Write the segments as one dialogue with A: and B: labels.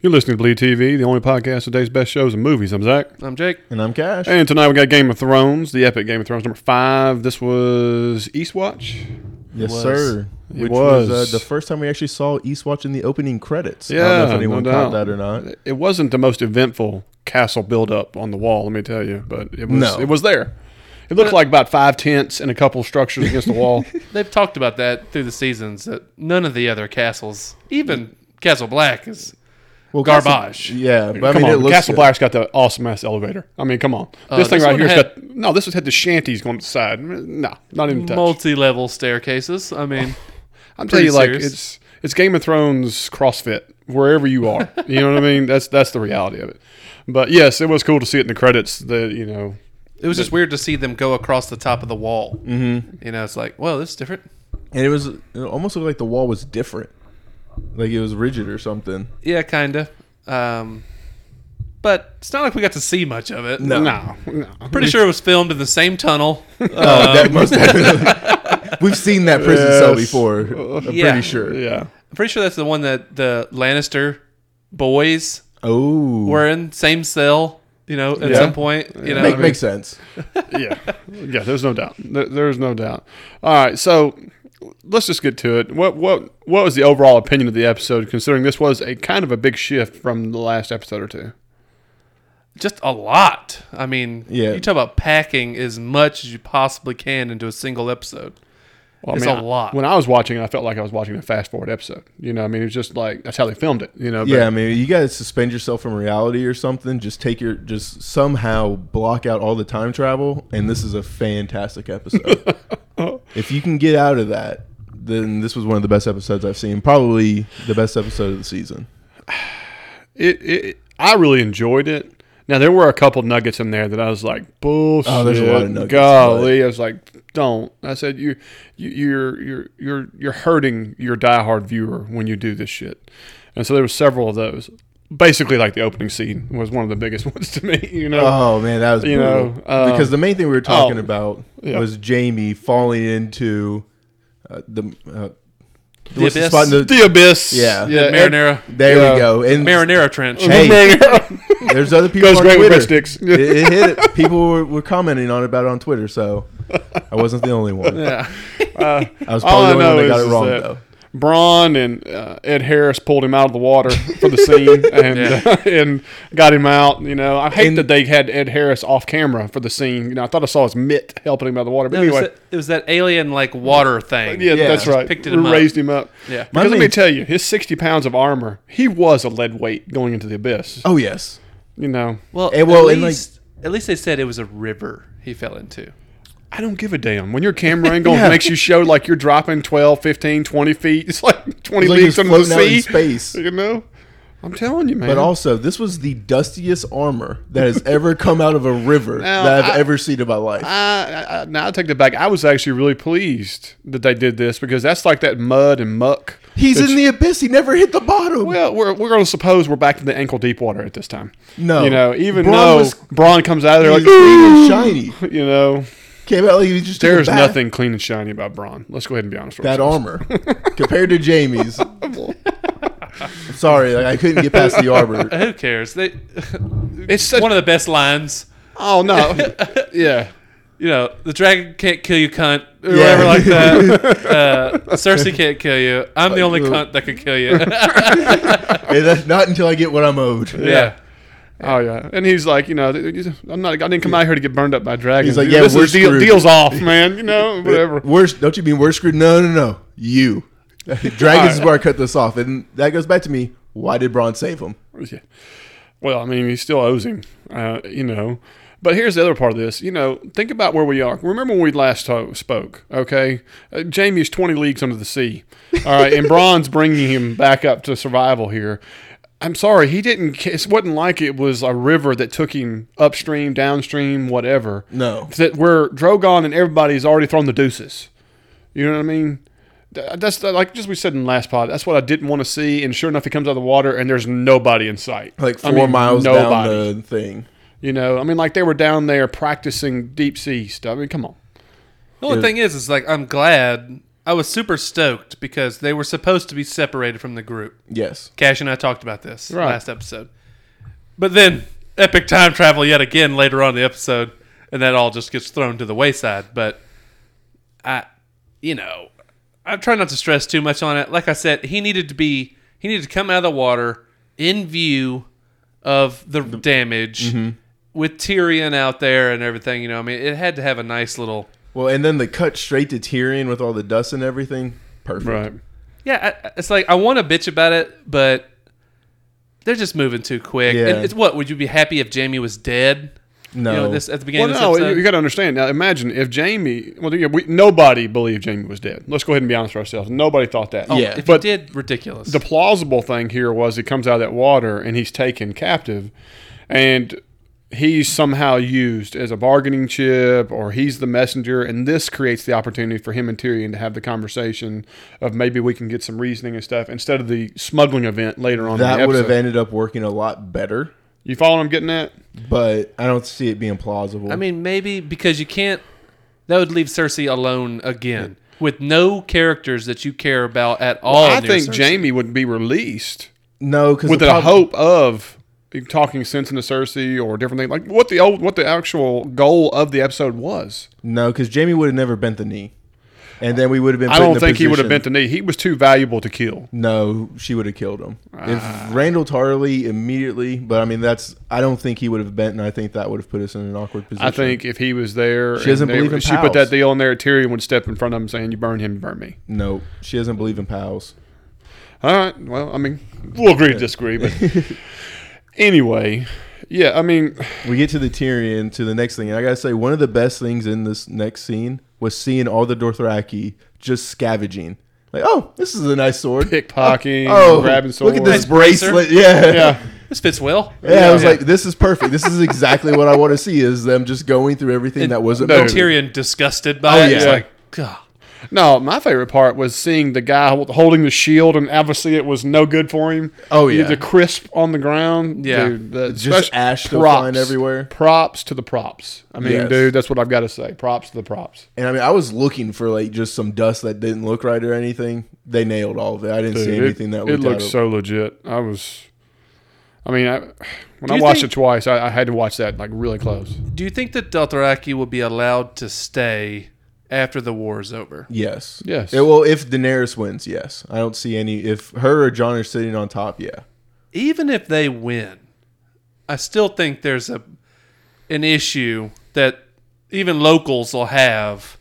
A: You're listening to Bleed TV, the only podcast of today's best shows and movies. I'm Zach.
B: I'm Um, Jake.
C: And I'm Cash.
A: And tonight we got Game of Thrones, the epic Game of Thrones number five. This was Eastwatch.
C: yes,
B: was.
C: sir.
A: It
C: Which was,
A: was.
C: uh, the first time we actually saw Eastwatch in the opening credits. I
A: Yeah,
C: don't know if anyone
A: no
C: caught
A: doubt.
C: that or not.
A: It wasn't the most eventful castle buildup on the wall, let me tell you, but it was
C: No.
A: it was there. It looked like about five tents and a couple structures against the wall.
B: They've talked about that through the seasons that none of the other castles, even Castle Black, is
C: Well,
B: Garbage.
C: Castle- yeah, but I
A: come
C: mean, it
A: on,
C: looks
A: Castle
C: good.
A: Black's got the awesome ass elevator. I mean, come on,
B: Uh,
A: this thing
B: this
A: right
B: one
A: here's
B: had-
A: got no. This one had the shanties going to the side. No, not even touch.
B: multi-level staircases. I mean,
A: I'm telling you,
B: Pretty
A: like
B: serious.
A: it's it's Game of Thrones CrossFit wherever you are. you know what I mean? That's that's the reality of it. But yes, it was cool to see it in the credits. That you know,
B: it was just weird to see them go across the top of the wall. Mm-hmm. You know, it's like, well, this is different.
C: and it was it almost looked like the wall was different, like it was rigid or something.
B: Yeah, kind of. Um, but it's not like we got to see much of it.
C: No.
A: no, no.
B: Pretty sure it was filmed in the same tunnel.
A: Uh,
C: Oh, that must We've seen that prison cell
A: Yes.
C: before. I'm
B: Yeah.
C: pretty sure.
A: Yeah,
B: I'm pretty sure that's the one that the Lannister boys
C: Oh,
B: were in, same cell, you know, at
C: Yeah.
B: some point. You know,
C: make,
B: I mean,
C: makes sense.
A: yeah, yeah. There's no doubt. There, there's no doubt. All right, so let's just get to it. What what what was the overall opinion of the episode? Considering this was a kind of a big shift from the last episode or two.
B: just a lot. I mean,
C: Yeah.
B: you talk about packing as much as you possibly can into a single episode.
A: Well,
B: It's a lot.
A: When I was watching, it, I felt like I was watching a fast forward episode. You know, I mean, it was just like that's how they filmed it. You know, but-
C: Yeah, I mean, you gotta suspend yourself from reality or something. Just take your, just somehow block out all the time travel, and this is a fantastic episode. if you can get out of that, then this was one of the best episodes I've seen. Probably the best episode of the season.
A: it, it I really enjoyed it. Now there were a couple nuggets in there that I was like, bullshit.
C: Oh, there's a lot of nuggets,
A: Golly, I was like, don't. I said, you, you, you're, you're, you're, you're hurting your diehard viewer when you do this shit. And so there were several of those. Basically, like the opening scene was one of the biggest ones to me. You know,
C: Oh man, that was
A: You
C: you
A: know, uh,
C: because the main thing we were talking
A: oh,
C: about
A: yeah.
C: was Jamie falling into uh, the uh,
B: The
C: what's
B: abyss.
C: spot in the-
A: the abyss.
C: Yeah.
A: yeah,
B: Marinara,
C: there
A: Yeah.
C: we go. And
B: Marinara Trench.
C: Hey.
A: Marinara.
C: there's other people
A: Goes
C: on
A: great with
C: Twitter.
A: breadsticks.
C: it, it hit it. People were, were commenting on about it on Twitter, so I wasn't the only one.
B: Yeah,
C: I was
A: All
C: probably
A: I
C: the only
A: know
C: one that
A: is,
C: got it
A: is
C: wrong
A: that
C: though.
A: Braun and uh, Ed Harris pulled him out of the water for the scene and
B: Yeah.
A: and got him out. You know, I hate
C: And-
A: that they had Ed Harris off camera for the scene. You know, I thought I saw his mitt helping him out of the water, but
B: No, it, was
A: anyway,
B: that, it was that alien like water thing.
A: yeah,
C: Yeah.
A: that's right.
B: Picked
A: Picked
B: him up.
A: raised him up.
B: Yeah.
A: because let me
C: main-
A: tell you, his sixty pounds of armor, he was a lead weight going into the abyss.
C: Oh yes,
A: You know,
B: Well,
C: Eh, well,
B: at
C: and, like-
B: least at least they said it was a river he fell into.
A: I don't give a damn. When your camera angle makes you show like you're dropping 12, 15, 20 feet, it's like twenty
C: It's like
A: leagues
C: he's
A: under the
C: floating out
A: sea.
C: in space.
A: You know, I'm telling you, man.
C: but also this was the dustiest armor that has ever come out of a river
A: Now,
C: that I've
A: I-
C: ever seen in my life.
A: I, I, I- now I take that back. I was actually really pleased that they did this because that's like that mud and muck.
C: He's
A: that
C: in
A: you-
C: the abyss. He never hit the bottom.
A: Well, we're, we're going to suppose we're back to the ankle deep water at this time.
C: No.
A: you know, even
C: Braun
A: though
C: was-
A: Braun comes out of there
C: He's
A: like,
C: clean and shiny.
A: "Ooh," you know,
C: Came out like he just took a
A: there's
C: bath.
A: nothing clean and shiny about Braun. Let's go ahead and be honest. with
C: that
A: ourselves.
C: armor compared to Jamie's. Sorry, like, I couldn't get past the armor.
B: Who cares? They
A: It's such,
B: one of the best lines.
A: oh no, yeah.
B: You know, the dragon can't kill you, cunt, or whatever like that. uh, Cersei can't kill you. I'm the only cunt that can kill you.
C: And that's not until I get what I'm owed.
B: yeah.
A: Oh yeah, and he's like, you know, I'm not. I didn't come out here to get burned up by dragons.
C: He's like, yeah,
A: this
C: we're
A: is deal,
C: screwed.
A: deals off, man. You know, whatever.
C: We're, don't you mean we're screwed? No, no, no. You. Dragons is where I cut this off. And that goes back to me. Why did Braun save him?
A: Yeah. Well, I mean, he still owes him, uh, you know. But here's the other part of this. You know, think about where we are. Remember when we last to- spoke, okay? Uh, Jamie's 20 leagues under the sea. All right. and Braun's bringing him back up to survival here. I'm sorry, he didn't. ca- It wasn't like it was a river that took him upstream, downstream, whatever.
C: No.
A: That where Drogon and everybody's already thrown the deuces. You know what I mean? Th- That's like just we said in the last pod. That's what I didn't want to see. And sure enough, he comes out of the water, and there's nobody in sight.
C: Like
A: I
C: four
A: mean,
C: miles down the thing.
A: You know, I mean, like they were down there practicing deep sea stuff. I mean, come on.
B: The only
C: It-
B: thing is, is like I'm glad I was super stoked because they were supposed to be separated from the group.
C: Yes.
B: Cash and I talked about this
A: Right.
B: last episode. But then epic time travel yet again later on in the episode, and that all just gets thrown to the wayside. But I, you know, I try not to stress too much on it. Like I said, he needed to be, he needed to come out of the water in view of the, damage with Tyrion out there and everything. You know, I mean, it had to have a nice little.
C: Well, and then the cut straight to Tyrion with all the dust and everything. Perfect.
A: Right.
B: Yeah, I, it's like I want to bitch about it, but they're just moving too quick.
C: Yeah.
B: And it's what would you be happy if Jamie was dead?
C: No.
B: You know, this at the
A: Well,
B: beginning
A: no,
B: of this
A: you
B: episode.
A: got to understand. Now, imagine if Jamie. Well, yeah, we, nobody believed Jamie was dead. Let's go ahead and be honest with ourselves. Nobody thought that.
C: Oh, yeah,
B: if
A: but-
B: you did, ridiculous.
A: the plausible thing here was he comes out of that water and he's taken captive and he's somehow used as a bargaining chip or he's the messenger and this creates the opportunity for him and Tyrion to have the conversation of maybe we can get some reasoning and stuff instead of the smuggling event later on in the
C: that would have
A: episode.
C: ended up working a lot better,
A: You following I'm getting that?
C: but I don't see it being plausible.
B: I mean, maybe because you can't. That would leave Cersei alone again with no characters that you care about at all.
A: I
B: near
A: think
B: Cersei.
A: Jamie would be released
C: no, because
A: with the hope of talking sense into Cersei or different things like what the old what the actual goal of the episode was.
C: No, because Jamie would have never bent the knee, and then we would have been.
A: I
C: put in
A: don't
C: the
A: think he would have
C: position-
A: bent the knee. He was too valuable to kill.
C: No, she would have killed him.
A: Ah.
C: If Randall Tarley immediately, but I mean, that's I don't think he would have bent, and I think that would have put us in an awkward position.
A: I think if he was there,
C: She doesn't
A: and they-
C: believe in
A: She put
C: pals.
A: that deal in there. Tyrion would step in front of him saying, "You burn him, you burn me."
C: no, she doesn't believe in pals.
A: All right. Well, I mean, we'll agree to disagree, but anyway, yeah. I mean,
C: We get to the Tyrion to the next thing, and I gotta say, one of the best things in this next scene was seeing all the Dothraki just scavenging. Like, oh, this is a nice sword.
A: pickpocketing,
C: oh,
A: grabbing swords.
C: look at this
B: Nice bracer.
C: bracelet. Yeah.
A: Yeah.
B: this fits well.
C: Yeah, I was
A: Yeah.
C: like, this is perfect. This is exactly what I want to see is them just going through everything that wasn't
A: no.
B: And
C: built.
B: Tyrion disgusted by
C: Oh,
B: it. He's
A: yeah.
B: like, God.
A: No, my favorite part was seeing the guy holding the shield, and obviously it was no good for him.
C: Oh,
A: You-
C: yeah.
A: the crisp on the ground.
B: Yeah.
A: dude, the
C: Just
A: special-
C: ash still
A: props.
C: flying everywhere.
A: Props to the props. I mean,
C: Yes.
A: dude, that's what I've got to say. Props to the props.
C: And I mean, I was looking for like just some dust that didn't look right or anything. They nailed all of it. I didn't see
A: Dude,
C: anything that
A: it
C: looked
A: looks
C: out of-
A: so legit. I was, I mean, I, when I
B: you
A: watched
B: think-
A: it twice, I, I had to watch that like really close.
B: Do you think that Dothraki will be allowed to stay after the war is over?
C: Yes.
A: Yes.
C: It- well, if Daenerys wins, yes. I don't see any. If her or John are sitting on top, yeah.
B: Even if they win, I still think there's a an issue that even locals will have,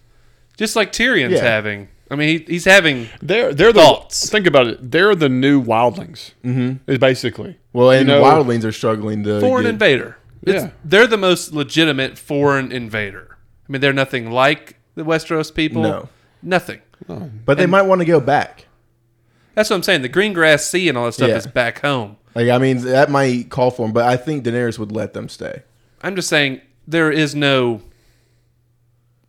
B: just like Tyrion's
C: Yeah.
B: having. I mean, he, he's having
A: They're they're the
B: Thoughts?
A: think about it. They're the new wildlings. Mm-hmm. Is basically
C: Well, and
A: know-
C: wildlings are struggling to.
B: foreign
C: get-
B: invader. It's,
A: Yeah.
B: They're the most legitimate foreign invader. I mean, they're nothing like the Westeros people.
C: No.
B: Nothing.
C: but they might want to go back.
B: That's what I'm saying. The green grass sea and all that stuff
C: Yeah.
B: is back home.
C: Like I mean, that might call for them, but I think Daenerys would let them stay.
B: I'm just saying there is no,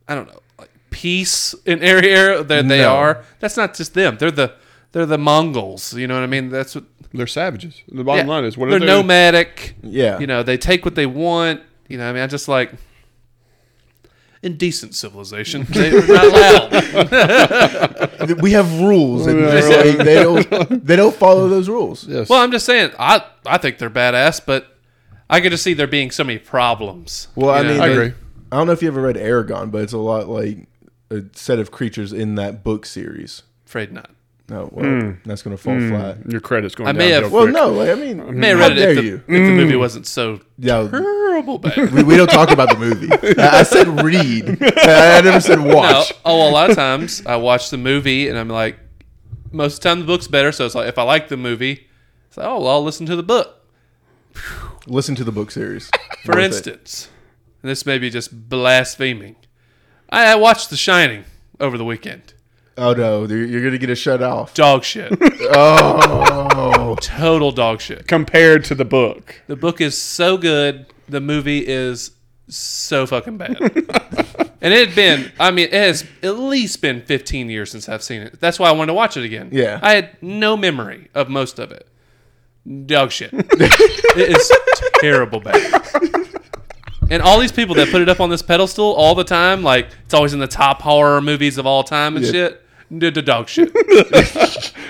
B: I don't know, like peace in area that they
C: No.
B: are. That's not just them. They're the they're the Mongols. You know what I mean? That's what.
A: they're savages. The bottom
B: yeah.
A: line is what
B: they're
A: are they?
B: nomadic.
C: Yeah.
B: You know, they take what they want. You know, what I mean, I just like indecent civilization. They're not allowed.
C: we have rules, and just, like, they don't they don't follow those rules.
A: Yes.
B: well, I'm just saying. I I think they're badass, but I could just see there being so many problems.
C: Well, I
B: you
C: mean,
B: know?
A: I
C: they-
A: agree.
C: I don't know if you ever read Aragon, but it's a lot like a set of creatures in that book series.
B: afraid not.
C: No, Oh, well,
B: Hmm.
C: that's going to fall flat.
A: Your credit's going
B: I
A: down.
B: may have-
A: real
C: Well,
A: quick.
C: no, like, I mean,
B: I may have
C: how
B: read it
C: dare
B: if the,
C: you? Mm.
B: if the movie wasn't so
C: Yeah,
B: terrible bad.
C: we, we don't talk about the movie. I, I said read. I, I never said
B: No,
C: watch.
B: oh, a lot of times I watch the movie and I'm like, most of the time the book's better. So it's like, if I like the movie, it's like, oh, well, I'll listen to the book.
C: Listen to the book series.
B: For
C: Worth it.
B: instance, and this may be just blaspheming, I, I watched The Shining over the weekend.
C: Oh no, you're, you're gonna get a shut off.
B: Dog shit.
C: Oh,
B: Total dog shit.
A: compared to the book.
B: The book is so good. The movie is so fucking bad. and it had been, I mean, it has at least been 15 years since I've seen it. That's why I wanted to watch it again.
C: Yeah.
B: I had no memory of most of it. Dog shit. it is terrible bad. And all these people that put it up on this pedestal all the time, like it's always in the top horror movies of all time and shit. did the dog shit.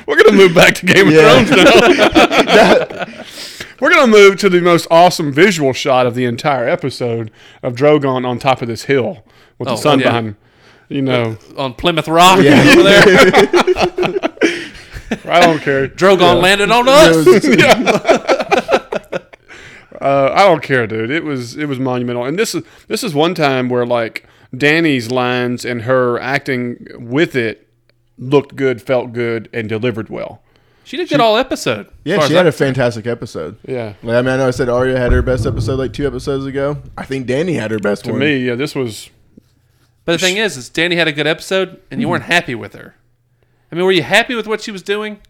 A: We're gonna move back to Game of
C: Yeah.
A: Thrones now. We're gonna move to the most awesome visual shot of the entire episode of Drogon on top of this hill with
B: Oh,
A: the sun
B: yeah.
A: behind him. You know,
B: on Plymouth Rock over there.
A: I don't care.
B: Drogon landed on us.
A: Uh, I don't care, dude. It was it was monumental. And this is this is one time where like Danny's lines and her acting with it looked good, felt good, and delivered well.
B: She did good all episode. as
C: Yeah,
B: far
C: she
B: as
C: had
B: I-
C: a fantastic episode.
A: Yeah.
C: Like, I mean, I know I said Arya had her best episode like two episodes ago. I think Danny had her best
A: To
C: one.
A: me, yeah, this was
B: But the thing is, is Danny had a good episode, and you
A: Hmm.
B: weren't happy with her. I mean, were you happy with what she was doing?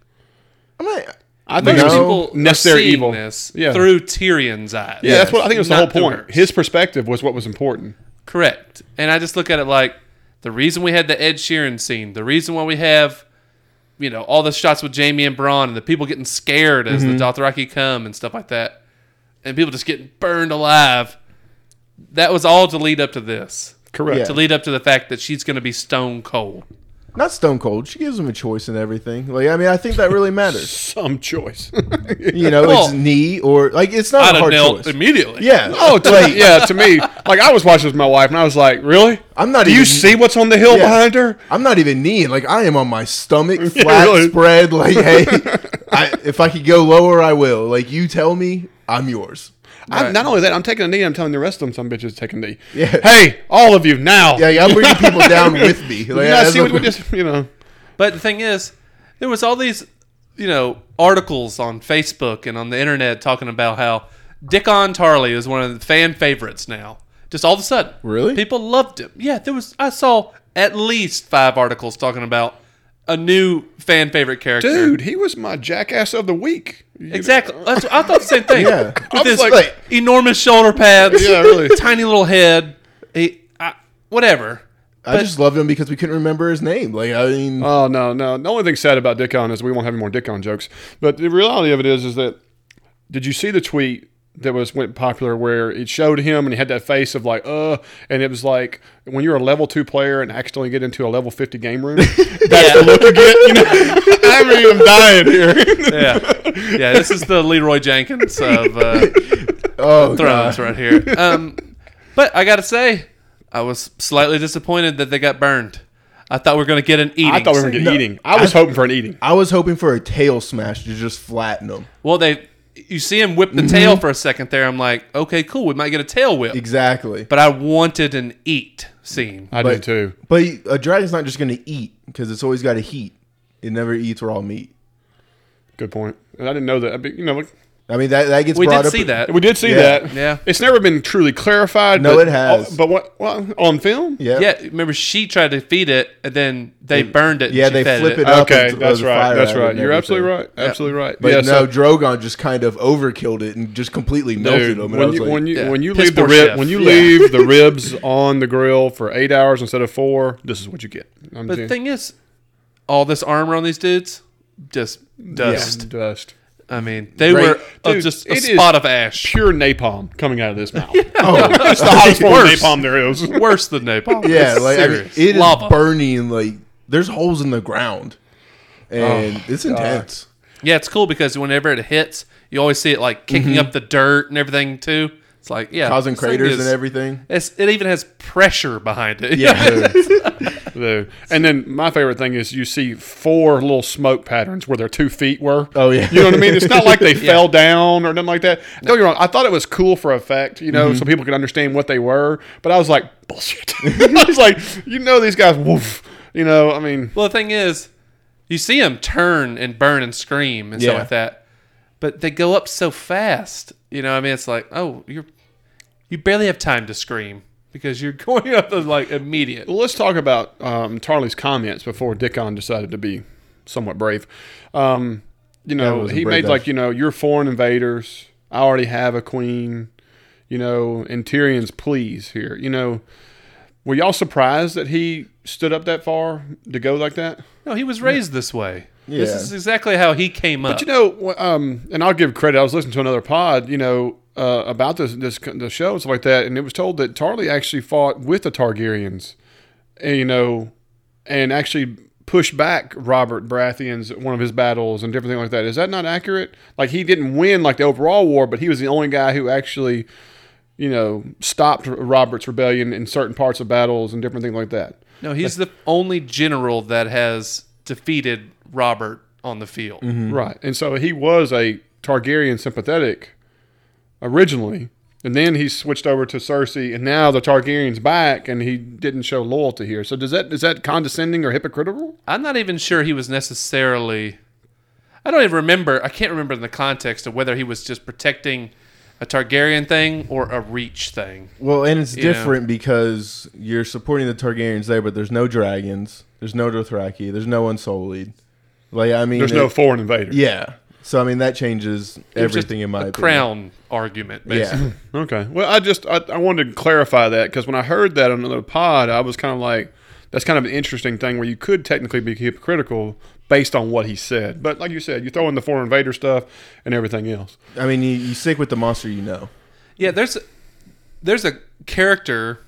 C: I'm like,
A: I think
C: think it
A: it
C: was-
A: was,
B: People
A: Necessary
B: are seeing
A: evil.
B: this
A: Yeah.
B: through Tyrion's eyes.
A: yeah, that's what I think was the whole
B: Not through
A: point.
B: hers.
A: His perspective was what was important.
B: Correct. And I just look at it like the reason we had the Ed Sheeran scene, the reason why we have, you know, all the shots with Jamie and Braun and the people getting scared as
A: Mm-hmm.
B: the Dothraki come and stuff like that, and people just getting burned alive. That was all to lead up to this,
A: Correct.
C: Yeah.
B: to lead up to the fact that she's going to be stone cold.
C: not stone cold. She gives him a choice and everything. Like, I mean, I think that really matters.
A: Some choice.
C: You know,
B: Well-
C: it's knee or like it's not
B: I'd
C: a
B: have
C: hard
B: knelt
C: choice.
B: immediately.
C: Yeah.
A: oh, to me, yeah, to me, like I was watching with my wife, and I was like, "Really?
C: I'm not
A: Do you
C: even-
A: see what's on the hill
C: Yeah.
A: behind her?
C: I'm not even kneeing. Like I am on my stomach, flat
A: really.
C: spread. Like hey, I, if I could go lower, I will. Like you tell me, I'm yours.
A: I'm, not only that, I'm taking a knee. I'm telling the rest of them, some bitches to take a knee.
C: Yeah.
A: Hey, all of you now.
C: Yeah, yeah, I'm bringing people down with me. Like,
A: you guys
C: that's
A: see what we
C: what-
A: just, you know.
B: But the thing is, there was all these, you know, articles on Facebook and on the internet talking about how Dickon Tarley is one of the fan favorites now. Just all of a sudden,
C: Really?
B: people loved him. Yeah, there was. I saw at least five articles talking about a new fan favorite character.
A: Dude, he was my jackass of the week. You-
B: Exactly. That's what, I thought the same thing.
C: Yeah.
A: I
B: With
A: was
B: his
A: like-
B: like, enormous shoulder pads.
A: Yeah, really.
B: Tiny little head. He, I, whatever.
C: I just loved him because we couldn't remember his name. Like I mean,
A: Oh no, no. The only thing sad about Dickon is we won't have any more Dickon jokes. But the reality of it is, is that did you see the tweet that was went popular where it showed him and he had that face of like uh, and it was like when you're a level two player and accidentally get into a level fifty game room. That's the look you get. You know, I mean, I'm dying here.
B: Yeah. Yeah, this is the Leroy Jenkins of. Uh,
C: oh,
B: Thrones right here. Um, but I gotta say, I was slightly disappointed that they got burned. I thought we were gonna get an eating.
A: I thought we were gonna
B: scene.
A: get eating. I was hoping for an eating.
C: I was hoping for a tail smash to just flatten him.
B: well, they you see him whip the
A: Mm-hmm.
B: tail for a second there. I'm like, okay, cool, we might get a tail whip.
C: Exactly.
B: But I wanted an eat scene.
A: I
C: But-
A: did too.
C: But a dragon's not just going to eat because it's always got to heat. It never eats raw meat.
A: Good point. And I didn't know that. I mean, you know, like,
C: I mean that that gets
B: we
C: brought
B: did
C: up.
B: see that.
A: we did see
C: Yeah.
A: that.
B: Yeah.
A: It's never been truly clarified.
C: No,
A: but- oh,
C: it has.
A: But what? Well, on film.
C: Yeah.
B: Yeah, remember she tried to feed it, and then they burned it. and
C: yeah,
B: she
C: they
B: fed
C: flip it. up
A: Okay,
C: and throw
A: that's
C: the
A: right.
C: fire
A: That's
C: at it
A: right.
C: and
A: You're
C: everything.
A: absolutely right. Absolutely right.
C: But
A: yeah,
C: no,
A: so,
C: Drogon just kind of overkilled it and just completely melted
A: dude,
C: him. And I
A: when
C: was
A: you,
C: like,
A: when you
B: Yeah,
A: when you
B: piss
A: leave the
B: poor
A: rib
B: chef.
A: when you
B: Yeah.
A: leave the ribs on the grill for eight hours instead of four, this is what you get. I'm
B: But the thing is, all this armor on these dudes, just
A: dust.
B: dust.
A: dust,
B: I mean, they
C: Great.
B: were uh,
A: Dude,
B: just a
A: it is
B: spot of ash.
A: pure napalm coming out of this mouth.
C: oh,
A: It's the hottest form of
B: Worse.
A: napalm there is.
B: worse than napalm.
C: yeah,
B: It's
C: like I mean,
B: serious.
C: it is
B: lava.
C: burning. Like there's holes in the ground,
A: Oh,
C: and it's intense.
B: yeah, it's cool because whenever it hits, you always see it like kicking up the dirt and everything too. It's like yeah,
C: Mm-hmm. Causing
B: this thing
C: craters
B: is-
C: and everything.
B: It's, it even has pressure behind it.
A: Dude. And then my favorite thing is you see four little smoke patterns where their two feet were.
C: Oh, yeah.
A: you know what I mean. It's not like they fell down or nothing like that. Don't get me wrong. I thought it was cool for effect, you
C: Mm-hmm.
A: know, so people could understand what they were. But I was like, bullshit. I was like, you know, these guys, woof. You know, I mean,
B: Well, the thing is, you see them turn and burn and scream and
C: Yeah.
B: stuff like that, but they go up so fast. You know, what I mean, it's like oh, you're you barely have time to scream because you're going up the, like immediate.
A: Well, let's talk about um, Tarly's comments before Dickon decided to be somewhat brave. Um, you know,
C: wasn't
A: he
C: brave,
A: made
C: though.
A: like, you know, you're foreign invaders. I already have a queen. You know, and Tyrion's pleas here. You know, were y'all surprised that he stood up that far to go like that?
B: No, he was raised this way. This
C: Yeah.
B: is exactly how he came up.
A: But you know, w- um, and I'll give credit. I was listening to another pod, you know, uh, about this this the show and stuff like that, and it was told that Tarly actually fought with the Targaryens, and, you know, and actually push back Robert Baratheon's one of his battles and different things like that. Is that not accurate? Like he didn't win like the overall war, but he was the only guy who actually, you know, stopped Robert's rebellion in certain parts of battles and different things like that.
B: No, he's the only general that has defeated Robert on the field.
C: Mm-hmm.
A: Right. And so he was a Targaryen sympathetic originally, and then he switched over to Cersei, and now the Targaryen's back, and he didn't show loyalty here. So does that is that condescending or hypocritical?
B: I'm not even sure he was necessarily. I don't even remember. I can't remember in the context of whether he was just protecting a Targaryen thing or a Reach thing.
C: Well, and it's
B: know.
C: different because you're supporting the Targaryens there, but there's no dragons, there's no Dothraki, there's no Unsullied. Like I mean,
A: There's
C: it-
A: no foreign invader.
C: yeah. So I mean, that changes
B: It was just
C: everything in my
B: a
C: opinion.
B: crown argument, basically.
C: Yeah,
A: Okay. Well, I just I, I wanted to clarify that because when I heard that on another pod, I was kind of like, that's kind of an interesting thing where you could technically be hypocritical based on what he said. But like you said, you throw in the foreign invader stuff and everything else.
C: I mean, you, you stick with the monster you know.
B: Yeah, there's there's a character.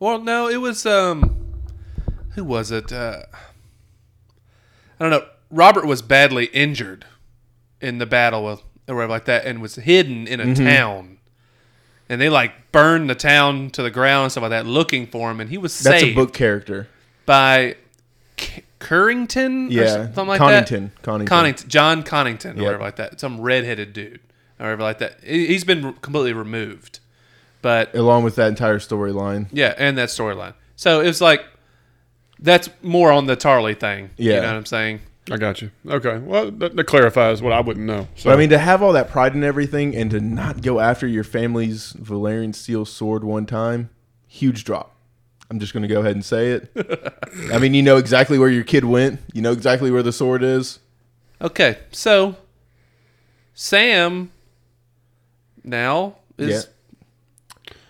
B: Well, no, it was um, who was it? Uh, I don't know. Robert was badly injured in the battle with, or whatever like that, and was hidden in a
C: Mm-hmm.
B: town. And they like burned the town to the ground and stuff like that, looking for him. And he was
C: That's a
B: saved
C: book character.
B: by C- Currington, or
C: Yeah,
B: something like
C: Connington.
B: that.
C: Connington.
B: Connington, John Connington, or
C: Yep.
B: whatever like that. Some redheaded dude, or whatever like that. He- He's been re- completely removed, but
C: Along with that entire storyline.
B: yeah, and that storyline. So it's like that's more on the Tarly thing. you
C: Yeah.
B: know what I'm saying.
A: I got you. Okay. Well, that, that clarifies what I wouldn't know. So
C: But I mean, to have all that pride and everything, and to not go after your family's Valerian steel sword one time, huge drop. I'm just going to go ahead and say it. I mean, you know exactly where your kid went. You know exactly where the sword is.
B: Okay, so Sam now is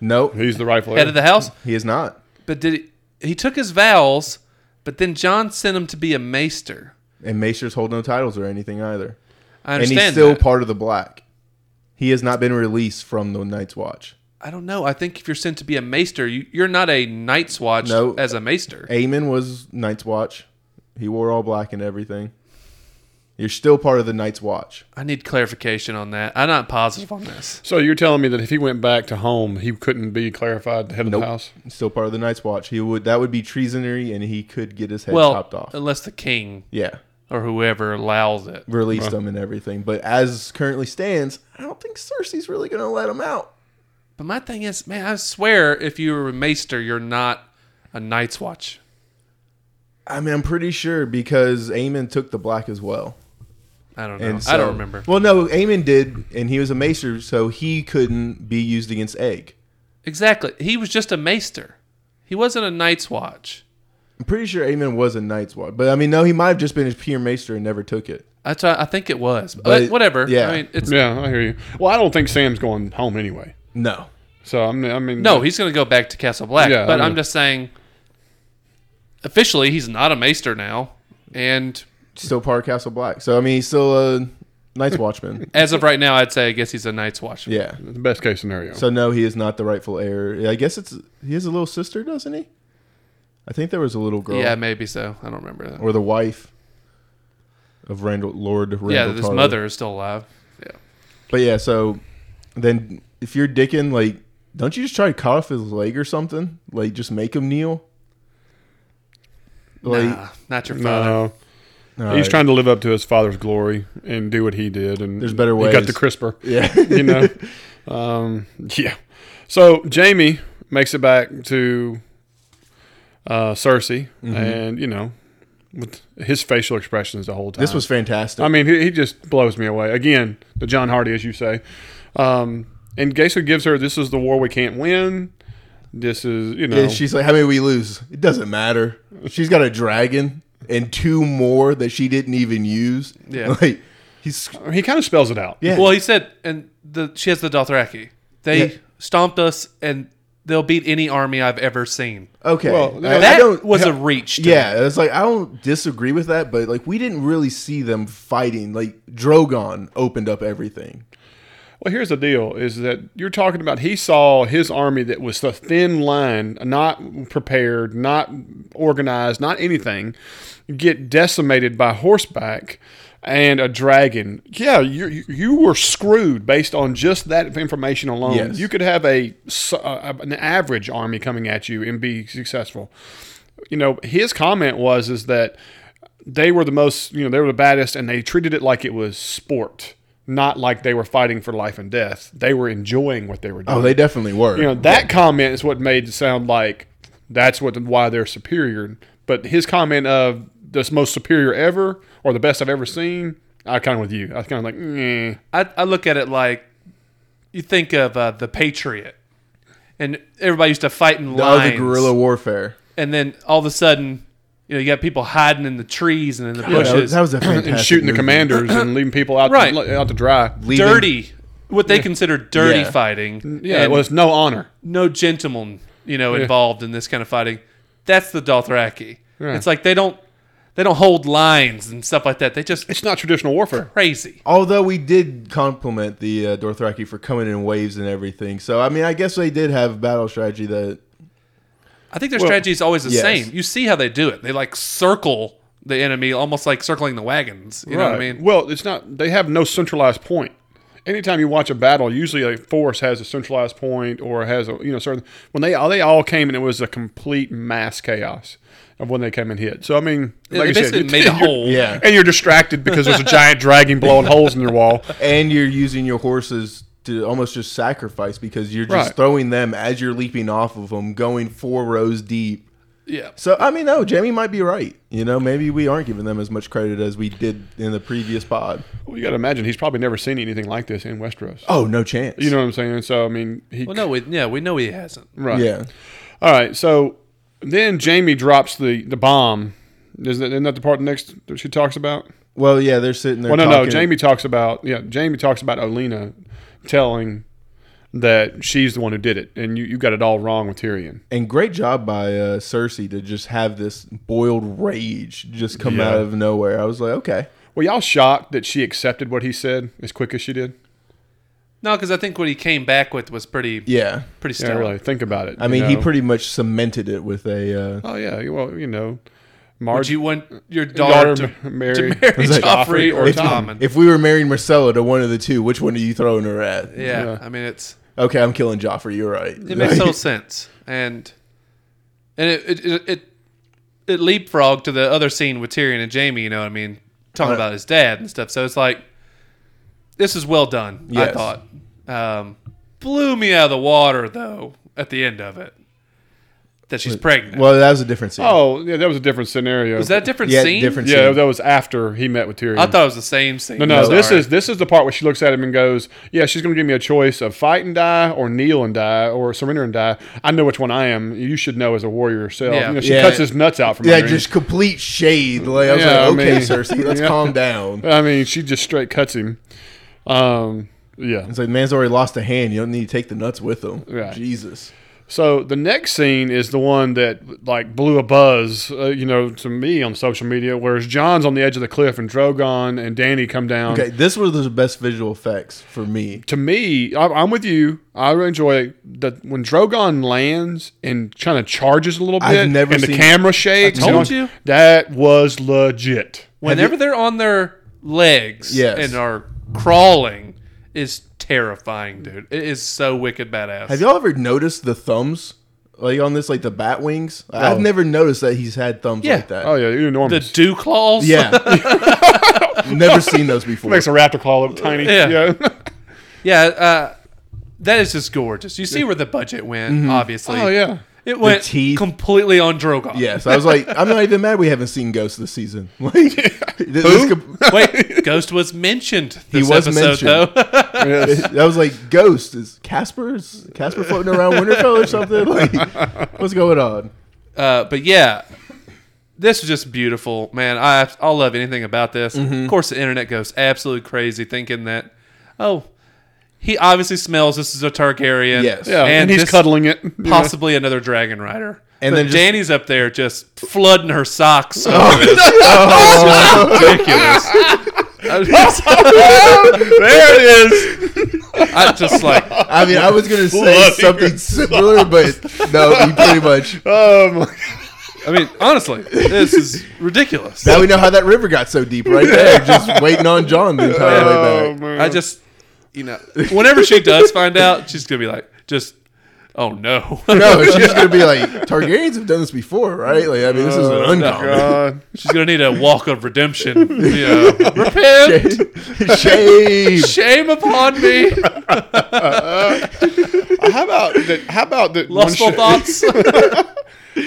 C: Nope,
A: he's the rightful
B: head of the house,
C: he is not.
B: but did he, he took his vows? But then John sent him to be a maester.
C: And Maester's hold no titles or anything either.
B: I
C: And
B: understand.
C: he's still
B: that.
C: part of the Black. He has not been released from the Night's Watch.
B: I don't know. I think if you're sent to be a maester, you, you're not a Night's Watch
C: No.
B: as a maester.
C: Aemon was Night's Watch. He wore all black and everything. You're still part of the Night's Watch.
B: I need clarification on that. I'm not positive on this.
A: so you're telling me that if he went back to home, he couldn't be clarified head of
C: Nope.
A: the house?
C: Still part of the Night's Watch. He would that would be treasonary, and he could get his head
B: well, uh,
C: chopped off.
B: unless the king
C: Yeah,
B: or whoever allows it.
C: released him and everything. But as currently stands, I don't think Cersei's really going to let him out.
B: But my thing is, man, I swear if you were a maester, you're not a Night's Watch.
C: I mean, I'm pretty sure because Aemon took the black as well.
B: I don't know.
C: And
B: I
C: so-
B: don't remember.
C: Well, no, Aemon did, and he was a maester, so he couldn't be used against Egg.
B: Exactly. He was just a maester. He wasn't a Night's Watch.
C: I'm pretty sure Aemon was a Night's Watch, but I mean, no, he might have just been a pure maester and never took it.
B: That's what I think it was. But,
C: But,
B: whatever.
C: yeah.
B: I mean, it's
A: Yeah, I hear you. Well, I don't think Sam's going home anyway.
C: No,
A: So I mean, I mean
B: No, he's going to go back to Castle Black.
A: Yeah,
B: but
A: I
B: I'm
A: know.
B: just saying, officially, he's not a Maester now. And
C: still part of Castle Black. So I mean, he's still a Night's Watchman.
B: as of right now, I'd say I guess he's a Night's Watchman.
C: Yeah.
A: the best case scenario.
C: So no, he is not the rightful heir. I guess it's he has a little sister, doesn't he? I think there was a little girl,
B: Yeah, maybe so. I don't remember that.
C: or the wife of Randall Lord Randall.
B: yeah, his
C: Tarly.
B: mother is still alive. Yeah.
C: But yeah, so then if you're dicking, like, don't you just try to cut off his leg or something? Like, just make him kneel. Like,
B: nah, not your father.
A: no,
C: all
A: he's
C: right.
A: trying to live up to his father's glory and do what he did. And
C: There's better
A: He got
C: ways.
A: the crisper.
C: Yeah,
A: you know. Um, yeah. So Jamie makes it back to uh, Cersei,
C: Mm-hmm.
A: and you know, with his facial expressions the whole time.
C: this was fantastic.
A: I mean, he, he just blows me away. Again, the John Hardy, as you say. Um, and Gacy gives her, "This is the war we can't win. This is you know."
C: yeah, she's like, how many we lose? It doesn't matter. She's got a dragon and two more that she didn't even use.
B: Yeah.
C: like he's
A: he kind of spells it out.
C: yeah.
B: Well, he said, and the she has the Dothraki. They
C: Yeah.
B: stomped us, and they'll beat any army I've ever seen.
C: Okay.
A: Well,
C: I- I
B: That
C: don't-
B: was a reach. to me.
C: Yeah, it's like I don't disagree with that, but like we didn't really see them fighting. Like Drogon opened up everything.
A: Well, here's the deal: is that you're talking about he saw his army that was the thin line, not prepared, not organized, not anything, get decimated by horseback and a dragon. Yeah, you you- you were screwed based on just that information alone.
C: Yes.
A: You could have a, s- uh, an average army coming at you and be successful. You know, his comment was is that they were the most, you know, they were the baddest and they treated it like it was sport, not like they were fighting for life and death. They were enjoying what they were doing
C: Oh, they definitely were.
A: you know that comment is what made it sound like that's what why they're superior but his comment of the most superior ever or the best i've ever seen i kind of with you i was kind of like mm, "Nyeh."
B: I, I look at it like you think of uh, the Patriot, and everybody used to fight in
C: the
B: lines.
C: other guerrilla warfare.
B: and then all of a sudden, you know, you got people hiding in the trees and in the
C: Yeah, that, was,
B: bushes,
C: that was a fantastic
A: and shooting the
C: movie.
A: commanders and leaving people out
B: Right.
A: to, out to dry
C: Leaving-
B: dirty, what they consider dirty
C: Yeah.
B: fighting.
A: Mm, yeah it
B: and
A: was no honor
B: no gentleman, you know, involved in this kind of fighting. That's the Dothraki.
A: Yeah.
B: It's like they don't they don't hold lines and stuff like that. They just
A: it's not traditional warfare
B: crazy.
C: Although we did compliment the uh, Dothraki for coming in waves and everything, so I mean, I guess they did have battle strategy that
B: I think their strategy is always the
C: yes.
B: same. You see how they do it. They like circle the enemy almost like circling the wagons. You know what I
A: Right.
B: mean?
A: well it's not they have no centralized point anytime you watch a battle usually a force has a centralized point or has a you know certain when they all they all came and it was a complete mass chaos of when they came and hit so i mean
B: They
A: like I said,
B: basically
A: it-
B: made a
A: you're-
B: hole.
C: Yeah.
A: and you're distracted because there's a giant dragon blowing holes in your wall.
C: and you're using your horses to almost just sacrifice because you're just
A: Right.
C: throwing them as you're leaping off of them, going four rows deep.
B: Yeah.
C: So I mean, no, Jamie might be right. You know, maybe we aren't giving them as much credit as we did in the previous pod.
A: Well, you got to imagine he's probably never seen anything like this in Westeros.
C: Oh, no chance.
A: You know what I'm saying? So I mean, he
B: Well, no, we, yeah, we know he hasn't.
A: right.
C: yeah.
A: All right. So then Jamie drops the the bomb. Is that, isn't that the part next that she talks about?
C: Well, yeah, they're sitting there.
A: Well, no, no.
C: talking-
A: Jamie talks about yeah. Jamie talks about Olena telling that she's the one who did it, and you, you got it all wrong with Tyrion.
C: And great job by uh, Cersei to just have this boiled rage just come
A: Yeah.
C: out of nowhere. I was like, okay,
A: Were y'all shocked that she accepted what he said as quick as she did?
B: No, because I think what he came back with was pretty
C: yeah.
B: pretty
A: Yeah,
B: stellar.
A: really. Think about it.
C: I mean, he
A: pretty.
C: pretty much cemented it with a. Uh,
A: Oh yeah, well you know,
B: Would
A: Marge,
B: you want your daughter,
A: daughter
B: to,
A: marry-
B: to marry
A: was that
B: Joffrey
A: Joffrey
B: or
A: or
C: if,
B: Tom?
C: if we were marrying Marcella to one of the two, which one are you throwing her at?
B: yeah,
A: Yeah.
B: I mean it's
C: Okay, I'm killing Joffrey. You're right.
B: it makes total sense, and and it it it, it, it leapfrogged to the other scene with Tyrion and Jamie. You know, what I mean, talking
C: Uh,
B: about his dad and stuff. So it's like this is well done.
C: Yes.
B: I thought um, blew me out of the water though at the end of it that she's pregnant.
C: Well, that was a different scene.
A: Oh yeah, that was a different scenario.
B: was that a different
C: yeah,
B: scene?
C: different
A: Yeah,
C: scene.
A: that was after he met with Tyrion.
B: I thought it was the same scene.
A: no, no,
B: I'm
A: this
B: sorry.
A: is this is the part where she looks at him and goes, "Yeah, she's going to give me a choice of fight and die, or kneel and die, or surrender and die. I know which one I am. You should know as a warrior yourself."
B: Yeah.
A: You know, she
C: Yeah.
A: cuts his nuts out from
C: yeah,
A: under him.
C: just complete shade. Like I was
A: Yeah, I
C: like, okay,
A: mean-
C: Cersei, let's
A: Yeah.
C: calm down.
A: I mean, she just straight cuts him. Um, yeah,
C: It's like man's already lost a hand. You don't need to take the nuts with him.
A: Right.
C: Jesus.
A: So the next scene is the one that like blew a buzz, uh, you know, to me on social media. Whereas John's on the edge of the cliff and Drogon and Danny come down.
C: Okay, this was the best visual effects for me.
A: To me, I, I'm with you. I really enjoy that when Drogon lands and kind of charges a little bit,
C: I've never
A: and the
C: seen-
A: camera shakes.
B: told
A: and all-
B: you.
A: that was legit.
B: whenever they're on their legs
C: Yes.
B: and are crawling is terrifying, dude. It is so wicked badass.
C: Have y'all ever noticed the thumbs? Like on this, like the bat wings. I've never noticed that he's had thumbs
B: Yeah.
C: like that.
A: Oh yeah, you're
B: the
A: enormous.
B: dew claws?
C: Yeah. never seen those before.
A: Makes a raptor claw look tiny.
B: Yeah.
A: yeah.
B: Yeah, uh, that is just gorgeous. You see where the budget went,
C: Mm-hmm.
B: obviously.
A: oh yeah.
B: It went
C: teeth.
B: completely on Drogon.
C: Yes, I was like, I'm not even mad we haven't seen Ghost this season. Like, th- this com-
B: Wait, Ghost was mentioned this
C: was
B: episode,
C: mentioned.
B: though.
A: Yes.
C: I was like, Ghost is Casper? Is Casper floating around Winterfell or something? Like, what's going on?
B: Uh, but yeah, this was just beautiful, man. I I love anything about this.
C: Mm-hmm.
B: Of course, the internet goes absolutely crazy, thinking that oh, he obviously smells this is a Targaryen,
C: Yes.
A: yeah. And, he's
B: this-
A: cuddling it. you know.
B: possibly another dragon rider. And
C: And
B: then
C: then just- Oh,
B: Danny's up there just flooding her socks. ridiculous. I was just,
A: there it is.
B: I just like
C: I mean, I was gonna say
A: Bloody
C: something similar, but no, he pretty much
A: Oh my
B: I mean, honestly, this is ridiculous.
C: Now we know how that river got so deep right there, just waiting on John the entire way
A: Oh,
C: back.
A: man.
B: I just, you know, whenever she does find out, she's gonna be like, just, oh no.
C: No, she's just gonna be like, Targaryens have done this before, right? Like, I mean, this
A: Oh,
C: isn't uncommon.
A: God.
B: she's gonna need a walk of redemption. You know, repent.
C: Shame.
B: Shame upon me.
A: How about that? How about that? one
B: Lustful
A: shot-
B: thoughts.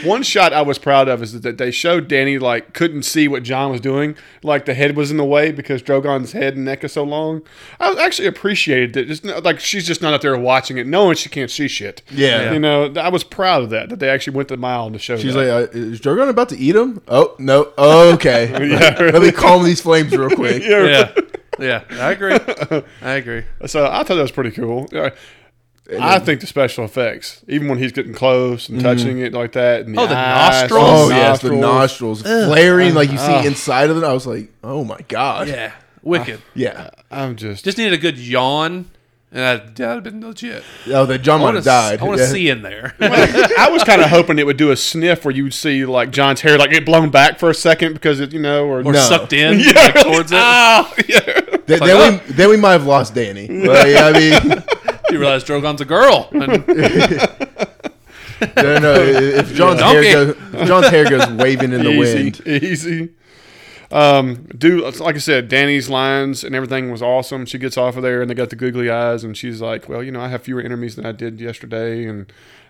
A: One shot I was proud of is that they showed Danny like couldn't see what John was doing, like the head was in the way because Drogon's head and neck is so long. I actually appreciated that. It's not, like she's just not out there watching it, knowing she can't see shit.
C: Yeah.
A: you know, th- I was proud of that that they actually went the mile to show.
C: She's
A: that.
C: like, uh, is Drogon about to eat him? Oh no. Oh, okay. Let me calm these flames real quick.
A: yeah.
B: yeah, yeah, I agree. I agree.
A: So I thought that was pretty cool. Uh, I think the special effects, even when he's getting close and touching it like that, and the
B: Oh, the
A: eyes,
B: nostrils?
C: Mm-hmm. Oh
A: the
C: yes, the
A: nostrils.
C: nostrils flaring like you see inside of it. I was like, oh my god.
B: Yeah, wicked.
C: Yeah.
A: I'm just,
B: Just needed a good yawn, and I'd, that'd have been legit.
C: Oh, that John
B: I
C: might
B: want
C: have
B: to. I
C: died.
B: want to
C: Yeah.
B: see in there.
A: I was kind of hoping it would do a sniff where you would see like John's hair like get blown back for a second because it, you know, or,
B: or
C: No.
B: sucked in like, towards it.
C: Th- then,
B: Like,
C: we, then we might have lost Danny. Like, I mean,
B: You realize Drogon's a girl. And
C: no, no. If John's
B: Yeah.
C: hair goes, if John's hair goes waving in the
A: easy,
C: wind.
A: easy. Um, do like I said, Danny's lines and everything was awesome. She gets off of there and they got the googly eyes, and she's like, "Well, you know, I have fewer enemies than I did yesterday," and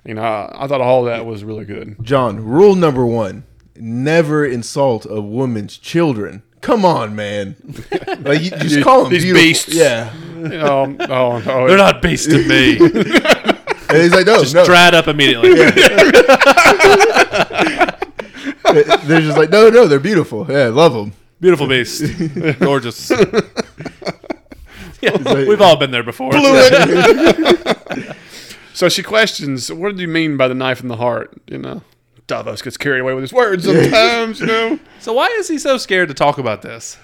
A: you know, I, I thought all that was really good.
C: John, rule number one: never insult a woman's children. Come on, man. Like you, just call them
A: These
C: beautiful.
A: beasts.
C: Yeah.
A: Um, oh no,
B: they're not beasts to me.
C: And he's like, no,
B: Just
C: no.
B: dried up immediately.
C: They're just like, no, no. They're beautiful. Yeah, love them.
B: Beautiful beast. Gorgeous. Yeah, we've all been there before.
A: So she questions, "What do you mean by the knife in the heart?" You know, Davos gets carried away with his words sometimes. you know,
B: So why is he so scared to talk about this?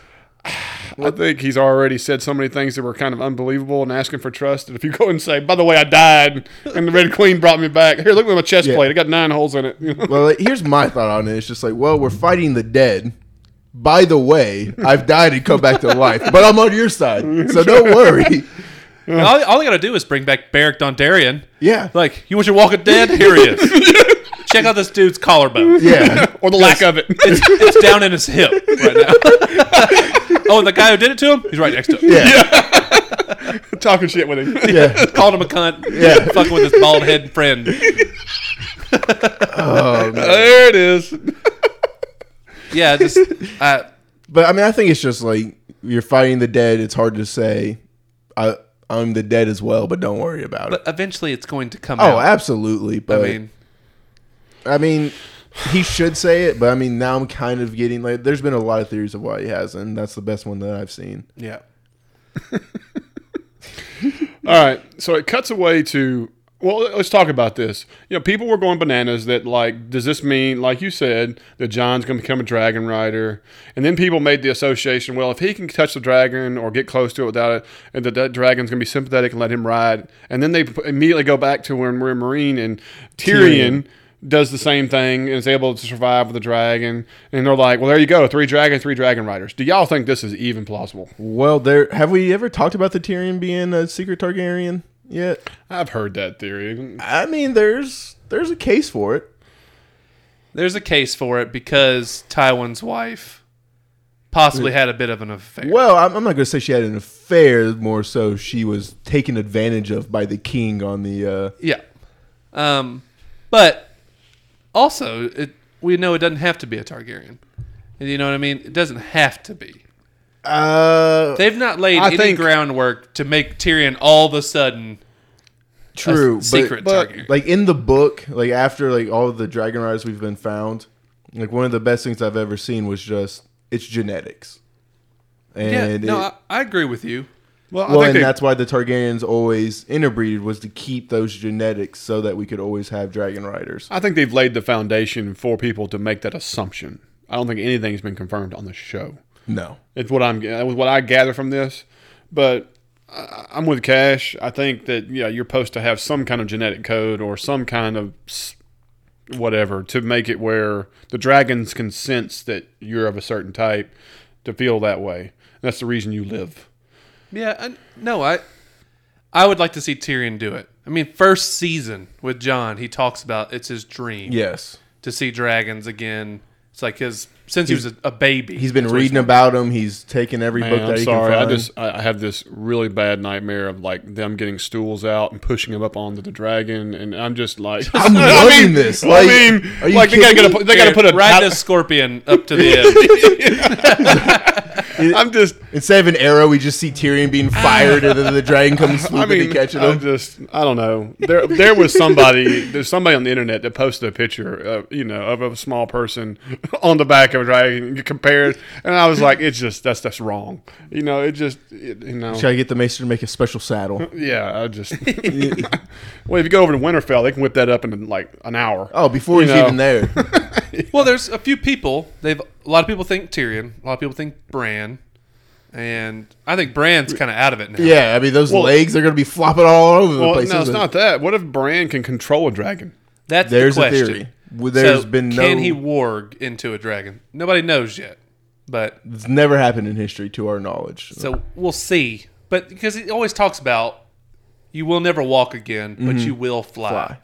A: I think he's already said so many things that were kind of unbelievable and asking for trust. And if you go and say, "By the way, I died, and the Red Queen brought me back," here, look at my chest
C: Yeah.
A: plate; it got nine holes in it. You know?
C: Well, like, here's my thought on it. It's just like, well, we're fighting the dead. By the way, I've died and come back to life, but I'm on your side, so don't worry.
B: And all, all they gotta do is bring back Beric Dondarrion.
C: Yeah,
B: Like, you want your walking dead? Here he is. Check out this dude's collarbone.
C: yeah.
A: or the lack of it.
B: It's, it's down in his hip right now. oh, and the guy who did it to him, he's right next to him.
C: Yeah.
A: Talking shit with him.
C: Yeah.
B: Called him a cunt.
C: Yeah. Uh,
B: Fucking with his bald head friend.
C: Um,
A: There it is.
B: Yeah, just uh,
C: but I mean, I think it's just like you're fighting the dead. It's hard to say, I, I'm the dead as well, but don't worry about it.
B: eventually it's going to come
C: Oh,
B: out.
C: absolutely.
B: I
C: But
B: mean,
C: I mean, he should say it, but I mean, now I'm kind of getting like, there's been a lot of theories of why he hasn't. and That's the best one that I've seen.
B: yeah.
A: All right. So it cuts away to well, let- let's talk about this. You know, people were going bananas that like, does this mean, like you said, that John's going to become a dragon rider? And then people made the association, well, if he can touch the dragon or get close to it without it, and that that dragon's going to be sympathetic and let him ride. And then they p- immediately go back to when we're a marine and Tyrion. Does the same thing and is able to survive with the dragon, and they're like, "Well, there you go, three dragon, three dragon riders." Do y'all think this is even plausible?
C: Well, there have we ever talked about the Tyrion being a secret Targaryen yet?
A: I've heard that theory.
C: I mean, there's there's a case for it.
B: There's a case for it because Tywin's wife possibly had a bit of an affair.
C: Well, I'm, I'm not going to say she had an affair. More so, she was taken advantage of by the king on the. Uh,
B: Yeah. Um, but also, it, we know it doesn't have to be a Targaryen. You know what I mean? It doesn't have to be.
C: uh
B: They've not laid
A: I
B: any
A: think-
B: groundwork to make Tyrion all of a sudden a
C: true
B: s- secret
A: but-
B: Targaryen.
C: like in the book like after like all the dragon riders we've been found like one of the best things i've ever seen was just it's genetics
B: yeah,
C: and
B: no,
C: it-
B: I, I agree with you.
A: I
C: well
A: think
C: and
A: they-
C: that's why the targaryens always interbreed was to keep those genetics so that we could always have dragon riders
A: I think they've laid the foundation for people to make that assumption. I don't think anything's been confirmed on the show.
C: no
A: It's what I'm that was what I gather from this, but I- I'm with Cash. I think that yeah, you're supposed to have some kind of genetic code or some kind of s- whatever to make it where the dragons can sense that you're of a certain type to feel that way. That's the reason you live.
B: Yeah, I, no, I I would like to see Tyrion do it. I mean, first season with John, he talks about it's his dream
C: Yes.
B: to see dragons again. It's like his since he was a, a baby.
C: He's been
B: That's where
C: reading about him. He's taken every
A: Man,
C: book that
A: I'm
C: he
A: sorry.
C: can
A: I
C: find.
A: just I I had this really bad nightmare of like them getting stools out and pushing them up onto the dragon, and I'm just like,
C: I'm
A: I
C: loving this.
A: I
C: Like,
A: mean,
C: are you
A: like they gotta get
C: kidding
A: a,
C: me?
A: they gotta
B: Here,
A: put a
B: ride this scorpion up to the end.
A: I'm just.
C: Instead of an arrow, we just see Tyrion being fired, and then the dragon comes
A: Ah. I
C: swooping
A: mean,
C: and catching
A: I'm
C: him.
A: just. I don't know. There, there was somebody. There's somebody on the internet that posted a picture, of, you know, of a small person on the back of a dragon compared, and I was like, it's just that's that's wrong. You know, it just, it, you know.
C: Try to get the maester to make a special saddle.
A: Yeah, I just. well, if you go over to Winterfell, they can whip that up in like an hour.
C: Oh, before
A: You
C: he's
A: know.
C: even there.
B: Well, there's a few people. They've a lot of people think Tyrion. A lot of people think Bran, and I think Bran's kind of out of it now.
C: Yeah, I mean those legs are going to be flopping all over the
A: Well,
C: place.
A: no, it's
C: isn't it?
A: not that. What if Bran can control a dragon?
B: that's
C: There's
B: the
C: a
B: question.
C: theory. Well, there's been no.
B: Can he warg into a dragon? Nobody knows yet, but
C: It's never happened in history to our knowledge.
B: so we'll see. But because he always talks about you will never walk again, but you will fly.
C: Mm-hmm. Fly.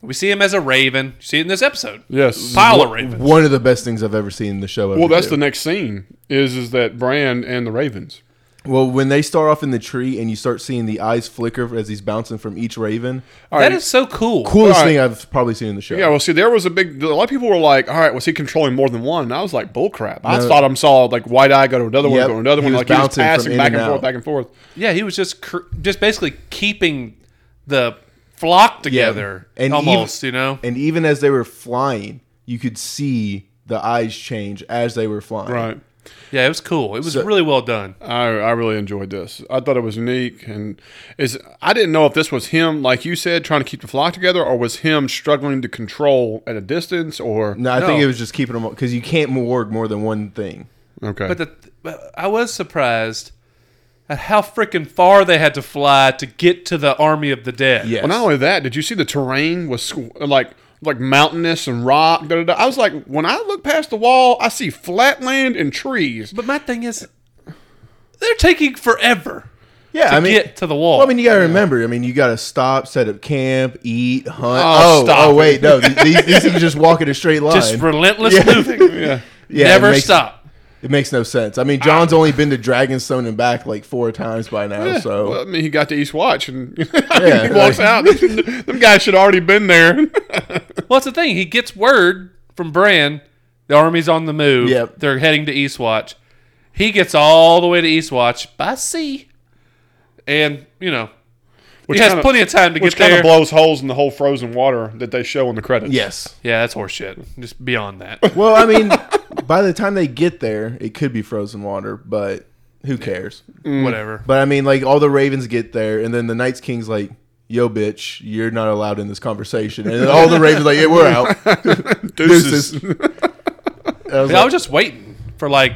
B: We see him as a raven. You see it in this episode.
A: Yes.
B: pile of ravens.
C: One of the best things I've ever seen in the show. Ever
A: Well, that's
C: do.
A: the next scene. Is is that Bran and the Ravens?
C: Well, when they start off in the tree and you start seeing the eyes flicker as he's bouncing from each raven,
B: That is so cool.
C: coolest
A: All right.
C: thing I've probably seen in the show.
A: Yeah, well, see, there was a big. A lot of people were like, "All right, was he controlling more than one?" And I was like, "Bullcrap!" I
C: No.
A: thought I'm saw like white eye go to another
C: Yep.
A: one, go to another
C: He
A: one,
C: was
A: like he was
C: bouncing from
A: passing
C: in
A: back
C: and
A: and forth,
C: out.
A: back and forth.
B: Yeah, he was just cr- just basically keeping the flock together,
C: And
B: almost.
C: even-
B: you know,
C: and even as they were flying, you could see the eyes change as they were flying.
A: Right.
B: yeah, it was cool. It was really well done.
A: I, I really enjoyed this. I thought it was unique, and is I didn't know if this was him, like you said, trying to keep the flock together, or was him struggling to control at a distance, or
C: No, I think
B: No.
C: it was just keeping them because you can't morg more than one thing.
A: okay,
B: But the, but I was surprised at how freaking far they had to fly to get to the army of the dead.
C: Yes.
A: Well, not only that, did you see the terrain was squ- like like mountainous and rock? Da, da, da. I was like, when I look past the wall, I see flat land and trees.
B: But my thing is, they're taking forever
C: yeah,
B: to
C: I mean,
B: get to the wall.
C: Well, I mean, you gotta remember. I mean, you gotta stop, set up camp, eat, hunt.
A: Oh,
C: Oh,
A: stop
C: oh, wait, no, th- these, these things just walk in a straight line.
B: just relentless moving.
A: Yeah.
C: Yeah, it
B: Never
C: makes-
B: stop.
C: It makes no sense. I mean, John's only been to Dragonstone and back like four times by now.
A: Yeah.
C: so
A: Well, I mean, he got to East Watch and he
C: Yeah,
A: walks
C: like-
A: out. Them guys should already been there.
B: Well, that's the thing. He gets word from Bran. The army's on the move.
C: Yep.
B: They're heading to Eastwatch. He gets all the way to Eastwatch by sea. And, you know, he has
A: kinda-
B: plenty of time to
A: Which
B: get
A: kind
B: there.
A: of blows holes in the whole frozen water that they show in the credits.
C: yes.
B: yeah, that's horseshit. Just beyond that.
C: Well, I mean, by the time they get there, it could be frozen water, but who cares?
A: Mm.
B: Whatever.
C: But I mean, like all the Ravens get there, and then the Knights King's like, "Yo, bitch, you're not allowed in this conversation." And then all the Ravens like, "Yeah, we're out."
A: Deuces.
C: Deuces. I was
B: Yeah, I
C: like,
B: was just waiting for, like,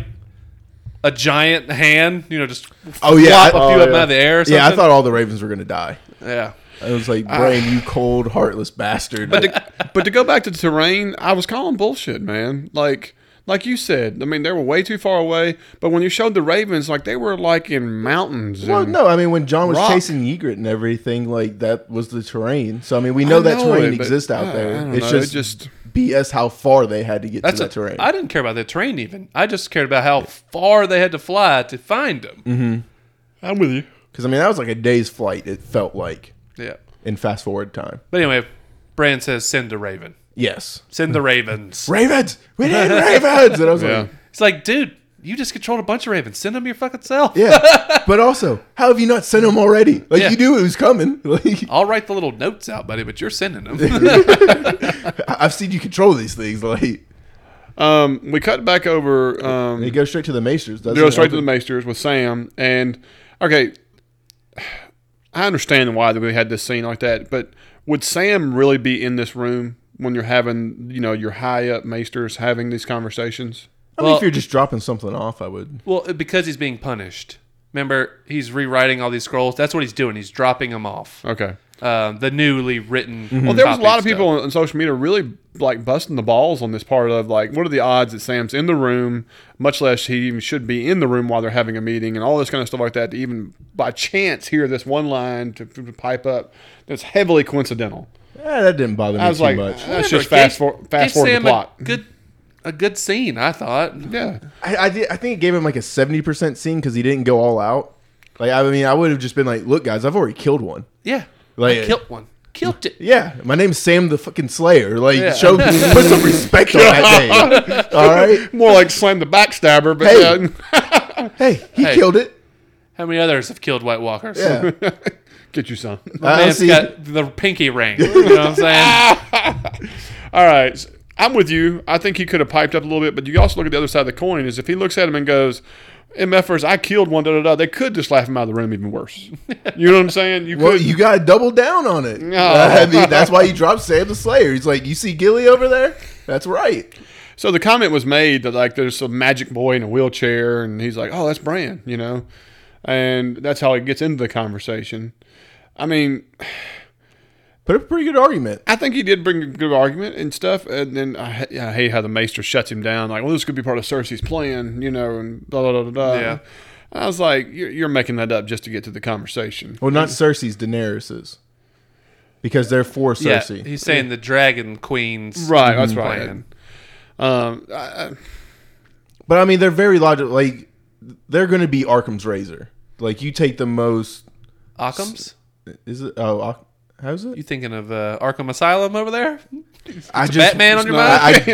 B: a giant hand, you know, just
C: oh yeah,
B: flop
C: I-
B: a few
C: oh,
B: up
C: yeah.
B: out of the air or something. Ah.
C: Yeah, I thought all the Ravens were gonna die.
B: Yeah.
C: I was like, "Brain, you cold, heartless bastard."
A: but to, but to go back to the terrain, I was calling bullshit, man. Like like you said, I mean they were way too far away. But when you showed the Ravens, like they were like in mountains.
C: Well,
A: and-
C: no, I mean when John was
A: Rock.
C: chasing Egret and everything, like that was the terrain. So I mean, we know that
A: know
C: terrain
A: it, but,
C: exists out
A: uh, I
C: there.
A: don't
C: It's
A: know, it
C: just,
A: just-
C: BS how far they had to get
B: That's
C: to
B: a,
C: that terrain.
B: I didn't care about the terrain even. I just cared about how far they had to fly to find him.
C: Mm-hmm.
A: I'm with you.
C: Because I mean, that was like a day's flight. It felt like
B: Yeah.
C: in fast forward time.
B: But anyway, Bran says, send the raven.
C: Yes,
B: Send the ravens.
C: Ravens. We need Ravens. And I was
A: Yeah.
C: like,
B: It's like, dude, you just controlled a bunch of ravens. Send them your fucking self.
C: yeah. But also, how have you not sent him already? Like
B: Yeah.
C: you knew it was coming. Like
B: I'll write the little notes out, buddy, but you're sending them.
C: I- I've seen you control these things. Like
A: Um, we cut back over. Um,
C: they go straight to the Maesters. doesn't
A: they go
C: it?
A: straight to the Maesters with Sam. And okay, I understand why we had this scene like that, but would Sam really be in this room when you're having, you know, your high up Maesters having these conversations?
C: I mean,
B: Well-
C: if you're just dropping something off, I would.
B: well, because he's being punished. Remember, he's rewriting all these scrolls. That's what he's doing. He's dropping them off.
A: Okay.
B: um, the newly written.
C: Mm-hmm.
A: Well, there was a
B: topic
A: lot of
B: stuff.
A: people on social media really like busting the balls on this part of like, what are the odds that Sam's in the room, much less he even should be in the room while they're having a meeting and all this kind of stuff like that, to even by chance hear this one line to, to pipe up that's heavily coincidental.
C: Eh, that didn't bother me
A: I was
C: too
A: like,
C: much.
A: that's
B: Whatever,
A: just fast,
B: gave-
A: for,
B: gave
A: fast forward the
B: Sam
A: plot.
B: A good, a good scene, I thought.
A: Yeah.
C: I, I, did, I think it gave him like a seventy percent scene because he didn't go all out. Like I mean, I would have just been like, "Look, guys, I've already killed one.
B: Yeah,
C: Like-
B: I killed one, killed it.
C: Yeah, my name's Sam the fucking Slayer. Like,
B: Yeah.
C: show put some respect on that name. All right,
A: More like slam the backstabber, but
C: Hey.
A: yeah.
C: hey, he
B: Hey.
C: killed it.
B: How many others have killed White Walkers?
C: Yeah,
A: get you some.
C: I don't
B: Man's
C: see. Ah!
B: got the pinky ring. You know what I'm saying?
A: All right. s- I'm with you. I think he could have piped up a little bit, but you also look at the other side of the coin is if he looks at him and goes, MFers, I killed one, da da da, they could just laugh him out of the room even worse. You know what I'm saying? You
C: Well,
A: could.
C: you gotta double down on it.
A: No.
C: I mean, that's why he dropped Sam the Slayer. He's like, you see Gilly over there? That's right.
A: so the comment was made that, like, there's some magic boy in a wheelchair, and he's like, oh, that's Bran, you know? And that's how he gets into the conversation. I mean,
C: Put up a pretty good argument.
A: I think he did bring a good argument and stuff. And then I, I hate how the maester shuts him down. Like, well, this could be part of Cersei's plan, you know, and blah, blah, blah, blah.
B: Yeah.
A: I was like, you're, you're making that up just to get to the conversation.
C: Well, not
B: Mm.
C: Cersei's, Daenerys's, because they're for
B: yeah,
C: Cersei.
B: he's saying the Dragon Queen's
A: Right, that's right.
B: Mm-hmm. plan.
A: Um, I, I-
C: But I mean, they're very logical. Like, they're going to be Arkham's razor. Like, you take the most.
B: Occam's?
C: Is it? Oh, Ark- how's
B: You
C: it?
B: thinking of uh, Arkham Asylum over there?
C: I
B: Batman on your
A: no,
B: mind?
C: I-
A: Uh,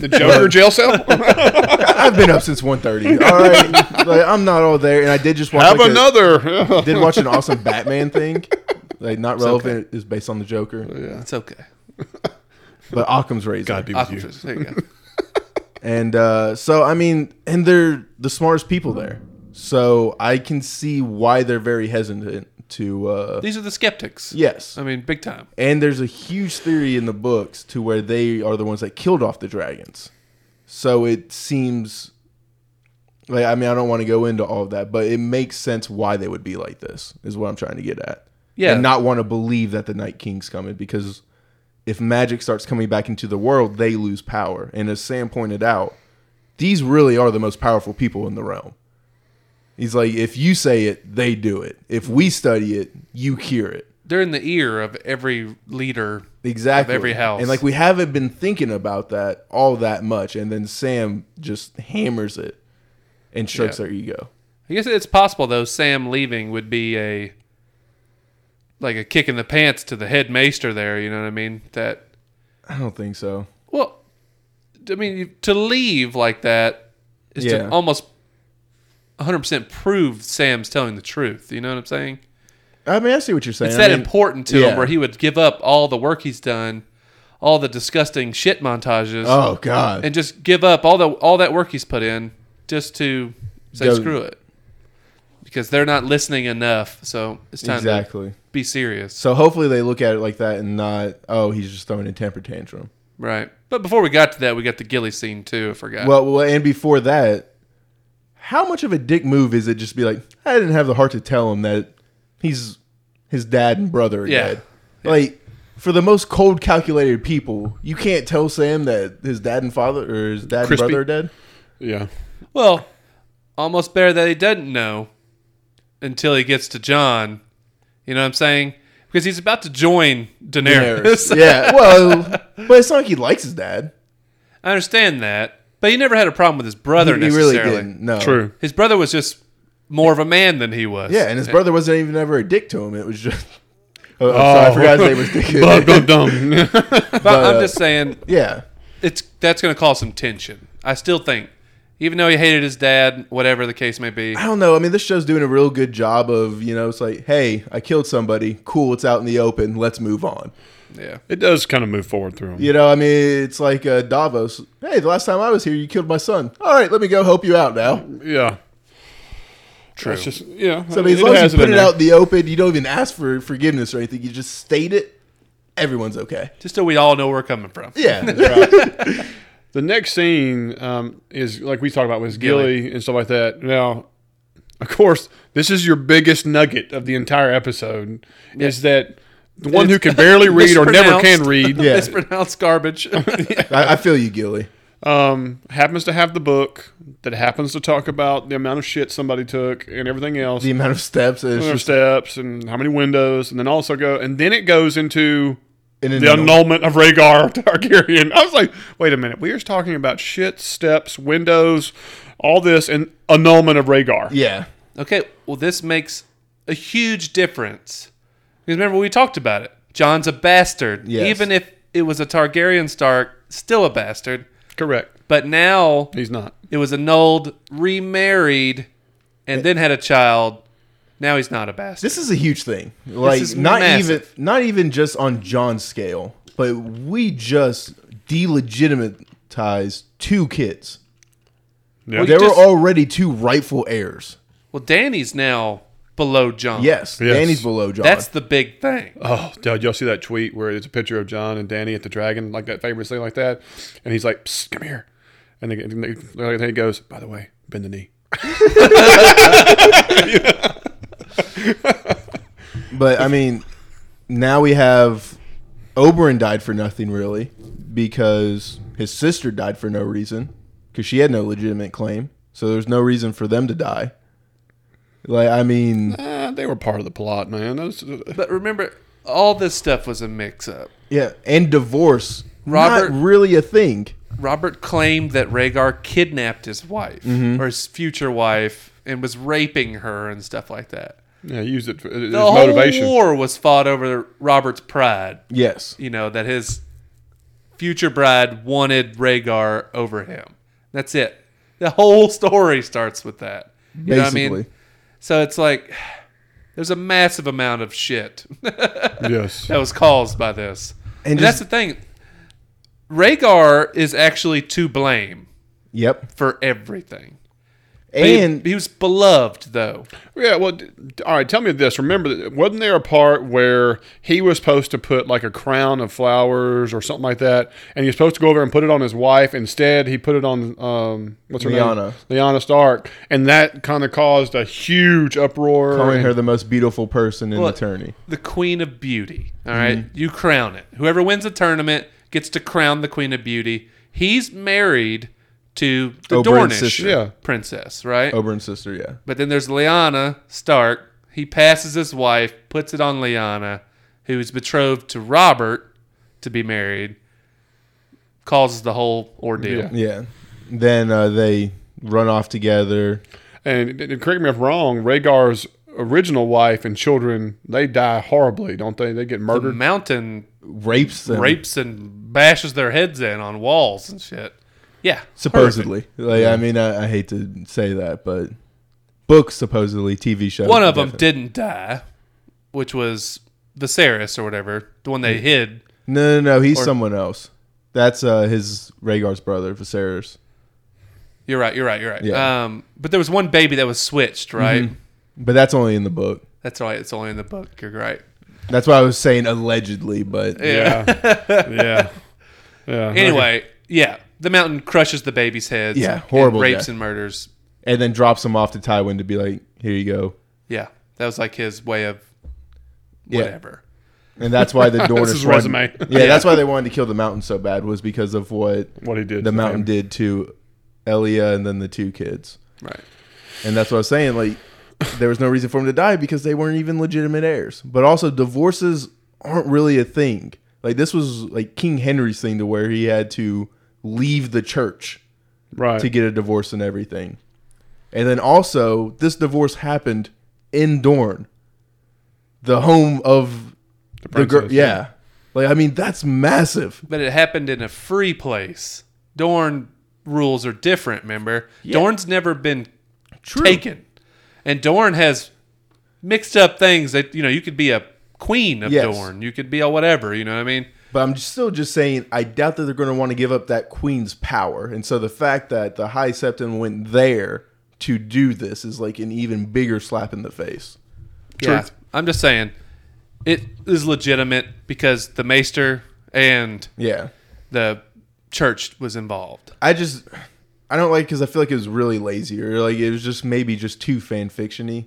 A: the Joker jail cell.
C: I've been up since 1.30. All right, like, I'm not all there, and I did just watch.
A: Have
C: like, a-
A: another.
C: did watch an awesome Batman thing. Like, not relevant. Is based on the Joker,
B: It's okay.
C: but Occam's razor.
A: God Oh, be with you.
B: Occam's. There you go.
C: And uh, so, I mean, and they're the smartest people there. So I can see why they're very hesitant to. Uh,
B: These are the skeptics.
C: yes.
B: I mean, big time.
C: And there's a huge theory in the books to where they are the ones that killed off the dragons. So it seems like I mean I don't want to go into all of that, but it makes sense why they would be like this is what I'm trying to get at.
B: Yeah.
C: And not want to believe that the Night King's coming because if magic starts coming back into the world, they lose power. And as Sam pointed out, these really are the most powerful people in the realm. He's like, if you say it, they do it. If we study it, you hear it.
B: They're in the ear of every leader.
C: Exactly.
B: every house.
C: And like we haven't been thinking about that all that much. And then Sam just hammers it and strokes
B: Yeah.
C: their ego.
B: I guess it's possible though. Sam leaving would be a like a kick in the pants to the head maester there. You know what I mean? That
C: I don't think so.
B: well, I mean you- to leave like that is
C: Yeah.
B: to almost 100 percent prove Sam's telling the truth. You know what I'm saying?
C: I mean, I see what you're saying.
B: It's
C: I
B: that
C: mean,
B: important to
C: yeah.
B: him where he would give up all the work he's done, all the disgusting shit montages,
C: Oh God.
B: and just give up all the all that work he's put in just to say
C: Go-
B: screw it. Because they're not listening enough, so it's time to
C: exactly.
B: be serious.
C: So hopefully they look at it like that and not, oh, he's just throwing a temper tantrum.
B: Right. But before we got to that, we got the Gilly scene too. I forgot.
C: Well, well, and before that, how much of a dick move is it just to be like, I didn't have the heart to tell him that he's his dad and brother are
B: Yeah.
C: dead. Like for the most cold calculated people, you can't tell Sam that his dad and father or his dad
A: Crispy.
C: and brother are dead.
A: yeah.
B: well, almost better that he doesn't know until he gets to John. You know what I'm saying? Because he's about to join Daenerys.
C: yeah. Well, but it's not like he likes his dad.
B: I understand that, but he never had a problem with his brother
C: he really
B: necessarily.
C: didn't. No.
A: True.
B: His brother was just more of a man than he was.
C: Yeah, and his brother wasn't even ever a dick to him. It was just. Oh, I'm sorry, I forgot his name was Dick.
A: Bug, dum, dum.
B: But I'm just saying
C: yeah.
B: it's that's going to cause some tension. I still think, even though he hated his dad, whatever the case may be.
C: I don't know. I mean, this show's doing a real good job of, you know, it's like, hey, I killed somebody. Cool. It's out in the open. Let's move on.
B: Yeah.
A: It does kind of move forward through him.
C: You know, I mean, it's like uh, Davos. Hey, the last time I was here, you killed my son. All right, let me go help you out now.
A: Yeah.
B: True.
A: It's just, yeah.
C: So I mean, as
A: It
C: long
A: has
C: as you put
A: in
C: it
A: there.
C: out in the open, you don't even ask for forgiveness or anything. You just state it. Everyone's okay.
B: Just so we all know where we're coming from.
C: Yeah. that's right.
A: The next scene um, is like we talked about was Gilly, and stuff like that. Now, of course, this is your biggest nugget of the entire episode is that the one who can barely read or never can
B: Mispronounced.
A: read,
C: Yeah.
B: Mispronounced garbage.
C: I, I feel you, Gilly.
A: um, happens to have the book that happens to talk about the amount of shit somebody took and everything else,
C: The amount of steps is
A: number of
C: just
A: steps and how many windows, and then also go and then it goes into
C: an
A: the annulment of Rhaegar Targaryen. I was like, wait a minute, we were just talking about shit, steps, windows, all this, and annulment of Rhaegar.
C: Yeah,
B: okay, well, this makes a huge difference. Because remember, we talked about it. John's a bastard.
C: Yes.
B: Even if it was a Targaryen Stark, still a bastard.
A: Correct.
B: But now
A: He's not.
B: it was annulled, remarried, and then had a child. Now he's not a bastard.
C: this is a huge thing. Like
B: is
C: not
B: massive.
C: even not even just on John's scale, but we just delegitimize two kids.
A: Yeah.
B: Well, you
C: There
B: just-
C: were already two rightful heirs.
B: well, Danny's now below John.
C: Yes,
A: Yes.
C: Danny's below John.
B: That's the big thing.
A: Oh, dude, y'all see that tweet where it's a picture of John and Danny at the dragon, like that favorite thing like that? And he's like, Psst, come here. And they, and they- and he goes, by the way, bend the knee.
C: But I mean, now we have Oberon died for nothing really because his sister died for no reason because she had no legitimate claim. So there's no reason for them to die. Like I mean,
A: Ah, they were part of the plot, man. uh, Those,
B: But remember, all this stuff was a mix up.
C: yeah, and divorce
B: Robert-
C: not really a thing.
B: Robert claimed that Rhaegar kidnapped his wife
A: Mm-hmm.
B: or his future wife and was raping her and stuff like that.
A: yeah, he used it for uh, as
B: The whole
A: motivation.
B: war was fought over Robert's pride.
C: Yes,
B: You know that his future bride wanted Rhaegar over him. That's it. The whole story starts with that. You know what I
C: basically.
B: mean? So it's like there's a massive amount of shit
A: yes.
B: that was caused by this. And,
C: And
B: that's
C: just,
B: the thing. Rhaegar is actually to blame
C: yep.
B: for everything.
C: And
B: he, he was beloved though.
A: Yeah, well, d- d- all right, tell me this. Remember, that- wasn't there a part where he was supposed to put like a crown of flowers or something like that? And he was supposed to go over and put it on his wife. Instead, he put it on, um, what's her
C: Lyanna.
A: name? Liana Stark. And that kind of caused a huge uproar.
C: calling
A: and-
C: her the most beautiful person in
B: Look.
C: the tourney.
B: The queen of beauty. All right? You crown it. Whoever wins the tournament gets to crown the queen of beauty. He's married to the
C: Oberyn's
B: Dornish
C: sister.
A: Yeah.
B: princess, right?
C: Oberon's sister, yeah.
B: But then there's Lyanna Stark. He passes his wife, puts it on Lyanna, who's betrothed to Robert to be married, causes the whole ordeal.
A: Yeah.
C: Yeah. Then uh, they run off together.
A: And, and correct me if I'm wrong, Rhaegar's original wife and children, they die horribly, don't they? They get
B: The
A: murdered.
B: mountain
C: rapes them
B: rapes and bashes their heads in on walls and shit. Yeah.
C: supposedly like i mean I, I hate to say that but books supposedly tv shows
B: One of them
C: different.
B: didn't die, which was Viserys or whatever, the one
C: Mm.
B: they hid.
C: no no no he's someone else that's uh his Rhaegar's brother Viserys
B: You're right. You're right. You're right.
C: Yeah. Mm-hmm.
B: Um, but there was one baby that was switched, right?
C: but that's only in the book
B: That's right. It's only in the book. You're right.
C: that's why I was saying allegedly but
A: Yeah. yeah. Yeah.
B: Anyway, yeah, the mountain crushes the baby's heads.
C: Yeah,
B: and
C: horrible
B: rapes
C: death.
B: and murders.
C: and then drops him off to Tywin to be like here you go
B: Yeah, that was like his way of
C: Yeah.
B: whatever.
C: and that's why the Dornish
A: his
C: wanted-
A: resume.
C: yeah, that's why they wanted to kill the mountain so bad was because of what
A: What he did.
C: the
A: to
C: mountain
A: him.
C: did to Elia and then the two kids
B: Right.
C: And that's what I was saying. Like, there was no reason for him to die because they weren't even legitimate heirs. But also, divorces aren't really a thing. Like, this was like King Henry's thing to where he had to leave the church
A: Right.
C: to get a divorce and everything. And then also, this divorce happened in Dorne, the home of the, girl.
A: princess,
C: Yeah. Like, I mean, that's massive.
B: But it happened in a free place. Dorn rules are different. Remember, Dorn's never been taken, and Dorn has mixed up things that you know. You could be a queen of
C: Yes.
B: Dorn. You could be a whatever. You know what I mean?
C: But I'm just still just saying, I doubt that they're going to want to give up that queen's power. And so the fact that the High Septon went there to do this is like an even bigger slap in the face.
B: Yeah. I'm just saying, it is legitimate because the Maester and
C: Yeah.
B: the church was involved.
C: I just, I don't like because I feel like it was really lazy or like it was just maybe just too fan fictiony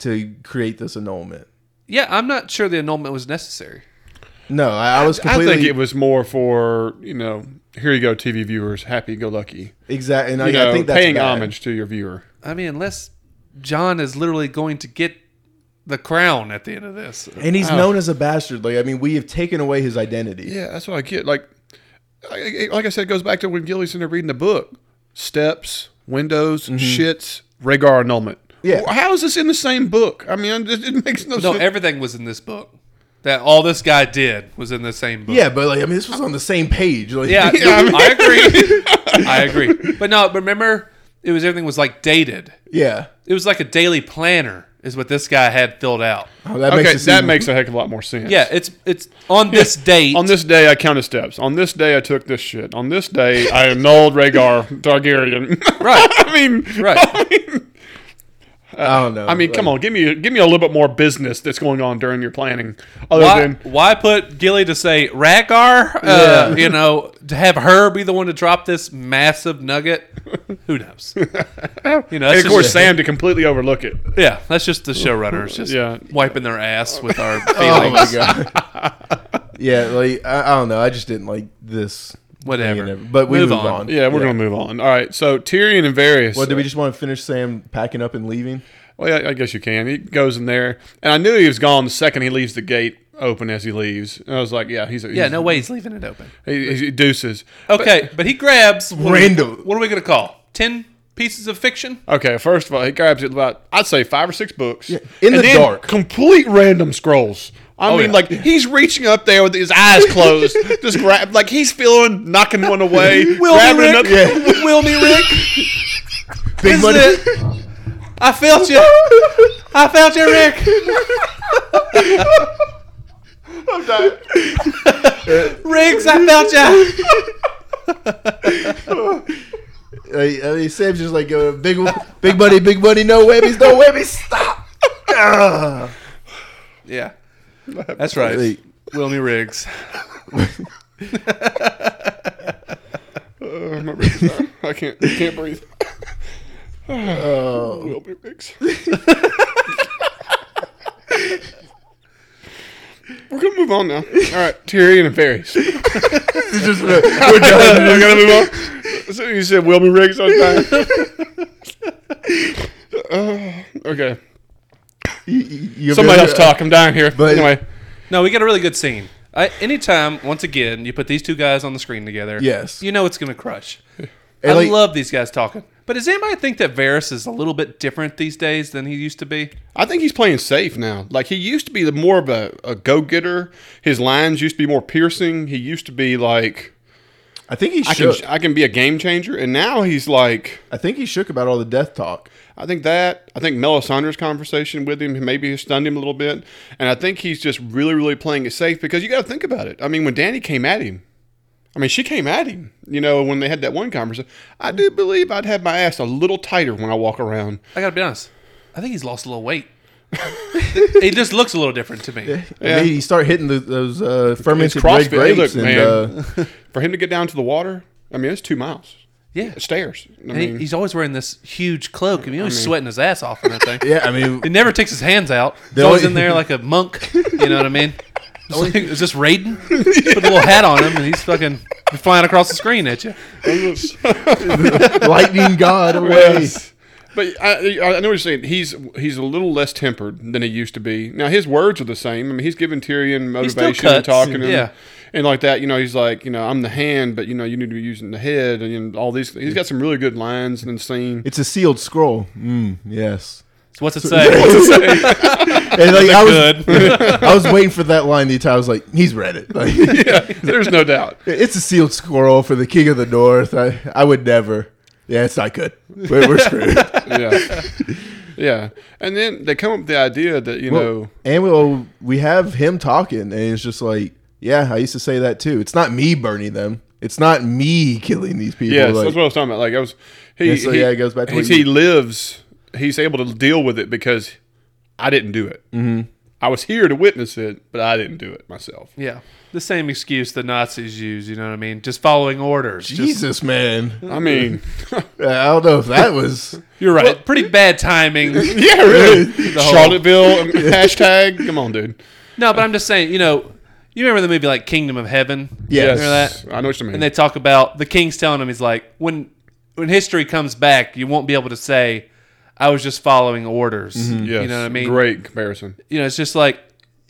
C: to create this annulment.
B: yeah, I'm not sure the annulment was necessary.
C: No, I, I was
A: I
C: completely
A: think it was more for you know, here you go, TV viewers, happy go lucky.
C: exactly, and I,
A: You know,
C: I think that's
A: paying
C: bad.
A: homage to your viewer.
B: I mean, unless John is literally going to get the crown at the end of this.
C: And
A: Oh.
C: he's known as a bastard. Like I mean, we have taken away his identity.
A: Yeah, that's what I get. Like, I, I- like I said, it goes back to when Gilly's in there reading the book. Steps, windows, shits, Rhaegar annulment.
C: Mm-hmm. Yeah.
A: Wh- How is this in the same book? I mean, it, it makes no,
B: No,
A: sense.
B: everything was in this book. That all this guy did was in the same book.
C: Yeah, but like I mean, this was on the same page. Like,
B: Yeah,
A: Yeah, I
B: no, I agree. I agree. But no, remember, it was everything was like dated.
C: yeah.
B: It was like a daily planner, is what this guy had filled out.
C: Oh, that
A: okay,
C: makes it seem-
A: that makes a heck of a lot more sense.
B: Yeah, it's it's on this date.
A: On this day, I counted steps. On this day, I took this shit. On this day, I annulled Rhaegar Targaryen.
B: Right.
A: I mean,
B: right.
C: I don't know.
A: I mean, come on, give me give me a little bit more business that's going on during your planning, other
B: Why,
A: than
B: why put Gilly to say Ragar? Uh, You know, to have her be the one to drop this massive nugget. Who knows? You know,
A: and
B: that's
A: of course
B: just-
A: Sam to completely overlook it.
B: Yeah, that's just the showrunners just
A: Yeah.
B: wiping their ass with our
C: Oh
B: feelings.
C: my god. yeah, like I, I don't know. I just didn't like this.
B: Whatever.
C: thing and every- But we
B: Move
C: moved
B: on.
C: on.
A: Yeah, we're gonna move on. All right, so Tyrion and Varys.
C: Well, did we just want to finish Sam packing up and leaving?
A: Well, yeah, I guess you can. He goes in there, and I knew he was gone the second he leaves the gate open as he leaves. And I was like, yeah, he's a,
B: Yeah,
A: he's-
B: no way he's leaving it open.
A: he, he deuces.
B: Okay, but, he grabs what are we-
C: Random.
B: What are we going to call? 10 pieces of fiction?
A: Okay, first of all, he grabs it about I'd say five or six books
C: in
A: And
C: the
A: then
C: dark.
A: Complete random scrolls. I mean,
B: yeah.
A: like he's reaching up there with his eyes closed, just grab like he's feeling knocking one away, grabbing
B: Rick.
A: another.
C: Yeah.
B: Will me, Rick.
C: Big
B: This is it. I felt you. I felt you, Rick. Riggs, I felt you.
C: Like, I mean, Sam's just like uh, big, big buddy, big buddy, no whammies, no whammies, stop. Ah.
B: Yeah. That's right.
C: Like,
B: Will me Riggs.
A: Uh, my ribs are- I can't, I can't breathe.
C: oh.
A: Will be Riggs. We're gonna move on now. All right, Tyrion and Ferries.
C: It's just, we're done.
A: We're gonna move on. So you said Wilmy Riggs on time. Uh, okay.
C: You- you- you-
A: Somebody else talk. I'm dying here.
C: But-
A: anyway,
B: No, we got a really good scene. I, anytime, once again, you put these two guys on the screen together,
C: Yes.
B: you know it's going to crush.
C: And,
B: I
C: like,
B: love these guys talking. But does anybody think that Varys is a little bit different these days than he used to be?
A: I think he's playing safe now. Like he used to be the more of a, a go getter. His lines used to be more piercing. He used to be like
C: I think he
A: I can
C: shook.
A: I can be a game changer, and now he's like
C: I think he shook about all the death talk.
A: I think that I think Melisandre's conversation with him maybe stunned him a little bit, and I think he's just really, really playing it safe because you got to think about it. I mean, when Danny came at him, I mean she came at him. You know, when they had that one conversation, I do believe I'd have my ass a little tighter when I walk around.
B: I gotta be honest. I think he's lost a little weight. he just looks a little different to me.
A: Yeah.
C: And then you start hitting the, those uh,
A: It's
C: fermented red
A: CrossFit. Hey, look,
C: grapes, and
A: man,
C: uh,
A: for him to get down to the water, I mean, it's two miles
B: Yeah.
A: stairs. I
B: And he-
A: mean,
B: he's always wearing this huge cloak. I mean, he's always sweating his ass off in that thing.
C: yeah, I mean,
B: He never takes his hands out. He's
C: The
B: always
C: only-
B: in there like a monk. You know what I mean? It's like, it's just raiding. Put a little hat on him, and he's fucking flying across the screen at you.
C: lightning god away.
A: Yes. But I, I I know what you're saying. He's he's a little less tempered than he used to be. Now his words are the same. I mean, he's giving Tyrion
B: still
A: motivation
B: cuts,
A: and talking to him
B: yeah.
A: and like that. You know, he's like, you know, I'm the hand, but you know, you need to be using the head and, and all these. He's got some really good lines and scene.
C: It's a sealed scroll. Mm, yes.
B: So what's it say?
C: And like I was,
B: Good.
C: I was waiting for that line the entire. I was like, he's read it. Like,
A: There's no doubt.
C: It's a sealed scroll for the king of the north. I, I would never. Yeah, it's not good. We're, we're screwed.
A: Yeah, yeah. And then they come up with the idea that you know.
C: and we'll, we have him talking, and it's just like, yeah, I used to say that too. It's not me burning them. It's not me killing these people.
A: Yes,
C: Like,
A: that's what I was talking about. Like I was, he,
C: Yeah, so
A: he-
C: yeah, it goes back to what
A: he's- he
C: you-
A: lives. He's able to deal with it because I didn't do it. Mm-hmm. I was here to witness it, but I didn't do it myself.
B: Yeah. The same excuse the Nazis use, you know what I mean? Just following orders. Just-
C: Jesus, man.
A: I mean,
C: I don't know if that was.
B: you're right. Pretty bad timing.
A: yeah, really.
B: whole-
A: Charlottesville um, hashtag. Come on, dude.
B: no, but I'm just saying, you know, you remember the movie like Kingdom of Heaven?
C: Yes.
B: Remember that?
A: I know what you mean.
B: And they talk about the king's telling him he's like, when when history comes back, you won't be able to say I was just following orders.
A: yes,
B: You know what I mean?
A: Mm-hmm. Great comparison.
B: You know, it's just like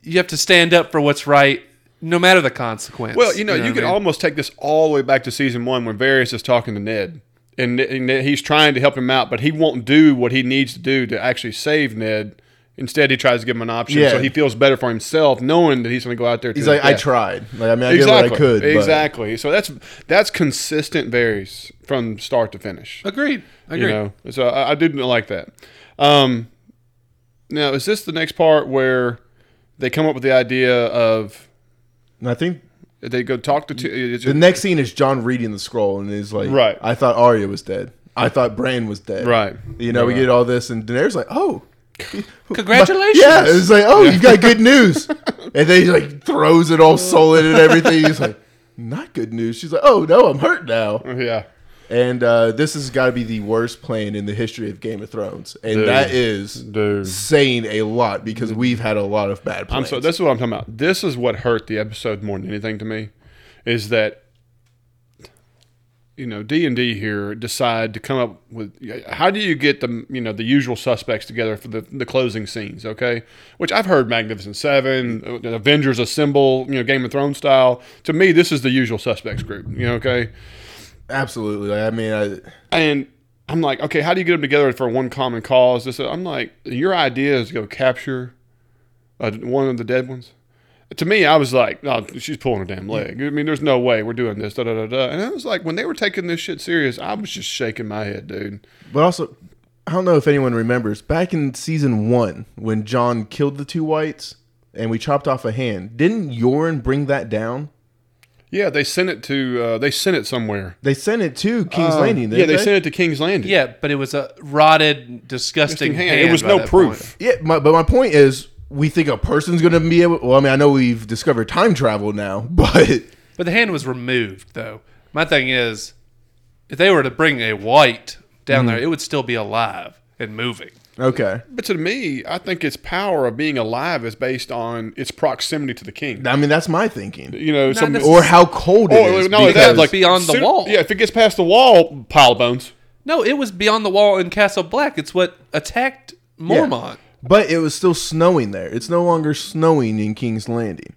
B: you have to stand up for what's right no matter the consequence.
A: Well, you know, you,
B: what
A: could
B: I mean?
A: almost take this all the way back to season one when Varys is talking to Ned. And, and he's trying to help him out, but he won't do what he needs to do to actually save Ned. Instead, he tries to give him an option, so
C: Yeah.
A: he feels better for himself, knowing that he's going to go out there. To
C: He's
A: his
C: like, I
A: death.
C: tried. Like, I mean, I
A: exactly,
C: did what I could. but-
A: exactly. So that's that's consistent Varys from start to finish.
B: Agreed. Agreed.
A: You know, so I, I did like that. Um, now, is this the next part where they come up with the idea of
C: And I think
A: they go talk to two?
C: the next scene is John reading the scroll, and he's like,
A: Right.
C: I thought Arya was dead. I thought Bran was dead.
A: Right.
C: You know, we
A: Right.
C: get all this, and Daenerys like, oh.
B: Congratulations.
C: Yeah, it's like, oh, you got good news. And then he like throws it all solid and everything. He's like, not good news. She's like, oh no, I'm hurt now.
A: Yeah.
C: And uh, this has got to be the worst plane in the history of Game of Thrones, and
A: Dude.
C: that is
A: Dude.
C: saying a lot because we've had a lot of bad
A: I'm
C: planes.
A: so. This is what I'm talking about. This is what hurt the episode more than anything to me, is that you know D and D here decide to come up with how do you get the you know the usual suspects together for the the closing scenes? Okay, which I've heard Magnificent Seven, uh, Avengers Assemble, you know Game of Thrones style. To me, this is the usual suspects group. You know, okay,
C: Absolutely. Like, I mean, I,
A: and. I'm like, okay, how do you get them together for one common cause? This, I'm like, your idea is to go capture uh, one of the dead ones. To me, I was like, oh, she's pulling her damn leg. I mean, there's no way we're doing this. Da, da, da, da. And I was like, when they were taking this shit serious, I was just shaking my head, dude.
C: but also, I don't know if anyone remembers back in season one when John killed the two whites and we chopped off a hand. Didn't Yoren bring that down?
A: Yeah, they sent it to uh, they sent it somewhere. Uh,
C: They sent it to King's Landing.
A: yeah,
C: didn't
A: they sent it to King's Landing.
B: Yeah, but it was a rotted, disgusting hand.
A: it was
B: by
A: no
B: that point.
A: proof.
C: Yeah, my, but my point is, we think a person's going to be able. Well, I mean, I know we've discovered time travel now, but
B: But the hand was removed, though. My thing is, if they were to bring a white
A: Mm-hmm.
B: down there, it would still be alive and moving.
C: okay.
A: But to me, I think its power of being alive is based on its proximity to the king.
C: I mean, that's my thinking.
A: You know, some,
B: necess-
C: Or how cold it is.
A: or no, it
C: because-
A: adds, like
B: Beyond the
A: soon-
B: wall.
A: Yeah, if it gets past the wall, pile of bones.
B: No, it was beyond the wall in Castle Black. It's what attacked Mormont.
C: but it was still snowing there. It's no longer snowing in King's Landing.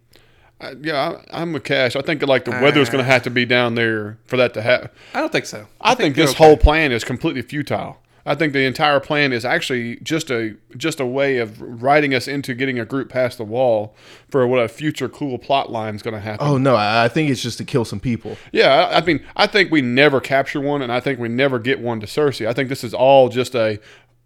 A: I, yeah, I, I'm a cash. I think that,
C: Ah.
A: like the weather's going to have to be down there for that to happen.
B: I don't think so.
A: I think, this whole plan is completely futile. I think the entire plan is actually just a just a way of riding us into getting a group past the wall for what a future cool plot line is going to happen.
C: Oh no, I, I think it's just to kill some people.
A: Yeah, I, I mean, I think we never capture one, and I think we never get one to Cersei. I think this is all just a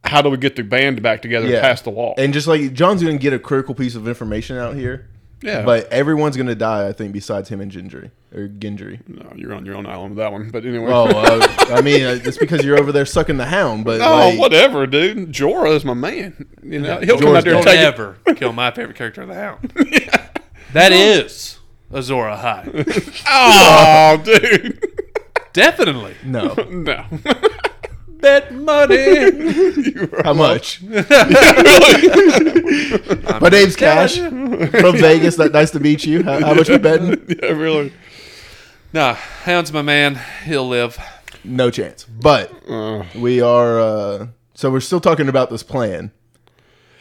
A: how do we get the band back together
C: Yeah.
A: and past the wall?
C: And just like John's going to get a critical piece of information out here.
A: Yeah.
C: But everyone's going to die, I think, besides him and Gendry or Gendry.
A: no, you're on your own island with that one. But anyway,
C: Oh, uh, I mean, uh, it's because you're over there sucking the hound. But
A: oh
C: like,
A: whatever, dude. Jorah is my man. You know, he'll come
C: Jorah's
A: out there and
B: Don't
A: take it.
B: ever kill my favorite character in the Hound. That is Azora High.
A: Oh, dude.
B: Definitely.
C: no,
A: No.
B: Bet money.
C: how much? My name's Cash from Vegas. That nice to meet you. How, how much we betting?
A: yeah, really.
B: Nah, Hound's my man. He'll live.
C: No chance. But
A: Uh,
C: we are. Uh, so we're still talking about this plan.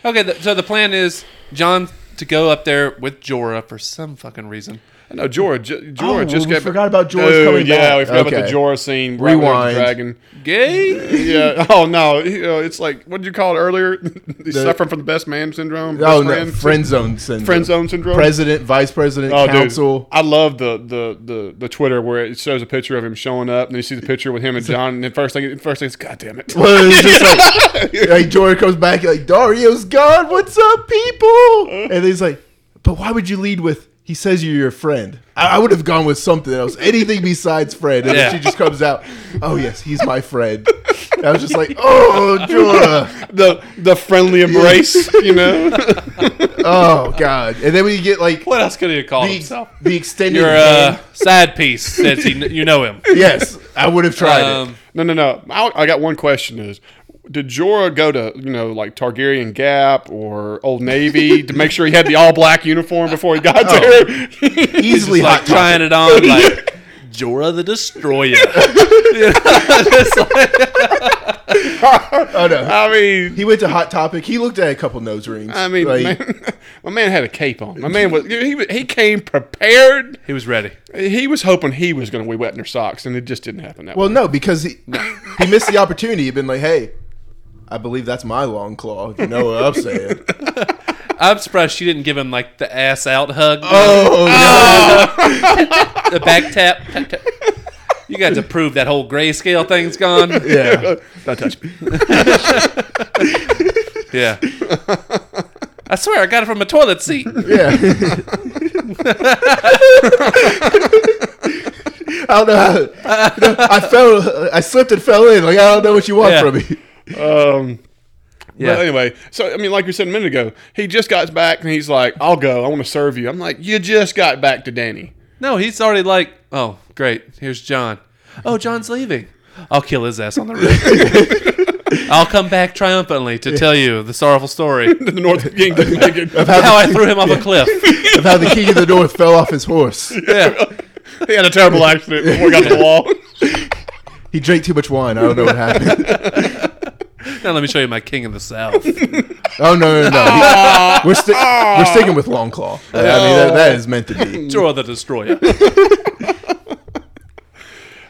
B: Okay, th- so the plan is John to go up there with Jorah for some fucking reason.
A: I know Jorah. J- Jorah
C: Oh,
A: just
C: we
A: got
C: forgot about Jorah's
A: Dude,
C: coming
A: yeah,
C: back.
A: we forgot about
C: Okay.
A: the Jorah scene. right when there was a
C: Rewind.
B: Gay?
A: Dragon. yeah. Oh no. You know, it's like what did you call it earlier? He's suffering from the best man syndrome.
C: Oh
A: best
C: no, friend zone syndrome.
A: Friend zone syndrome.
C: President, vice president,
A: Oh, dude.
C: council.
A: I love the, the the the Twitter where it shows a picture of him showing up, and then you see the picture with him and John, and the first thing, the first thing is, God damn it.
C: Well, it's just like, like Jordan comes back like Dario's gone. What's up, people? And he's like, but why would you lead with He says you're your friend. I, I would have gone with something else, anything besides friend. And then
B: Yeah.
C: she just comes out, oh yes, he's my friend. I was just like, oh, Jorah,
A: the the friendly embrace, you know.
C: oh god. And then we get like
B: What else could he have called
C: the,
B: himself?
C: the extended.
B: Your uh,
C: hand.
B: sad piece since he, kn- you know him.
C: yes, I would have tried it.
B: Um,
A: no, no, no. I, I got one question: Is did Jorah go to you know like Targaryen Gap or Old Navy to make sure he had the all black uniform before he got there?
C: Oh. Easily
B: just like
C: hot topic.
B: trying it on, like Jorah the Destroyer. You know, just like-
C: Oh no.
A: I mean,
C: He went to Hot Topic. He looked at a couple nose rings.
A: I mean,
C: like,
A: man, my man had a cape on. My man was he was- he came prepared.
B: he was ready.
A: He was hoping he was going to be wet in her socks, and it just didn't happen that
C: well,
A: way.
C: no, because he he missed the opportunity. He'd been like, "Hey, I believe that's my long claw." If you know what I'm saying?
B: I'm surprised she didn't give him like the ass out hug,
C: oh
B: the back tap. tap, tap. You got to prove that whole grayscale thing's gone.
C: no. yeah.
A: Don't touch me.
B: Yeah. I swear I got it from a toilet seat.
C: Yeah. I don't know how. no, I fell. I slipped and fell in. Like I don't know what you want
B: Yeah.
C: from me.
A: Um,
B: Yeah.
A: But anyway, so I mean, like we said a minute ago, he just got back and he's like, "I'll go. I want to serve you." I'm like, "You just got back to Danny."
B: No, he's already like, oh, great. Here's John. Oh, John's leaving. I'll kill his ass on the roof. I'll come back triumphantly to tell you the sorrowful story
A: the North Kingdom.
C: Of
A: He
C: how,
B: how I threw him off a cliff.
C: of how the king of the north fell off his horse.
B: Yeah.
A: had a terrible accident before he got to the wall.
C: He drank too much wine. I don't know what happened.
B: Now let me show you my king of the south.
C: Oh no no no! He- we're, sti- we're sticking with long claw. I mean that, that is meant to be.
B: Jorah the Destroyer.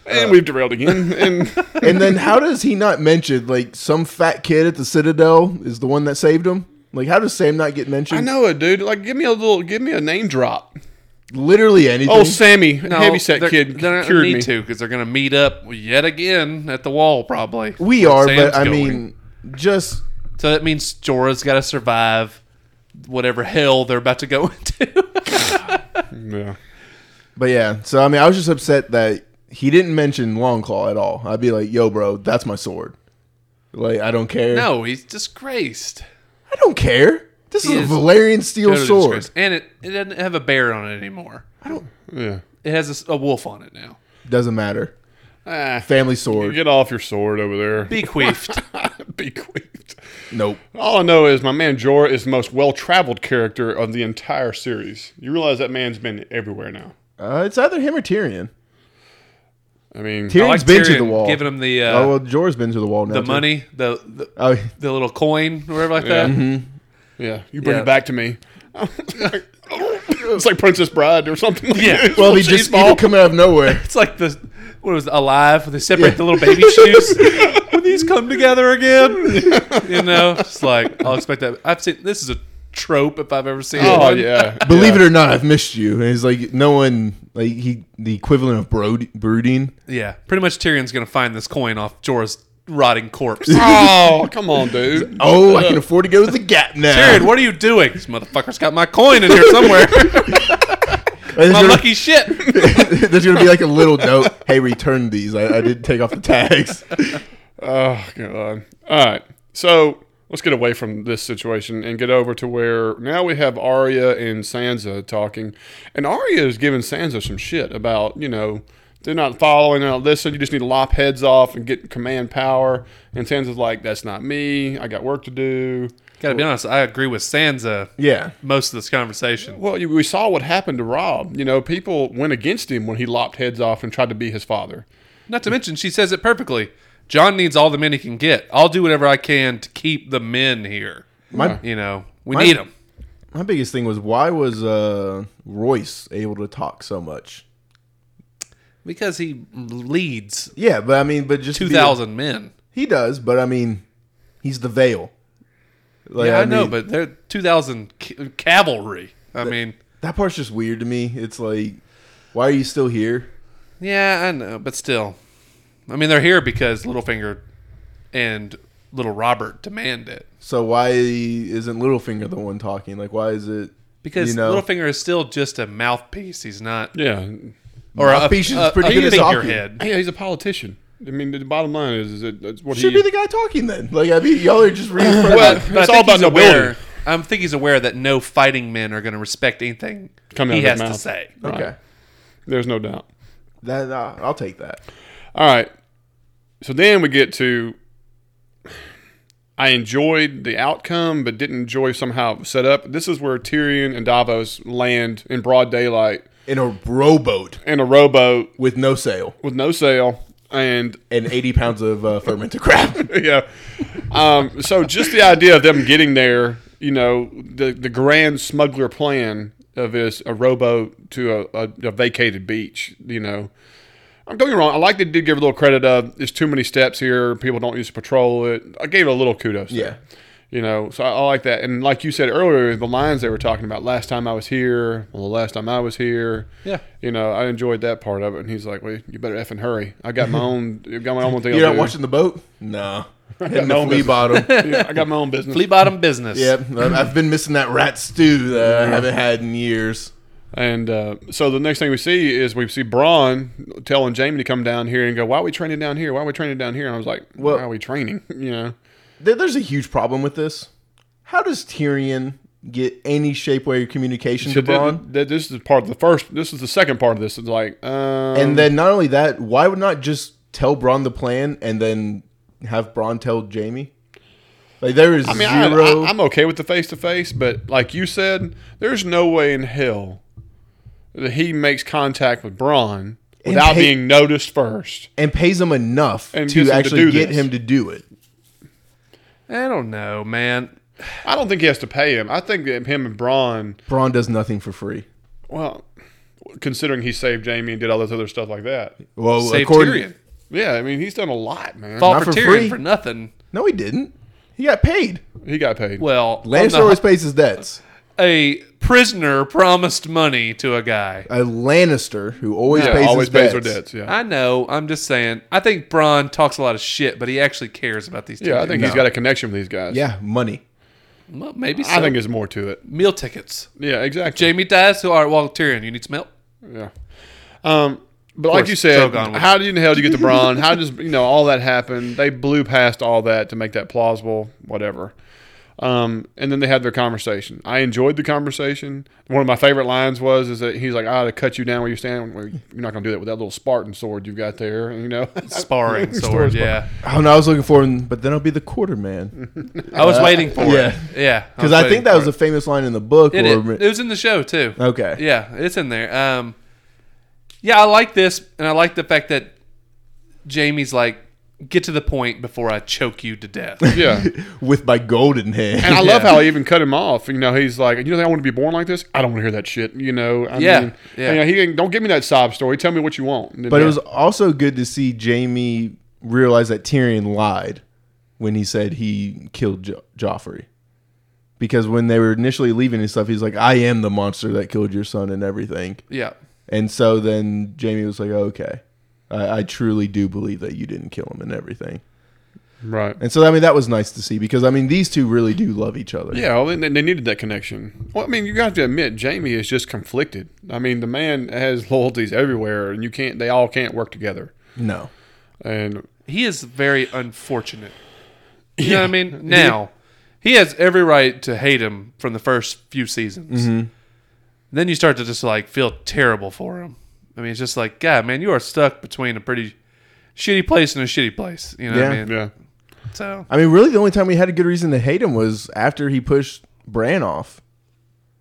A: And we've derailed again. And
C: And then how does he not mention like some fat kid at the Citadel is the one that saved him? Like how does Sam not get mentioned?
A: I know it, dude. Like, give me a little, give me a name drop.
C: Literally anything.
A: Oh, Sammy, heavyset
B: they're-
A: kid,
B: They're not
A: cured
B: need
A: me.
B: to because they're going to meet up yet again at the wall, probably.
C: we
B: Where
C: are,
B: Sam's
C: but I
B: going.
C: mean, just
B: So that means Jorah's got to survive whatever hell they're about to go into.
A: Yeah.
C: But yeah, so I mean, I was just upset that he didn't mention Longclaw at all. I'd be like, "Yo, bro, that's my sword." Like, I don't care.
B: no, he's disgraced.
C: I don't care. This is,
B: He
C: a
B: is
C: Valerian steel
B: Totally
C: sword.
B: disgraced. And it, it doesn't have a bear on it anymore.
A: Yeah.
B: It has a s- a, wolf on it now.
C: Doesn't matter.
A: Ah,
C: Family sword.
A: get off your sword over there.
B: Bequeathed.
A: Bequeathed.
C: Nope.
A: All I know is my man Jorah is the most well-traveled character of the entire series. You realize that man's been everywhere now.
C: Uh, it's either him or Tyrion.
A: I mean,
C: Tyrion's
B: like
C: been to
B: Tyrion
C: the wall.
B: giving him the, uh,
C: oh well, Jorah's been to the wall now.
B: the
C: too.
B: money, the, the
C: Oh,
B: the little coin, or whatever like that.
A: oh, yeah, you bring
B: Yeah.
A: it back to me. it's like Princess Bride or something.
B: Yeah.
C: well, he just he didn't come out of nowhere.
B: It's like the what was it, alive? They separate
C: Yeah.
B: the little baby shoes. Will these come together again? you know, it's like I'll expect that. I've seen this is a trope if I've ever seen it.
A: Oh yeah.
C: uh, Believe it or not, I've missed you. And he's like, no one, like he, the equivalent of brood, brooding.
B: yeah. Pretty much Tyrion's gonna find this coin off Jorah's rotting corpse.
A: Oh, come on, dude.
C: Oh, I can afford to go to the Gap now.
B: Tyrion, uh, what are you doing? This motherfucker's got my coin in here somewhere.
C: And
B: my
C: you're-
B: lucky shit.
C: There's gonna be like a little note. Hey, return these. I, I didn't take off the tags.
A: Oh god. All right. So let's get away from this situation and get over to where now we have Arya and Sansa talking, and Arya is giving Sansa some shit about you know they're not following, they're not listening. You just need to lop heads off and get command power. And Sansa's like, "That's not me. I got work to do."
B: Gotta be honest, I agree with Sansa
C: Yeah.
B: most of this conversation.
A: Well, you, we saw what happened to Rob. You know, people went against him when he lopped heads off and tried to be his father.
B: Not to mention, she says it perfectly. John needs all the men he can get. I'll do whatever I can to keep the men here.
C: My-
B: you know, we
C: my-
B: need 'em. need them.
C: My biggest thing was why was uh, Royce able to talk so much?
B: Because he leads
C: Yeah, but I mean, but just be-
B: 2,000 men.
C: he does, but I mean, he's the veil. Like,
B: yeah, I, know,
C: mean,
B: but they're 2,000 c- cavalry. I mean,
C: that part's just weird to me. It's like, why are you still here?
B: yeah, I know, but still. I mean, they're here because Littlefinger and Little Robert demand it.
C: So why isn't Littlefinger the one talking? Like, why is it?
B: Because
C: You know.
B: Littlefinger is still just a mouthpiece. He's not
A: yeah.
B: or a, a,
C: Mouthpiece is
B: a,
C: pretty good
B: a
C: as hockey.
B: figurehead.
A: Yeah, he's a politician. I mean, the bottom line is, is that that's what
C: Should
A: he
C: be the guy talking then. Like I mean, y'all are just reading. from-
A: Well,
B: But I
A: it's all
B: think
A: about
B: he's
A: nobility.
B: aware- I think he's aware that no fighting men are going to respect anything
A: Coming out
B: he
A: of
B: has
A: his
B: to
A: mouth.
B: say.
C: okay,
A: Right. There's no doubt.
C: that uh, I'll take that.
A: All right. So then we get to I enjoyed the outcome, but didn't enjoy somehow it was set up. This is where Tyrion and Davos land in broad daylight
C: In a rowboat
A: in a rowboat
C: with no sail
A: with no sail. And
C: and eighty pounds of uh, fermented crab.
A: yeah. Um, so just the idea of them getting there, you know, the, the grand smuggler plan of is a rowboat to a, a, a vacated beach, you know. I'm going wrong. I like they did give a little credit of there's too many steps here. People don't use to patrol it. I gave it a little kudos. there.
C: Yeah.
A: You know, so I, I like that. And like you said earlier, the lines they were talking about last time I was here, well, the last time I was here.
B: Yeah.
A: You know, I enjoyed that part of it. And he's like, well, you better effing hurry. I got my own, I got my own thing.
C: You're
A: I'll
C: not
A: do.
C: watching the boat? No. Hitting
A: no
C: the flea
A: business.
C: bottom.
A: Yeah, I got my own business.
B: Flea bottom business.
C: Yep, I've I've been missing that rat stew that I haven't had in years.
A: And uh, so the next thing we see is we see Braun telling Jamie to come down here and go, why are we training down here? Why are we training down here? And I was like,
C: Well-
A: why are we training? You know?
C: There- There's a huge problem with this. How does Tyrion get any shape, way, or communication
A: So
C: to Bronn?
A: th- th- this is part of the first, this is the second part of this. It's like, um,
C: And then not only that, why would not just tell Bronn the plan and then have Bronn tell Jamie? Like there is
A: I mean, I,
C: zero.
A: I, I'm okay with the face to face, but like you said, there's no way in hell that he makes contact with Braun without
C: pay-
A: being noticed first.
C: and pays him enough
A: And
C: to
A: gets him to
C: actually
A: do
C: get
A: this.
C: him to do it.
B: I don't know, man.
A: I don't think he has to pay him. I think that him and Braun,
C: Bronn does nothing for free.
A: well, considering he saved Jamie and did all this other stuff like that.
C: Well,
B: Save
C: according
B: Tyrion.
A: Yeah, I mean, he's done a lot, man.
B: Fall
C: Not
B: for,
C: for
B: Tyrion
C: free.
B: for nothing.
C: no, he didn't. He got paid.
A: He got paid.
B: Well, on
C: Lannister
B: the-
C: always pays his debts.
B: a prisoner promised money to a guy.
C: A Lannister who always
A: yeah,
C: pays
A: always
C: his
A: pays
C: debts.
A: their debts. Yeah,
B: I know. I'm just saying. I think Braun talks a lot of shit, but he actually cares about these. Two
A: yeah. I think
B: dudes.
A: he's got a connection with these guys.
C: Yeah, money.
B: Well, maybe. So.
A: I think there's more to it.
B: meal tickets.
A: Yeah, exactly.
B: Jamie dies. So, all right, well, Tyrion, you need some help.
A: Yeah. Um, but like
B: course,
A: you said,
B: Drogon would-
A: how do you in the hell do you get the Braun? how does you know all that happen? They blew past all that to make that plausible. Whatever. Um, and then they had their conversation. I enjoyed the conversation. One of my favorite lines was is that he's like, "I ought to cut you down where you stand. Well, You're not going to do that with that little Spartan sword you've got there." You know,
B: Uh, Sparring sword. Yeah,
C: Oh no, I was looking for him, but then it'll be the quarterman.
B: I was waiting for
C: yeah.
B: it. Uh, Yeah,
C: Because I think that was a famous line in the book.
B: It,
C: or,
B: it, it was in the show too.
C: okay,
B: Yeah, it's in there. Um, yeah, I like this, and I like the fact that Jamie's like, get to the point before I choke you to death.
A: yeah.
C: with my golden
A: And
C: hand.
A: I love
B: Yeah.
A: how he even cut him off. You know, he's like, you know, I want to be born like this. I don't want to hear that shit. You know, I
B: Yeah,
A: mean,
B: yeah.
A: You know, he didn't- don't give me that sob story. Tell me what you want.
C: But it was also good to see Jamie realize that Tyrion lied when he said he killed jo- Joffrey. Because when they were initially leaving and stuff, he's like, "I am the monster that killed your son and everything."
B: yeah,
C: And so then Jamie was like, "Oh, "Okay, I, I truly do believe that you didn't kill him and everything."
A: right.
C: And so I mean that was nice to see because I mean these two really do love each other.
A: Yeah, well, they, they needed that connection. Well, I mean, you got to admit, Jamie is just conflicted. I mean, the man has loyalties everywhere, and you can't. They all can't work together.
C: No.
A: And
B: he is very unfortunate. You know what I mean? Now, he has every right to hate him from the first few seasons.
A: Mm-hmm.
B: Then you start to just like feel terrible for him. I mean, it's just like, God, man, you are stuck between a pretty shitty place and a shitty place. You know what I
C: Yeah.
B: mean?
A: yeah,
B: So
C: I mean, really, the only time we had a good reason to hate him was after he pushed Bran off.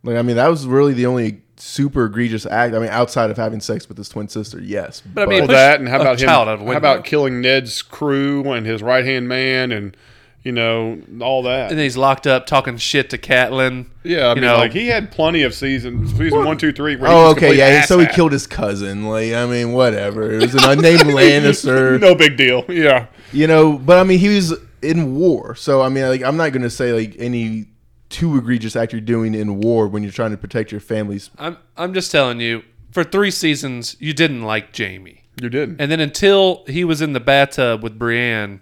C: Like, I mean, that was really the only super egregious act. I mean, outside of having sex with his twin sister, yes.
B: But I mean-
A: well,
B: Push
A: that and how
B: a
A: about him?
B: child out of a
A: How
B: window.
A: about killing Ned's crew and his right hand man, and you know all that?
B: and then he's locked up talking shit to Catelyn.
A: yeah, I
B: you
A: mean,
B: know,
A: like he had plenty of seasons, season one, two, three. Where he
C: oh,
A: was
C: okay,
A: complete
C: yeah. So he
A: asshat.
C: killed his cousin. Like, I mean, whatever. It was an unnamed Lannister,
A: No big deal. Yeah.
C: you know. But I mean, he was in war, so I mean, like, I'm not going to say like any too egregious act you're doing in war when you're trying to protect your family's.
B: I'm I'm just telling you, for three seasons you didn't like Jamie.
A: You didn't.
B: And then until he was in the bathtub with Brienne,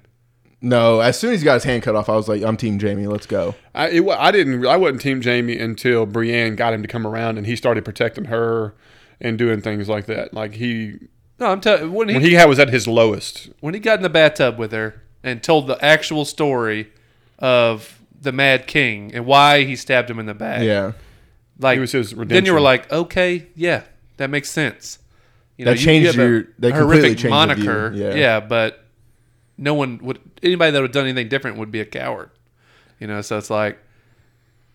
C: No, as soon as he got his hand cut off, I was like, "I'm Team Jamie. Let's go."
A: I, it, wa- I didn't. I wasn't Team Jamie until Brienne got him to come around, and he started protecting her and doing things like that. Like he,
B: No, I'm telling when he,
A: when he had, was at his lowest.
B: when he got in the bathtub with her and told the actual story of the Mad King and why he stabbed him in the back.
C: Yeah,
B: like
A: It was his
B: Then you were
A: redemption.
B: like, okay, yeah, that makes sense. You
C: That changed
B: have a
C: your- that completely changed your view,
B: Yeah.
C: yeah.
B: but no one would anybody that would have done anything different would be a coward. You know, so it's like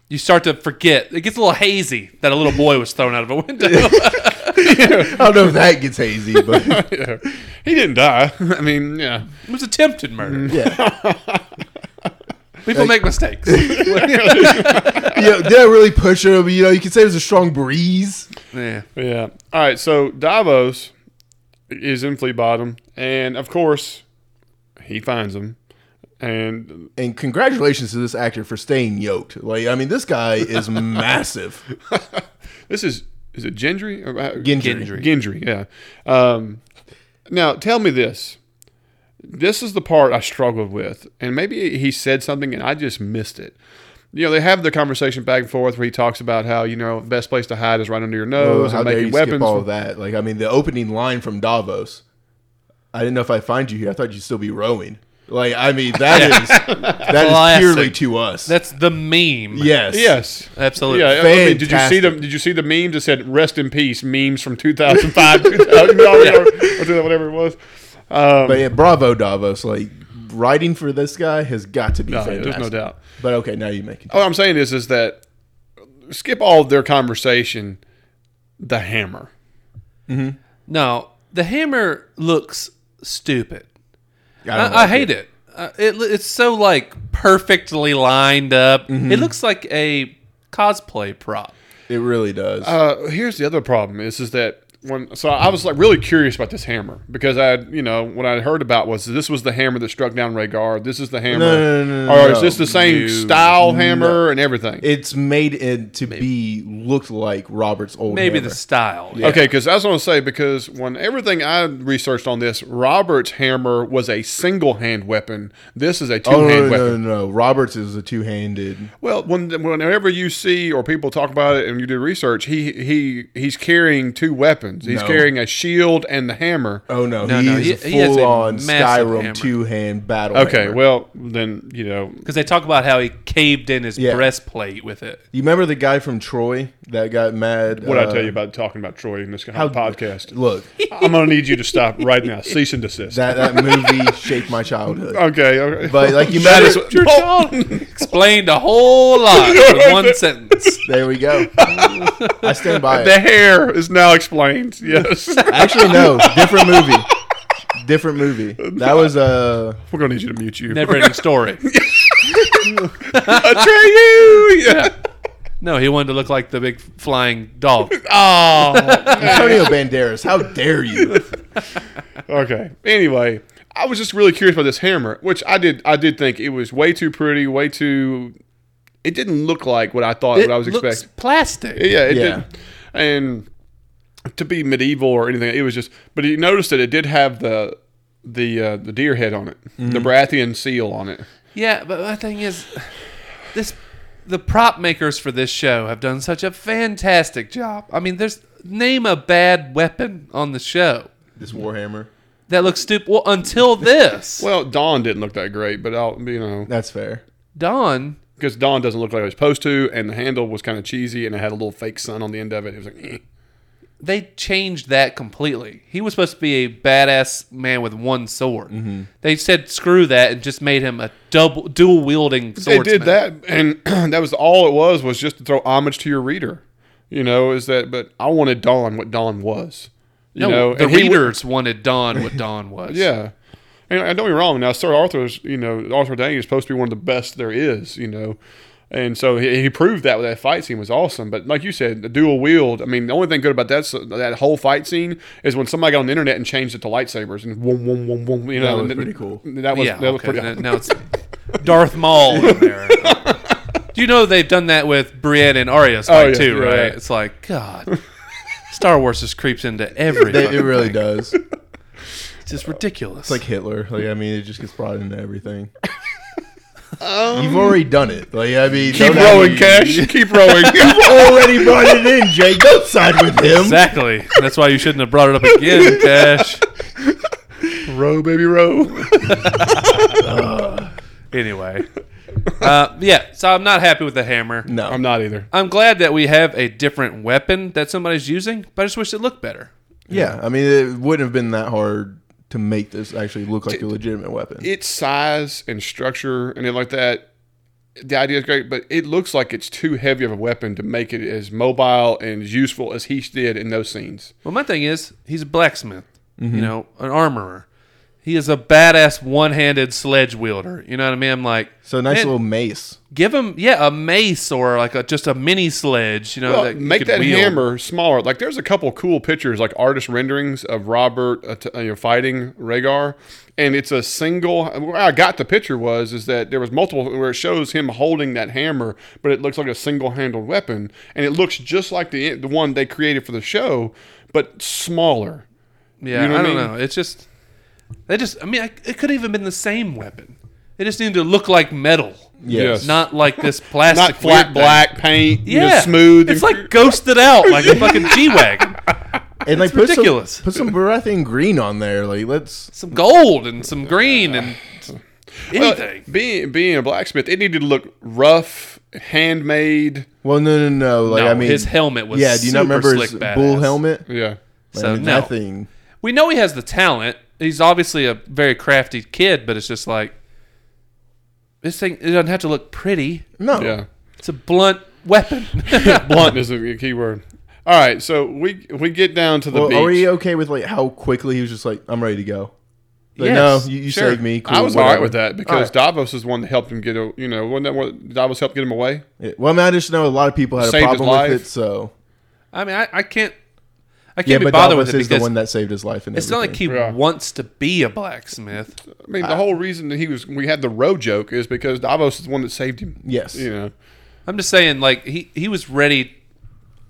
B: you start to forget. It gets a little hazy that a little boy was thrown out of a window.
C: I don't know if that gets hazy, but
A: Yeah. He didn't die. I mean, yeah.
B: It was attempted murder.
C: yeah.
B: People make mistakes.
C: You know, did I really push him? You know, you could say it was a strong breeze.
B: yeah.
A: Yeah. All right. So Davos is in Flea Bottom, and of course, he finds him. And
C: And congratulations to this actor for staying yoked. Like, I mean, this guy is massive.
A: this is is it Gendry? Or, uh,
C: Gendry.
B: Gendry.
A: Gendry. Yeah. Um, now tell me this. This is the part I struggled with, and maybe he said something and I just missed it. You know, they have the conversation back and forth where he talks about how you know the best place to hide is right under your
C: Oh,
A: nose
C: how
A: and
C: dare you
A: making
C: skip
A: weapons.
C: all that? Like, I mean, the opening line from Davos. I didn't know if I find you here. I thought you'd still be rowing. Like, I mean, that is that
B: Classic.
C: is purely to us.
B: That's the meme.
C: yes,
A: yes.
B: Absolutely.
A: Yeah, I mean, did you see
C: Fantastic.
A: the did you see the meme that said "Rest in peace" memes from 2005, 2000, or, or whatever it was? Um,
C: But yeah, bravo Davos. Like, writing for this guy has got to be
A: no,
C: fantastic.
A: there's no doubt.
C: But okay, now you make it.
B: Oh,
A: What I'm saying is, is that skip all of their conversation. The hammer.
B: No, the hammer looks stupid. I,
C: don't
B: I
C: like
B: hate it. Uh, it lo- it's so like perfectly lined up. It looks like a cosplay prop.
C: it. It really does.
A: Uh, here's the other problem is is that when so I was like really curious about this hammer because I had, you know what I had heard about was this was the hammer that struck down Rhaegar. This is the hammer,
C: no, no, no,
A: or
C: no,
A: is this the same
B: no.
A: style hammer and everything?
C: it's made it to be looked like Robert's old.
B: Maybe
C: hammer.
B: the style.
A: Okay, because I was going to say because when everything I researched on this, Robert's hammer was a single hand weapon. This is a two hand
C: Oh no no,
A: weapon.
C: no no no. Roberts is a two handed.
A: Well, when, whenever you see or people talk about it and you do research, he he he's carrying two weapons. He's
C: No.
A: carrying a shield and the hammer.
C: Oh no,
B: No,
C: he
B: no,
C: is
B: he- he has a
C: full on
B: massive hammer.
C: Skyrim two hand battle.
A: Okay,
C: hammer.
A: well then you know
B: Because they talk about how he caved in his
C: Yeah.
B: breastplate with it.
C: you remember the guy from Troy that got mad?
A: what
C: uh,
A: I tell you about talking about Troy in this kind
C: how-
A: of podcast.
C: Look,
A: I'm going to need you to stop right now. Cease and desist.
C: that that movie shaped my childhood.
A: okay, okay.
C: But like you
A: That
C: remember,
A: is your
B: Oh, explained a whole lot in one sentence.
C: there we go. I stand by
A: the
C: it.
A: hair is now explained. Yes,
C: Actually, no, different movie. Different movie. That was uh
A: we're going to need you to mute you.
B: Never ending story.
A: Atreyu. Yeah.
B: No, he wanted to look like the big flying dog.
A: Oh.
C: Antonio Banderas. How dare you?
A: okay. Anyway, I was just really curious about this hammer, which I did. I did think it was way too pretty, way too. It didn't look like what I thought.
B: It
A: what I was
B: looks
A: expecting.
B: plastic.
A: Yeah, it
C: Yeah.
A: did. And to be medieval or anything, it was just. But you noticed that it did have the the uh, the deer head on it,
B: Mm-hmm.
A: the Baratheon seal on it.
B: Yeah, but my thing is, this the prop makers for this show have done such a fantastic job. I mean, there's name a bad weapon on the show
C: This Warhammer.
B: that looks stupid. Well, until this,
A: Well, Dawn didn't look that great, but I'll you know
C: That's fair.
B: Don.
A: because Dawn doesn't look like it was supposed to, and the handle was kind of cheesy, and it had a little fake sun on the end of it. It was like. eh.
B: They changed that completely. He was supposed to be a badass man with one sword.
A: Mm-hmm.
B: They said screw that and just made him a double dual wielding
A: they
B: sword.
A: did that, and that was all it was was just to throw homage to your reader. You know, is that? But I wanted Don what Don was. You
B: No,
A: know,
B: the
A: and he w-
B: readers wanted Don what Don was.
A: yeah, and, and don't be wrong. Now, Sir Arthur's, you know, Arthur Dane is supposed to be one of the best there is. You know, and so he, he proved that with that fight scene was awesome. But like you said, the dual wield. I mean, the only thing good about that s- that whole fight scene is when somebody got on the internet and changed it to lightsabers and whoom, whoom, whoom, whoom, You know,
C: was
A: and then-
C: pretty cool.
A: That was
B: yeah,
A: that was
B: okay.
A: pretty.
B: Now- now it's Darth Maul in there. Do you know they've done that with Brienne and Arya's fight
A: Oh, yeah,
B: too,
A: yeah,
B: right?
A: yeah.
B: It's like God, Star Wars just creeps into every.
C: They,
B: fucking
C: it really
B: thing.
C: does.
B: It's just ridiculous.
C: It's like Hitler. Like I mean, it just gets brought into everything. You've already done it. Like I mean,
A: Um, Keep
C: don't have
A: rolling,
C: you-
A: Cash. Keep rolling.
C: You've already brought it in, Jay. Don't side with him.
B: exactly. That's why you shouldn't have brought it up again, Cash.
A: row, Oh, baby, row.
B: Anyway, uh, yeah. So I'm not happy with the hammer.
C: No,
A: I'm not either.
B: I'm glad that we have a different weapon that somebody's using, but I just wish it looked better.
C: Yeah, I mean, it wouldn't have been that hard to make this actually look like a legitimate weapon.
A: Its size and structure and it like that. The idea is great, but it looks like it's too heavy of a weapon to make it as mobile and as useful as he did in those scenes.
B: Well, my thing is, he's a blacksmith,
C: Mm-hmm.
B: you know, an armorer. He is a badass one-handed sledge wielder. You know what I mean? I'm like,
C: so a nice
B: man,
C: little mace.
B: give him, yeah, a mace or like a, just a mini sledge. You know,
A: Well,
B: that you
A: make
B: could
A: that
B: wield.
A: hammer smaller. Like there's a couple cool pictures, like artist renderings of Robert uh, t- uh, you know, fighting Rhaegar, and it's a single. Where I got the picture was is that there was multiple where it shows him holding that hammer, but it looks like a single handled weapon, and it looks just like the the one they created for the show, but smaller.
B: Yeah,
A: You know
B: I
A: what I
B: don't
A: mean?
B: know. It's just they just. I mean, I, it could have even been the same weapon. It just needed to look like metal,
A: Yes.
B: not like this plastic,
A: Not flat
B: weird thing.
A: black paint, you
B: Yeah,
A: know, smooth.
B: It's like ghosted out, like a fucking G wagon.
C: and like
B: ridiculous.
C: Put some, put some Baratheon green on there. Like let's.
B: Some gold and some green and
A: Well,
B: anything.
A: being being a blacksmith, it needed to look rough, handmade.
C: Well, no, no, no. Like
B: No,
C: I mean,
B: his helmet was
C: Yeah, do you not
B: super
C: remember
B: slick
C: his
B: badass.
C: bull helmet?
A: Yeah.
B: So,
C: Like,
B: no.
C: nothing.
B: we know he has the talent. He's obviously a very crafty kid, but it's just like this thing. It doesn't have to look pretty.
C: No.
A: Yeah.
B: It's a blunt weapon.
A: blunt is a key word. All right, so we we get down to the
C: Well,
A: beach.
C: are we okay with like how quickly he was just like, I'm ready to go. Like,
B: Yes,
C: no, you, you
B: sure.
C: saved me. Cool,
A: I was all right
C: whatever.
A: with that
C: All
A: because
C: right.
A: Davos is the one that helped him get a, you know, wasn't that what Davos helped get him away?
C: Yeah, Well, I mean, I just know a lot of people had a
A: Saved his
C: problem
A: life.
C: with it, so
B: I mean, I, I can't. I
C: yeah.
B: can't be
C: But
B: bothered
C: Davos
B: with it
C: is
B: because
C: the one that saved his life, and
B: it's not like he
C: everything.
A: Yeah.
B: wants to be a blacksmith.
A: I mean, the whole reason that he was we had the row joke is because Davos is the one that saved him.
C: Yes.
A: You know.
B: I'm just saying, like he he was ready,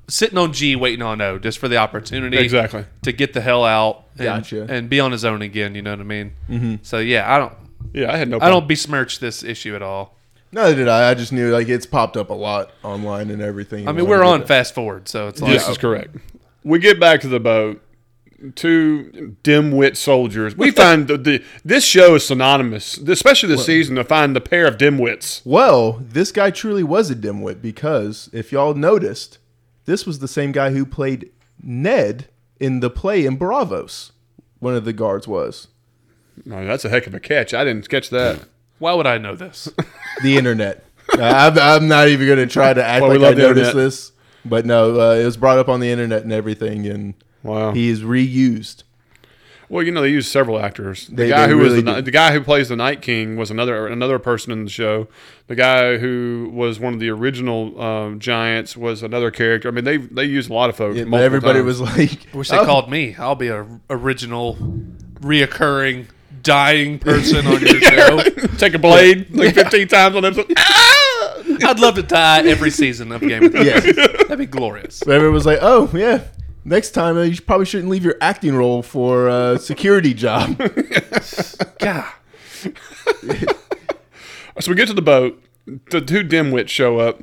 B: sitting on G, waiting on O, just for the opportunity
A: Exactly.
B: to get the hell out and,
C: Gotcha.
B: and be on his own again. You know what I mean? Mm-hmm. So yeah, I don't
A: Yeah, I had no
B: I
A: problem.
B: don't besmirch this issue at all.
C: Neither did I. I just knew like it's popped up a lot online and everything.
B: I mean, we're on fast forward, so it's like
A: This is correct. We get back to the boat. Two dim-wit soldiers. We find the, the this show is synonymous, especially this season, to find the pair of dimwits.
C: Well, this guy truly was a dimwit because if y'all noticed, this was the same guy who played Ned in the play in Bravos. One of the guards was
A: Oh, that's a heck of a catch. I didn't catch that.
B: why would I know this?
C: the internet. I'm, I'm not even going to try to act
A: Well, we
C: like I
A: love the
C: noticed
A: internet.
C: this, but no, uh, it was brought up on the internet and everything, and
A: Wow.
C: he is reused.
A: Well, you know they use several actors. The
C: They-
A: guy
C: they
A: who
C: really
A: was the,
C: do.
A: ni- the guy who plays the Night King was another another person in the show. The guy who was one of the original um, giants was another character. I mean, they they used a lot of folks.
C: But
A: multiple
C: everybody
A: times.
C: was like,
B: Wish they
C: "Oh,
B: called me. I'll be a original, reoccurring, dying person on your show.
A: take a blade like fifteen times on episode. Ah!
B: I'd love to die every season of Game of Thrones.
C: Yes.
B: That'd be glorious.
C: But everyone was like, "Oh yeah, next time uh, you sh- probably shouldn't leave your acting role for a security job."
B: God.
A: So we get to the boat. The two dimwits show up,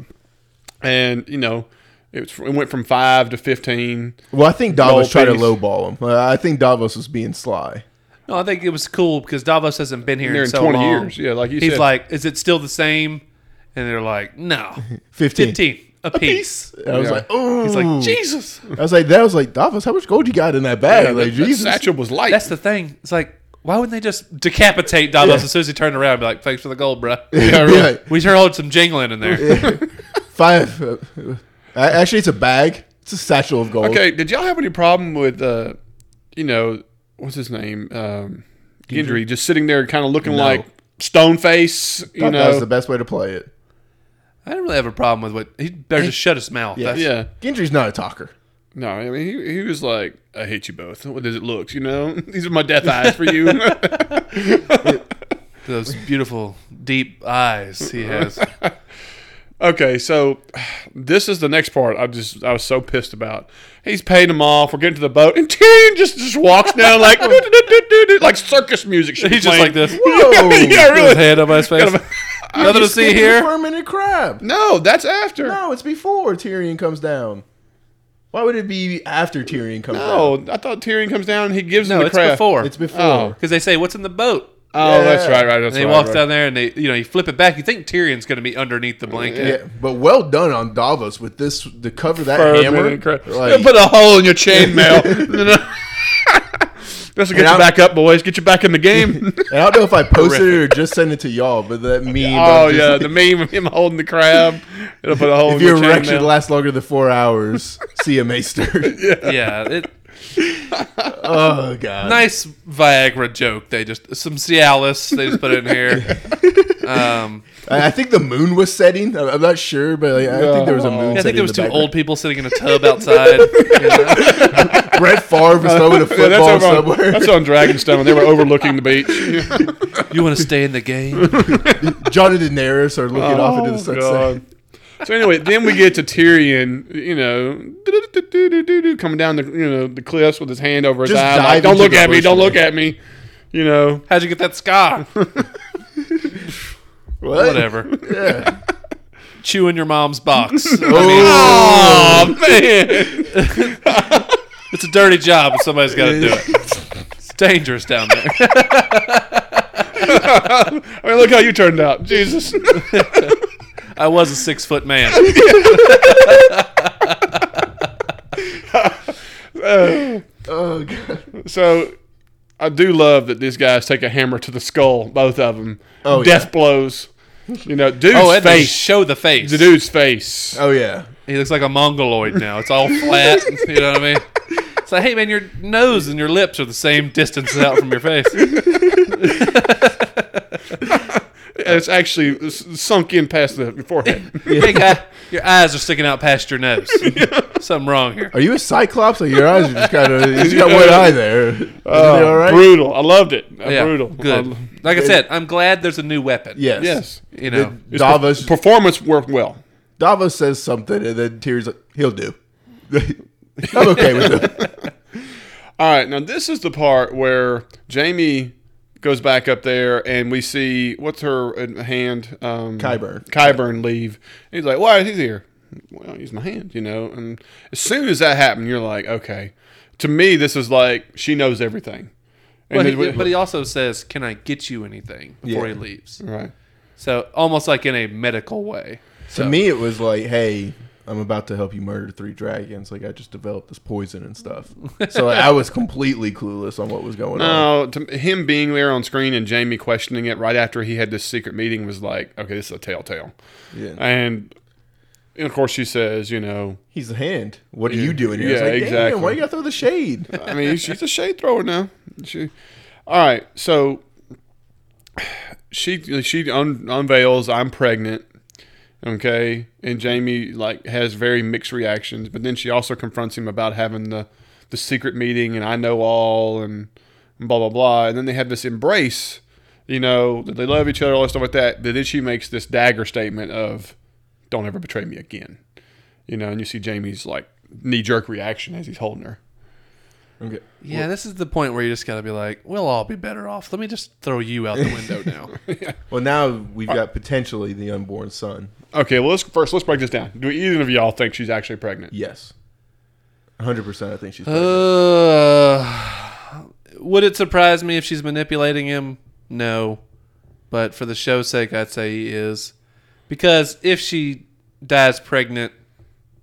A: and you know it, was, it went from five to fifteen.
C: well, I think Davos
A: Role
C: tried to
A: piece.
C: lowball him. Uh, I think Davos was being sly.
B: No, I think it was cool because Davos hasn't been here
A: Here
B: in,
A: in
B: so
A: 20
B: long.
A: years. Yeah, like you
B: He's
A: said.
B: like, is it still the same? And they're like, no.
C: 15.
B: 15. A piece.
C: I was
A: Yeah.
C: like, "Oh."
B: He's like, Jesus.
C: I was like, "That was like Davos. How much gold you got in that bag?" like,
A: that, that
C: Jesus.
A: satchel was light.
B: That's the thing. It's like, why wouldn't they just decapitate Davos as soon as he turned around and be like, thanks for the gold, bro.
C: Yeah, right.
B: We sure hold some jingling in there.
C: Five. uh, uh, actually, it's a bag. It's a satchel of gold.
A: Okay, did y'all have any problem with, uh, you know, what's his name, um, Gendry, just sitting there kind of looking like stone face, you
C: Thought that was
A: know?
C: the best way to play it.
B: I didn't really have a problem with what he better just shut his mouth.
C: Yeah.
B: That's-
A: yeah,
C: Gendry's not a talker.
A: no, I mean he, he was like, "I hate you both." What does it look? You know, these are my death eyes for you.
B: Those beautiful deep eyes he has.
A: Okay, so this is the next part. I just I was so pissed about. He's paying them off. We're getting to the boat, and Tyrion just just walks down like like circus music. should be
B: He's just
A: playing.
B: like this.
C: Whoa.
A: yeah,
B: With his
A: really.
B: hand up his face.
A: Kind of-
B: Nothing to see here.
C: Fermented crab.
A: No, that's after.
C: No, it's before Tyrion comes down. Why would it be after Tyrion comes
A: No, I thought Tyrion comes down and he gives him
B: No,
A: the
B: it's
A: crab.
B: before.
C: down? It's before.
A: Oh.
B: because they say, "What's in the boat?"
A: Oh, that's
C: Yeah.
A: right, right. That's
B: and he
A: right,
B: walks
A: right.
B: down there, and they, you know, you flip it back. You think Tyrion's going to be underneath the blanket?
C: Yeah, but well done on Davos with this to cover that
A: Fermented
C: hammer.
A: crab.
C: Like,
A: Put a hole in your chainmail. This will get
C: And
A: you
C: I'm-
A: back up, boys. Get you back in the game.
C: and I don't know if I posted it or just sent it to y'all, but that meme.
A: Oh
C: of just-
A: yeah, the meme of him holding the crab. It'll put a hole in
C: if your
A: your
C: erection
A: chainmail.
C: lasts longer than four hours, see a maester.
B: yeah it,
C: Oh god.
B: nice Viagra joke. They just some Cialis. They just put in here. Um,
C: I, I think the moon was setting. I'm, I'm not sure, but like, I think
A: Oh.
C: there was a moon.
B: yeah, I think
C: setting
B: there
C: in
B: was
C: the
B: two
C: background.
B: old people sitting in a tub outside. you know?
C: Brett Favre was throwing a
A: Yeah,
C: football
A: over on-
C: somewhere.
A: that's on Dragonstone. They were overlooking the beach.
B: You want to stay in the game?
C: Johnny Daenerys are looking off into the sunset.
A: Oh, God. So anyway, then we get to Tyrion, you know, coming down the you know the cliffs with his hand over his
C: Just
A: eye,
C: dive
A: like, "Don't
C: into
A: look
C: the
A: at me!
C: bush,
A: Don't
C: man."
A: look at me!" You know,
B: How'd you get that scar?
C: What?
B: Whatever.
C: Yeah.
B: Chew in your mom's box. I mean,
C: Oh,
A: oh man,
B: it's a dirty job, but somebody's got to do it. It's dangerous down there.
A: I mean, look how you turned out, Jesus.
B: I was a six foot man.
C: oh god.
A: Uh, so I do love that these guys take a hammer to the skull, both of them.
C: Oh,
A: death blows. You know, dude's
B: Oh, and they
A: face.
B: show the face.
A: The dude's face.
C: Oh yeah.
B: He looks like a mongoloid now. It's all flat. you know what I mean? It's like, hey man, your nose and your lips are the same distance out from your face.
A: It's actually s- sunk in past the forehead.
B: Hey guy, your eyes are sticking out past your nose. Something wrong here.
C: Are you a Cyclops? Like your eyes are just kind of. You got one eye there. Isn't it
A: Oh,
C: all right?
A: Brutal. I loved it. Uh,
B: Uh, Yeah,
A: brutal.
B: Good.
A: I-
B: Like I said, I'm glad there's a new weapon.
C: Yes.
A: yes.
B: You know,
C: It- Davos.
A: Performance worked well.
C: Davos says something, and then Tyrion's like, "He'll do." I'm okay with it.
A: All right. Now this is the part where Jamie goes back up there, and we see what's her uh, hand. Um,
C: Kyburn.
A: Kyburn leave. And he's like, "Why is he here?" Well, he's my hand, you know. And as soon as that happened, you're like, "Okay." To me, this is like she knows everything. And
B: but
A: then we-
B: he, but he also says, "Can I get you anything?" before
C: Yeah.
B: he leaves.
A: right.
B: So almost like in a medical way.
C: To me, it was like, "Hey, I'm about to help you murder three dragons. Like I just developed this poison and stuff." So I was completely clueless on what was going on.
A: No, Oh, to him being there on screen and Jamie questioning it right after he had this secret meeting was like, okay, this is a telltale.
C: Yeah.
A: And, and of course, she says, you know,
C: He's the hand. What are you doing here? It's
A: Yeah,
C: like,
A: exactly.
C: Damn, why you gotta throw the shade?
A: I mean, she's a shade thrower now. She, all right, so she she un, unveils I'm pregnant, okay, and Jamie like has very mixed reactions, but then she also confronts him about having the the secret meeting and I know all and blah blah blah, and then they have this embrace, you know, that they love each other, all that stuff like that. But then she makes this dagger statement of, "Don't ever betray me again," you know, and you see Jamie's like knee jerk reaction as he's holding her.
C: Okay.
B: Yeah, this is the point where you just got to be like, "We'll all be better off." Let me just throw you out the window now.
C: Well, now
A: Uh,
C: we've got potentially the unborn son.
A: Okay, well, let's first let's break this down. Do either of y'all think she's actually pregnant?
C: Yes. 100% I think she's pregnant.
B: uh, would it surprise me if she's manipulating him? No, but for the show's sake, I'd say he is, because if she dies pregnant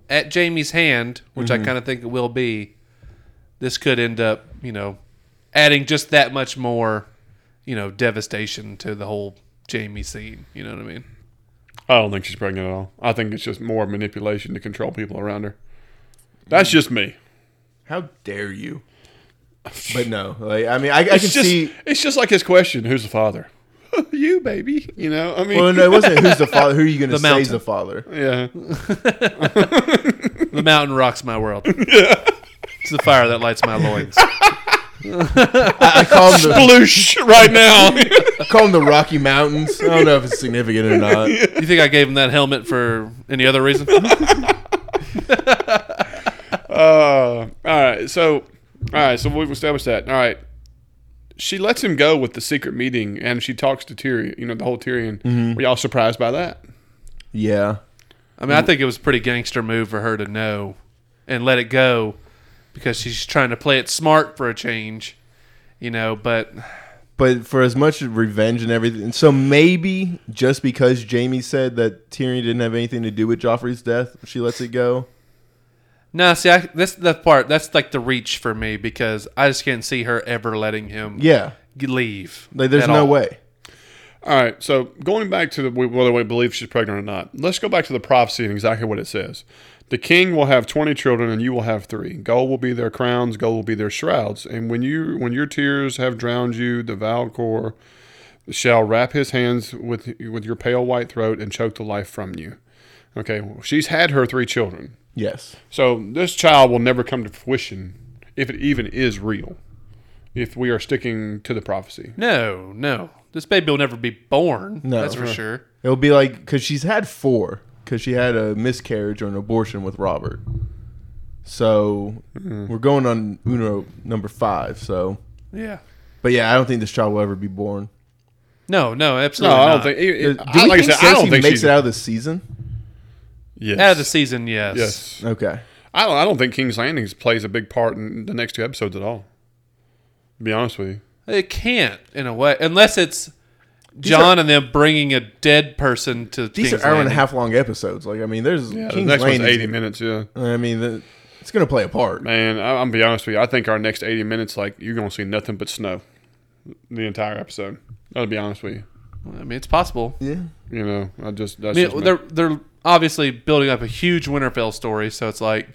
B: at Jamie's hand, which I kind of think it will be, this could end up, you know, adding just that much more, you know, devastation to the whole Jamie scene. You know what I mean?
A: I don't think she's pregnant at all. I think it's just more manipulation to control people around her. That's just me.
C: How dare you? But no, like I mean, I, I can
A: It's just
C: see.
A: it's just like his question, who's the father? you baby, you know. I mean,
C: Well, no, it wasn't who's the father. Who are you going to
B: The
C: say
B: mountain.
C: is the father?
A: yeah.
B: The mountain rocks my world. It's the fire that lights my loins.
C: I, I call them the,
A: Sploosh right now.
C: call them the Rocky Mountains. I don't know if it's significant or not.
B: You think I gave him that helmet for any other reason?
A: Uh, all right. So, all right. So we've established that. All right. She lets him go with the secret meeting, and she talks to Tyrion. You know the whole Tyrion.
C: Mm-hmm.
A: Were y'all surprised by that?
C: Yeah,
B: I
C: Mm.
B: mean, I think it was a pretty gangster move for her to know and let it go because she's trying to play it smart for a change, you know. But
C: but for as much revenge and everything, so maybe just because Jamie said that Tyrion didn't have anything to do with Joffrey's death, she lets it go.
B: no, see, I, that's the part that's like the reach for me because I just can't see her ever letting him
C: Yeah,
B: g- leave.
C: like there's
B: at
C: no
B: all.
C: way.
A: All right. So going back to the, whether we believe she's pregnant or not, let's go back to the prophecy and exactly what it says. The king will have twenty children, and you will have three. Gold will be their crowns. Gold will be their shrouds. And when you when your tears have drowned you, the Valcor shall wrap his hands with with your pale white throat and choke the life from you. Okay. Well, she's had her three children.
C: Yes,
A: So this child will never come to fruition if it even is real. If we are sticking to the prophecy.
B: No, no, this baby will never be born.
C: No. Uh-huh.
B: that's for
C: Huh.
B: sure.
C: it'll be like because she's had four because she had a miscarriage or an abortion with Robert. So
A: Hmm.
C: we're going on Uno number five. So,
B: Yeah.
C: but yeah, I don't think this child will ever be born. Uh,
B: No, no,
A: No,
B: absolutely.
A: I
B: not.
A: don't think.
C: Do we
A: It, I, like I
C: think
A: said, I don't
C: Cersei
A: think
C: makes
A: she's
C: it out of the season.
A: Yes.
B: Out of the season, yes.
A: yes.
C: Okay,
A: I don't. I don't think King's Landing plays a big part in the next two episodes at all. To be honest with you.
B: It can't, in a way, unless it's John and them bringing a dead person to
C: these
B: King's
C: are hour and a
B: Landing.
C: half long episodes. Like I mean, there's
A: Yeah. the
C: King's
A: next
C: Landing.
A: one's eighty minutes. Yeah.
C: I mean, the, it's gonna play a part.
A: Man, I, I'm be honest with you. I think our next eighty minutes, like you're gonna see nothing but snow, the entire episode. I'll be honest with you.
B: I mean, it's possible.
C: Yeah,
A: You know, I just that's
B: I mean,
A: just me.
B: they're they're obviously building up a huge Winterfell story, so it's like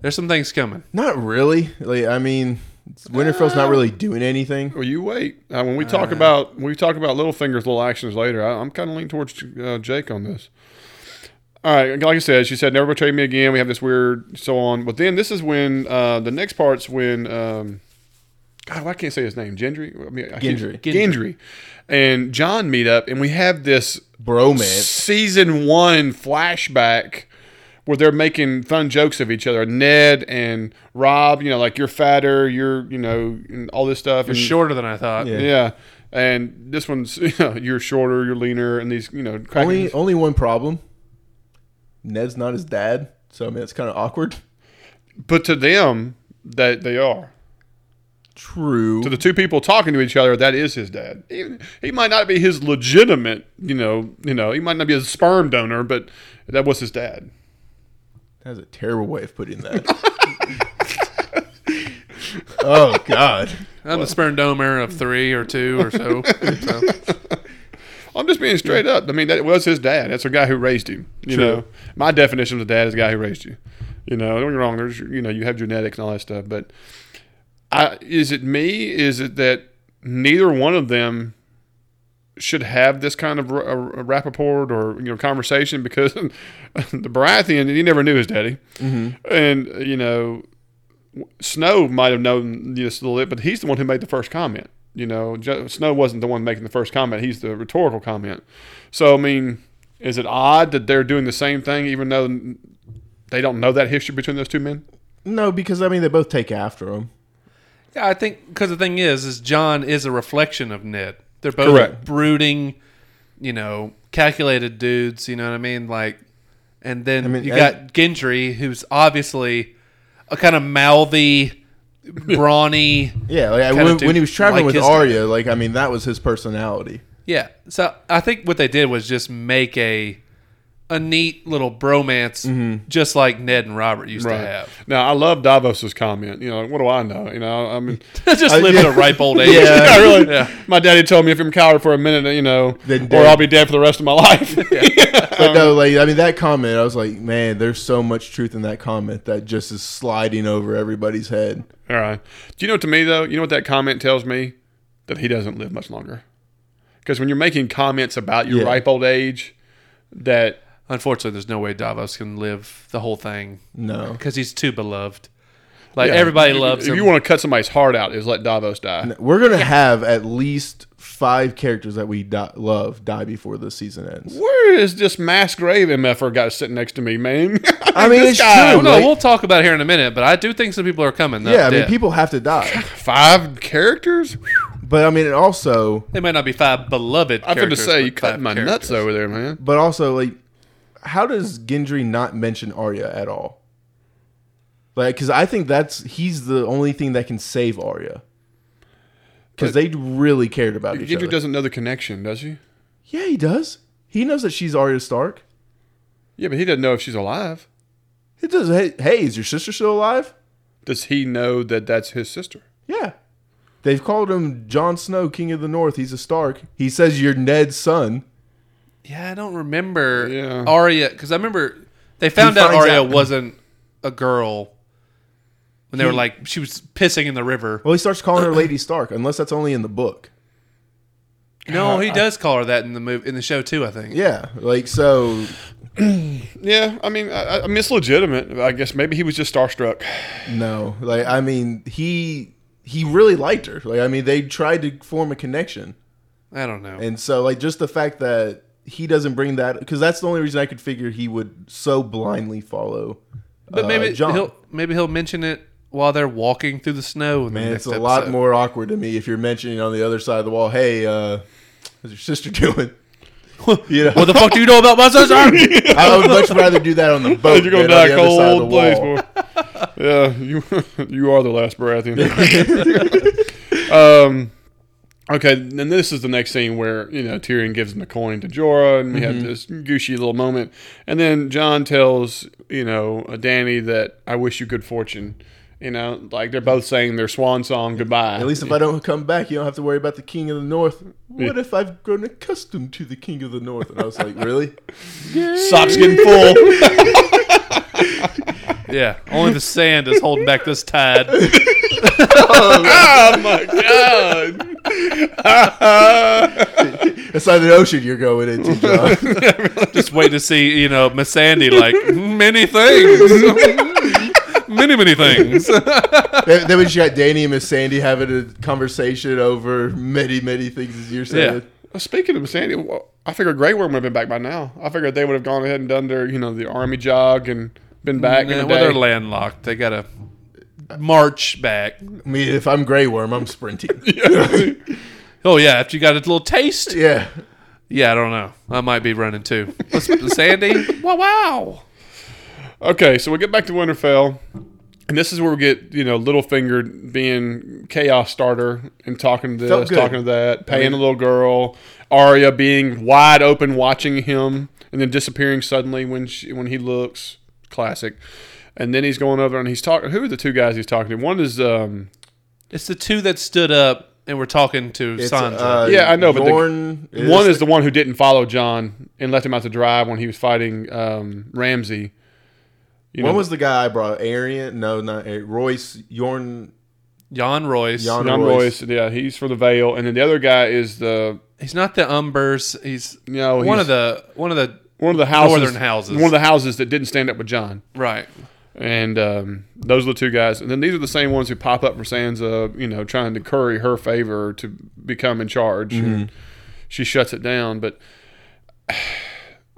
B: there's some things coming.
C: not really. Like I mean, it's- Winterfell's not really doing anything.
A: Well, you wait. Uh, when we talk about when we talk about Littlefinger's little actions later, I, I'm kind of leaning towards uh, Jake on this. All right, like I said, she said never betray me again. We have this weird so on, but then this is when uh, the next part's when um, God, why can't I say his name? Gendry, I mean, I keep-
C: Gendry.
A: Gendry, and John meet up, and we have this
C: Bromance.
A: season one flashback where they're making fun jokes of each other. Ned and Rob, you know, like you're fatter, you're you know, and all this stuff.
B: It's
A: and-
B: shorter than I thought.
C: Mm. Yeah.
A: yeah. And this one's you know, you're shorter, you're leaner, and these you know cracking.
C: Only only one problem. Ned's not his dad, so I mean it's kind of awkward.
A: but to them, that they are
C: True.
A: to the two people talking to each other. That is his dad. He, he might not be his legitimate, you know, you know, he might not be a sperm donor, but that was his dad.
C: That's a terrible way of putting that. oh God.
B: I'm the sperm donor of three or two or so. so.
A: I'm just being straight up. I mean, that was his dad. That's the guy who raised him. You
B: True.
A: know, my definition of a dad is the guy who raised you. You know, don't get me wrong. There's you know, you have genetics and all that stuff, but I, is it me? Is it that neither one of them should have this kind of r- a, a rapport or you know conversation because the Baratheon he never knew his daddy, and you know Snow might have known this a little bit, but he's the one who made the first comment. You know, Jo- Snow wasn't the one making the first comment; he's the rhetorical comment. So, I mean, is it odd that they're doing the same thing, even though they don't know that history between those two men?
C: No, because I mean they both take after him.
B: Yeah, I think because the thing is, is John is a reflection of Ned. They're both
A: Correct.
B: brooding, you know, calculated dudes. You know what I mean? Like, and then
C: mean,
B: you
C: I-
B: got Gendry, who's obviously a kind of mouthy, brawny.
C: Yeah, like I,
B: Kinda
C: when,
B: do
C: when he was traveling
B: like
C: with
B: his
C: Arya, like I mean that was his personality.
B: Yeah. So I think what they did was just make a a neat little bromance,
A: Mm-hmm.
B: just like Ned and Robert used to have.
A: Now, I love Davos's comment. You know, like, what do I know? You know, I mean,
B: just
C: Uh,
B: live
C: yeah.
B: in a ripe old age.
C: Yeah.
A: yeah, really.
B: Yeah.
A: My daddy told me if I'm coward for a minute, you know,
C: Then
A: or
C: dead.
A: I'll be dead for the rest of my life.
C: But no,
A: Um,
C: like I mean that comment, I was like, man, there's so much truth in that comment that just is sliding over everybody's head.
A: All right. Do you know what to me though? You know what that comment tells me? That he doesn't live much longer. Because when you're making comments about your
C: Yeah.
A: ripe old age, that
B: Unfortunately, there's no way Davos can live the whole thing
C: No.
B: because he's too beloved. Like
A: Yeah.
B: everybody
A: If-
B: loves
A: If
B: him.
A: you want to cut somebody's heart out, is let Davos die.
C: We're gonna have at least five characters that we di- love die before the season ends.
A: Where is this mass grave mf'er guy sitting next to me, man?
C: I mean,
A: This
C: it's
A: guy,
C: true.
B: no,
C: like-
B: we'll talk about it here in a minute, but I do think some people are coming. Though,
C: yeah, I mean,
B: dead.
C: people have to die,
A: Five characters?
C: but I mean, it also
B: They might not be five beloved.
A: I'm going to
B: characters,
A: say
B: but
A: you cut
B: five
A: my nuts
B: characters.
A: over there, man.
C: But also, like, how does Gendry not mention Arya at all? Like, because I think that's he's the only thing that can save Arya. Because they really cared about each
A: Gendry
C: other.
A: doesn't know the connection, does he?
C: yeah, he does. He knows that she's Arya Stark.
A: Yeah, but he doesn't know if she's alive.
C: He does. Hey, hey, is your sister still alive?
A: Does he know that that's his sister?
C: Yeah. They've called him Jon Snow, King of the North. He's a Stark. He says you're Ned's son.
B: Yeah, I don't remember
A: Yeah.
B: Arya because I remember they found out
C: finds
B: Arya
C: out-
B: wasn't a girl when they were like she was pissing in the river.
C: Well, he starts calling her Lady Stark, unless that's only in the book.
B: No, he does call her that in the movie in the show too. I think.
C: Yeah, like so.
A: Yeah, I mean, I, I mean, it's legitimate. I guess maybe he was just starstruck.
C: No, like I mean, he he really liked her. Like I mean, they tried to form a connection,
B: I don't know.
C: and so like just the fact that he doesn't bring that because that's the only reason I could figure he would so blindly follow.
B: But
C: uh,
B: maybe
C: John.
B: he'll maybe he'll mention it while they're walking through the snow. In the
C: Man,
B: next
C: it's a lot
B: episode.
C: more awkward to me if you're mentioning on the other side of the wall, "Hey, uh, how's your sister doing?" you know,
B: What the fuck do you know about my sister?
C: I would much rather do that on the boat.
A: You're gonna
C: than
A: die
C: on the other side of
A: cold,
C: the wall.
A: place, boy. yeah, you you are the last Baratheon. um, okay, and this is the next scene where you know Tyrion gives him the coin to Jorah, and we have
C: Mm-hmm.
A: this gushy little moment, and then John tells you know uh, Danny that I wish you good fortune. You know, like they're both saying their swan song goodbye.
C: At least if I don't come back, you don't have to worry about the king of the north. What if I've grown accustomed to the king of the north? And I was like, really?
A: socks getting full.
B: yeah, only the sand is holding back this tide.
A: oh my god!
C: That's not an ocean you're going into, John.
B: Just wait to see, you know, Miss Sandy like "Mm, many things, many many things.
C: then, then we just got Danny and Miss Sandy having a conversation over many, many things, as you're
A: Uh,
C: saying.
A: Speaking of Sandy, well, I figured Grey Worm would have been back by now. I figured they would have gone ahead and done their, you know, the army jog and been
C: Mm,
A: back in
B: Yeah,
A: the
B: well, they're
A: day.
B: landlocked. They gotta march back.
C: I mean, if I'm Grey Worm, I'm sprinting.
B: Oh yeah, after you got a little taste.
C: yeah.
B: Yeah, I don't know. I might be running too. Let's- Sandy. Wow, wow.
A: okay, so we get back to Winterfell, and this is where we get, you know, Littlefinger being chaos starter and talking to
C: Felt
A: this,
C: good.
A: talking to that, paying a little girl, Arya being wide open watching him, and then disappearing suddenly when she, when he looks. Classic. And then he's going over and he's talking. Who are the two guys he's talking to? One is um,
B: It's the two that stood up and we're talking to
C: It's,
B: Sandra.
C: uh,
A: Yeah, I know, but the-
C: Dorne
A: One is the one who didn't follow John and left him out to dry when he was fighting um, Ramsey. You
C: one
A: know,
C: was the guy I brought. Arian? No, not Arian. Royce. Yorn.
B: Jan Royce.
C: Jan-
A: John Royce.
C: Royce.
A: Yeah, he's for the Vale, and then the other guy is the
B: He's not the Umbers. He's
A: you know
B: one
A: he's-
B: of the one of the
A: one of the houses,
B: northern houses.
A: one of the houses that didn't stand up with John.
B: right.
A: And um, those are the two guys. And then these are the same ones who pop up for Sansa, you know, trying to curry her favor to become in charge. And
C: Mm-hmm.
A: she shuts it down. But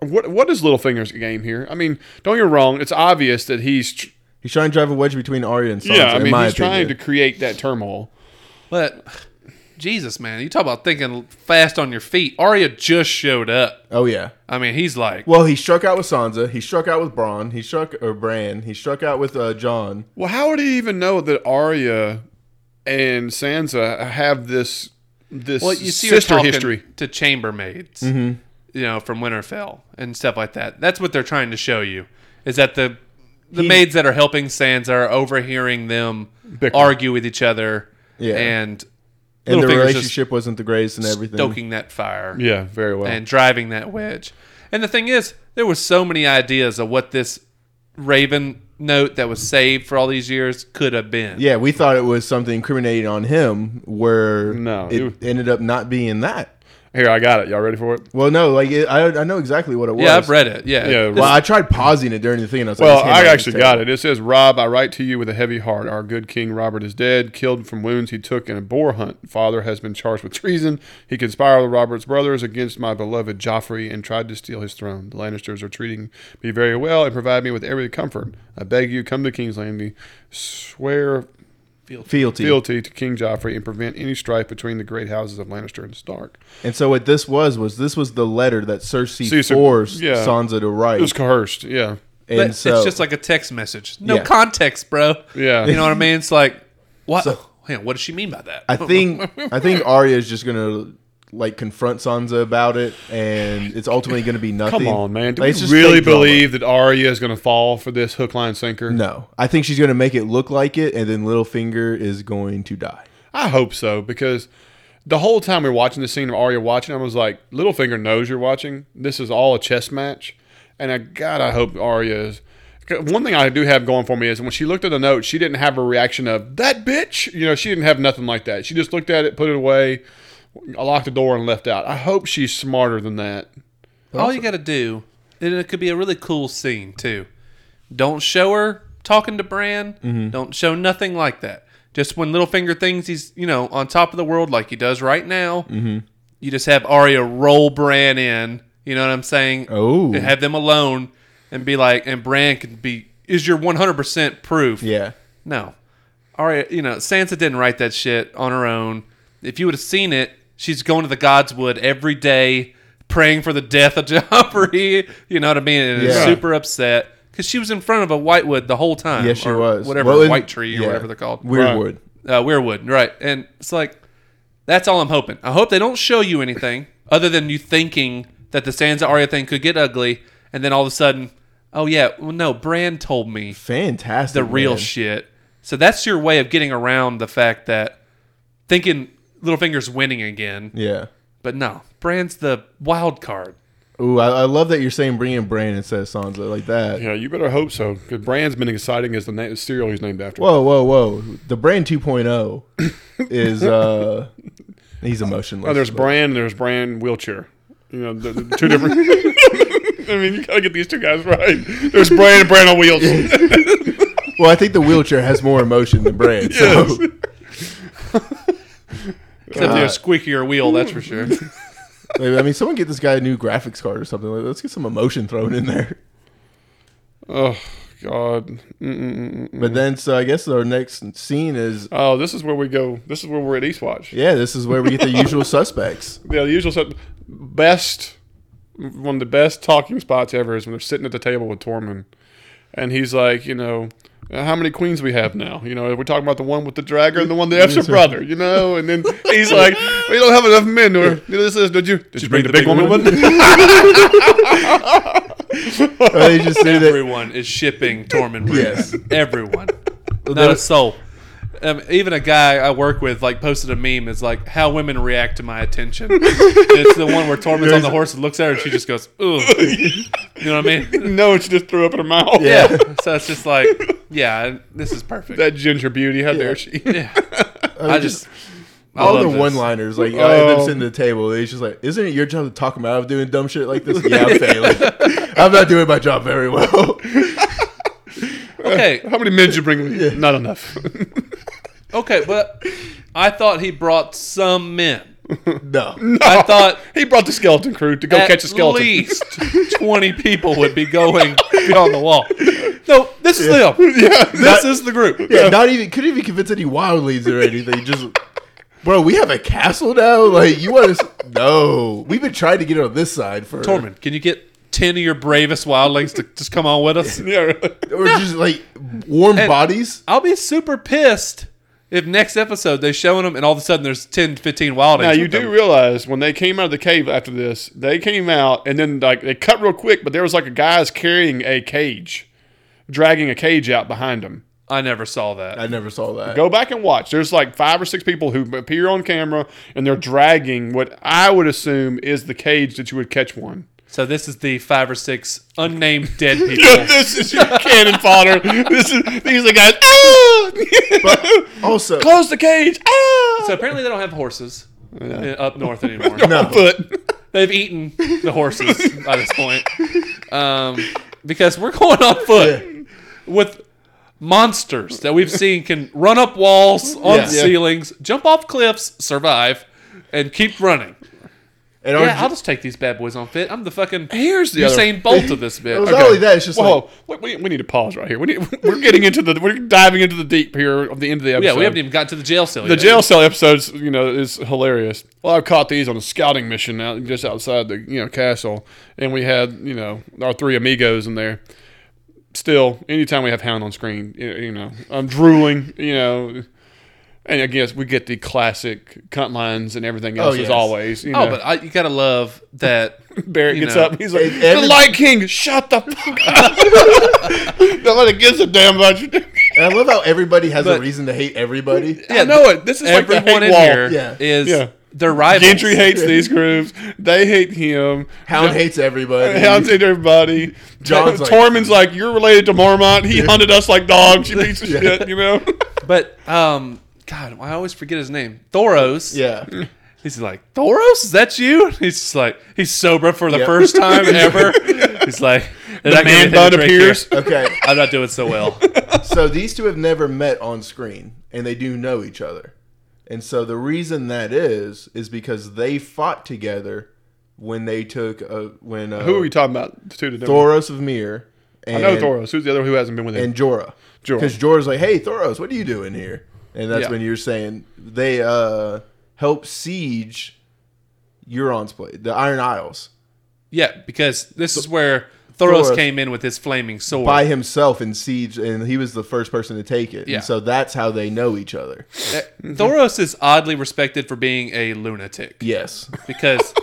A: what what is Littlefinger's game here? I mean, don't get me wrong. It's obvious that he's tr-
C: He's trying to drive a wedge between Arya and Sansa.
A: yeah. I
C: in
A: mean, he's
C: my opinion.
A: trying to create that turmoil.
B: But Jesus, man, you talk about thinking fast on your feet. Arya just showed up.
C: Oh yeah.
B: I mean, he's like,
C: Well, he struck out with Sansa. He struck out with Braun. He struck or Bran. He struck out with uh, John.
A: Well, how would he even know that Arya and Sansa have this this
B: well, you see her
A: sister
B: talking
A: history?
B: to chambermaids,
C: Mm-hmm.
B: you know, from Winterfell and stuff like that. That's what they're trying to show you is that the the maids that are helping Sansa are overhearing them
A: Bicker.
B: argue with each other,
C: Yeah.
B: and
C: And the
B: Littlefinger's just
C: relationship wasn't the greatest and everything.
B: stoking that fire.
A: Yeah, very well.
B: and driving that wedge. And the thing is, there were so many ideas of what this Raven note that was saved for all these years could have been.
C: Yeah, we thought it was something incriminating on him where
A: No,
C: it
A: it-
C: ended up not being that.
A: Here, I got it. Y'all ready for it?
C: Well, no, like it, I, I know exactly what it was.
B: Yeah, I've read it. Yeah.
A: Yeah,
C: Well, I tried pausing it during the thing, and I was
A: Well,
C: like,
A: I actually got it. It says, Rob, I write to you with a heavy heart. Our good King Robert is dead, killed from wounds he took in a boar hunt. Father has been charged with treason. He conspired with Robert's brothers against my beloved Joffrey and tried to steal his throne. The Lannisters are treating me very well and provide me with every comfort. I beg you, come to King's Landing. Swear
C: Fealty.
A: fealty to King Joffrey and prevent any strife between the great houses of Lannister and Stark.
C: And so what this was was this was the letter that Cersei,
A: Cersei-
C: forced
A: yeah.
C: Sansa to
A: It
C: write.
A: was coerced. Yeah.
C: and
B: But
C: so
B: it's just like a text message. No
C: Yeah.
B: context, bro.
A: Yeah.
B: You know what I mean? It's like what
C: So-
B: man, what does she mean by that? Oh,
C: I think I think Arya is just gonna like confront Sansa about it, and it's ultimately gonna be nothing.
A: Come on, man. Do
C: Like, it's
A: we
C: just
A: really
C: fake drama.
A: believe that Arya is going to fall for this hook, line, sinker?
C: No, I think she's gonna make it look like it, and then Littlefinger is going to die.
A: I hope so because the whole time we were watching the scene of Arya watching, I was like, Littlefinger knows you're watching. This is all a chess match, and I God, I hope Arya is. 'cause One thing I do have going for me is when she looked at the note, she didn't have a reaction of that bitch. You know, she didn't have nothing like that. She just looked at it, put it away, locked the door, and left out. I hope she's smarter than that.
B: All you got to do, and it could be a really cool scene too. Don't show her talking to Bran.
C: Mm-hmm.
B: Don't show nothing like that. Just when Littlefinger thinks he's, you know, on top of the world like he does right now,
C: Mm-hmm.
B: you just have Arya roll Bran in. You know what I'm saying?
C: Oh.
B: and have them alone and be like, and Bran can be is your 100 percent proof.
C: Yeah,
B: No. Arya, you know, Sansa didn't write that shit on her own. If you would have seen it, she's going to the Godswood every day, praying for the death of Joffrey. You know what I mean? And is
C: Yeah.
B: super upset because she was in front of a Whitewood the whole time.
C: yes, she
B: Um, or
C: was.
B: Whatever,
C: Well, in-
B: White Tree or
C: yeah.
B: whatever they're called.
C: Weirdwood.
A: Right.
B: Uh, Weirwood, right. And it's like, that's all I'm hoping. I hope they don't show you anything other than you thinking that the Sansa Arya thing could get ugly, and then all of a sudden, oh yeah, well no, Bran told me
C: Fantastic.
B: the real
C: man.
B: shit. So that's your way of getting around the fact that thinking Littlefinger's winning again,
C: Yeah.
B: but no, Bran's the wild card.
C: Ooh, I, I love that you're saying bringing Bran instead of Sansa like that.
A: Yeah, you better hope so because Bran's been exciting as the na- cereal he's named after.
C: Whoa, whoa, whoa! The Bran 2.0 is uh, he's emotionless.
A: Oh, there's
C: but-
A: brand and there's brand wheelchair. You know, the, the two different. I mean, you gotta get these two guys right. There's brand and brand on wheels.
C: Well, I think the wheelchair has more emotion than Bran. So Uh,
B: Except they're a squeakier wheel, that's for sure.
C: I mean, someone get this guy a new graphics card or something. Like, let's get some emotion thrown in there.
A: oh God. Mm. Mm-mm-mm-mm.
C: But then, so I guess our next scene is
A: Oh, this is where we go. This is where we're at Eastwatch. Yeah,
C: yeah, this is where we get the usual suspects.
A: the usual stuff. Best one of the best talking spots ever is when they're sitting at the table with Tormund, and he's like, you know. How many queens we have now? You know, we're talking about the one with the dragger and the one that F's her brother. You know, and then he's like, "We don't have enough men." Or this is, "Did you? Did, you bring, the, big, woman?" with?"
C: Or Uh, they just do that.
B: Everyone is shipping Tormund Bran.
C: Yes.
B: Everyone. Not a soul. Um, even a guy I work with like posted a meme. It's like how women react to my attention. it's the one where Tormund's on the horse and looks at her and she just goes, "Ugh." You know what I mean?
A: No, she just threw up in her mouth.
B: Yeah. so it's just like, yeah, this is perfect.
A: That ginger beauty, how dare she?
B: yeah. I just, I
C: All
B: love
C: the
B: this.
C: one-liners, like I have them
A: Oh.
C: sitting at the table. It's just like, isn't it your job to talk them out of doing dumb shit like this? yeah, I'm failing. I'm not doing my job very well.
B: Okay,
A: How many men did you bring with you? Not enough.
B: okay, but I thought he brought some men.
C: no,
B: I thought
A: he brought the skeleton crew to go
B: at
A: catch a skeleton.
B: least twenty people would be going beyond the wall. No, this is them.
A: Yeah,
B: This is the group.
C: yeah, not even couldn't even convince any wildlings or anything. Just, bro, we have a castle now. Like you want to? No, we've been trying to get on this side for
B: Tormund, can you get ten of your bravest wildlings to just come on with us?
A: yeah. really.
C: or just like warm bodies.
B: I'll be super pissed if next episode they're showing them and all of a sudden there's 10, 15 wildlings.
A: Now you
B: with
A: do
B: them.
A: realize when they came out of the cave after this, they came out and then like they cut real quick, but there was like a guy's carrying a cage, dragging a cage out behind him.
B: I never saw that.
C: I never saw that.
A: Go back and watch. There's like five or six people who appear on camera and they're dragging what I would assume is the cage that you would catch one.
B: So this is the five or six unnamed dead people.
A: this is your cannon fodder. This is these are the guys. Ah!
C: Also,
A: Close the cage. Ah!
B: so apparently they don't have horses. uh, up north anymore.
C: No.
A: Foot.
B: They've eaten the horses by this point. Um, because we're going on foot with monsters that we've seen can run up walls, on
C: Yeah.
B: ceilings, jump off cliffs, survive, and keep running.
C: And
B: Yeah,
C: our,
B: I'll just take these bad boys on fit. I'm the fucking
A: Here's the other.
B: Usain Bolt of this
C: it was
B: bitch.
C: not only that. It's just like
A: Whoa, wait, we, we need to pause right here. We need, we're getting into the we're diving into the deep here of the end of the episode.
B: Yeah, we haven't even got to the jail cell
A: the
B: yet.
A: jail cell episodes, you know, is hilarious. Well, I caught these on a scouting mission out just outside the you know castle, and we had you know our three amigos in there. Still, anytime we have Hound on screen, you you know, I'm drooling, you know. And I guess we get the classic cut lines and everything else as
C: yes.
A: always. You know.
B: Oh, but I, you gotta love that.
A: Barrett
B: you
A: gets
B: know.
A: up. He's like,
C: It- every-
A: "The Light King, shut the fuck up." Nobody gives a damn about you.
C: And I love how everybody has a
B: But-
C: reason to hate everybody.
A: I know it. This is like
B: Everyone
A: the hate
B: in
A: wall.
B: here
C: Yeah.
B: is
A: Yeah.
B: their rivals.
A: Gentry hates these groups. They hate him.
C: Hound hates everybody.
A: Hounds hate everybody.
C: John's like-
A: Tormund's like, you're related to Marmot. He hunted us like dogs. You piece of shit. You know.
B: But um, God, I always forget his name. Thoros.
C: yeah.
B: He's like, Thoros, is that you? He's just like, he's sober for the
C: Yep.
B: first time ever. He's like, "Did I get
A: man
B: anything to
A: bun
B: drink here?"
A: appears.
C: Okay.
B: I'm not doing so well.
C: so these two have never met on screen and they do know each other and so the reason that is is because they fought together when they took uh, when uh,
A: Who are we talking about? The two to Thor-
C: thoros of Mir
A: I
C: and,
A: know Thoros. Who's the other one who hasn't been with him?
C: and jorah
A: Jorah.
C: because jorah's like hey thoros what are you doing here and that's
A: Yeah.
C: when you're saying they uh help siege euron's place the iron isles
B: Yeah, because this is where Thoros,
C: Thoros-
B: came in with his flaming sword.
C: by himself and siege and he was the first person to take it
B: Yeah.
C: and so that's how they know each other
B: Uh, Thoros is oddly respected for being a lunatic.
C: yes
B: because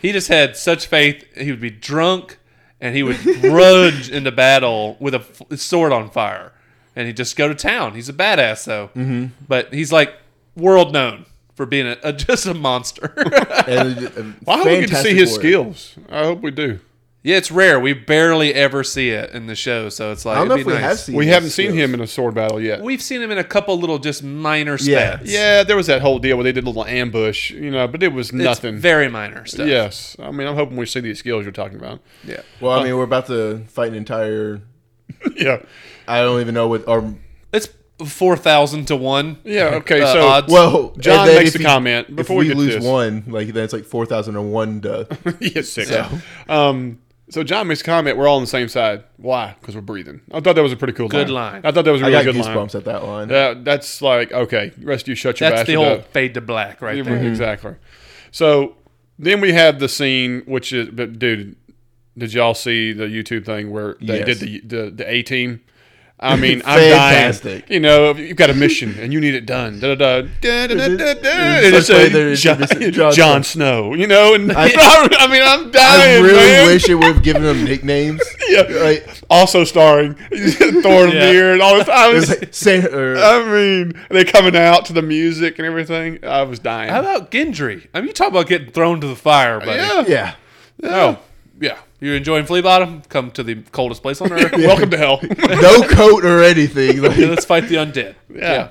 B: he just had such faith. He would be drunk and he would run into battle with a f- sword on fire, and he'd just go to town. He's a badass, though. Mm-hmm. But he's like world known for being a, a just a monster.
C: and uh,
A: Well, I hope we get to see
C: fantastic
A: his
C: warrior.
A: skills. I hope we do.
B: yeah, it's rare. We barely ever see it in the show, so it's like
C: I don't know
B: it'd
C: if
B: be
C: we
B: nice.
C: have seen.
A: We
C: his
A: haven't seen
C: skills.
A: him in a sword battle yet.
B: We've seen him in a couple little just minor
C: Yeah.
B: spats.
A: Yeah, there was that whole deal where they did a little ambush, you know, but it was
B: It's
A: nothing.
B: very minor stuff.
A: yes, I mean, I'm hoping we see these skills you're talking about.
B: yeah.
C: Well, I mean, we're about to fight an entire.
A: yeah,
C: I don't even know what. Or
B: It's four thousand to one.
A: yeah. Okay,
B: Uh,
A: so
B: odds.
C: well,
A: John
C: and then
A: makes
C: if
A: the
C: you-
A: comment
C: if
A: before we get
C: lose
A: this.
C: one, like then it's like four thousand and one to.
A: yes, six. Um, so John makes a comment. We're all on the same side. Why? Because we're breathing. I thought that was a pretty cool
B: Good
A: line.
B: line.
A: I thought that was a
C: I
A: really
C: got
A: good
C: goosebumps
A: line.
C: at that line.
A: That, that's like okay. Rest you shut your
B: That's the
A: bastard
B: whole
A: up.
B: fade to black right
C: Mm-hmm.
B: there.
A: Exactly. So then we have the scene, which is, but dude, did y'all see the YouTube thing where they did
C: Yes.
A: the the, the A team? I mean, I'm dying.
C: Fantastic.
A: You know, you've got a mission and you need it done. Da, da, da, da, da, da, da, da.
C: And
A: And it's
C: that's why
A: a
C: there's
A: John,
C: Mr. John
A: John Snow, you know, and I,
C: I-
A: mean, I'm dying.
C: I really
A: man.
C: wish it would have given them nicknames.
A: Yeah.
C: Like,
A: Also starring Thornbeer and all this. I
C: it
A: was,
C: was like say, or,
A: I mean, they coming out to the music and everything. I was dying.
B: How about Gendry? I mean, you talk about getting thrown to the fire, buddy.
A: yeah.
C: yeah.
A: Oh, yeah.
B: You're enjoying Flea Bottom? Come to the coldest place on earth.
A: Welcome to hell.
C: No coat or anything.
B: Yeah,
C: Like,
B: Let's fight the undead.
A: yeah.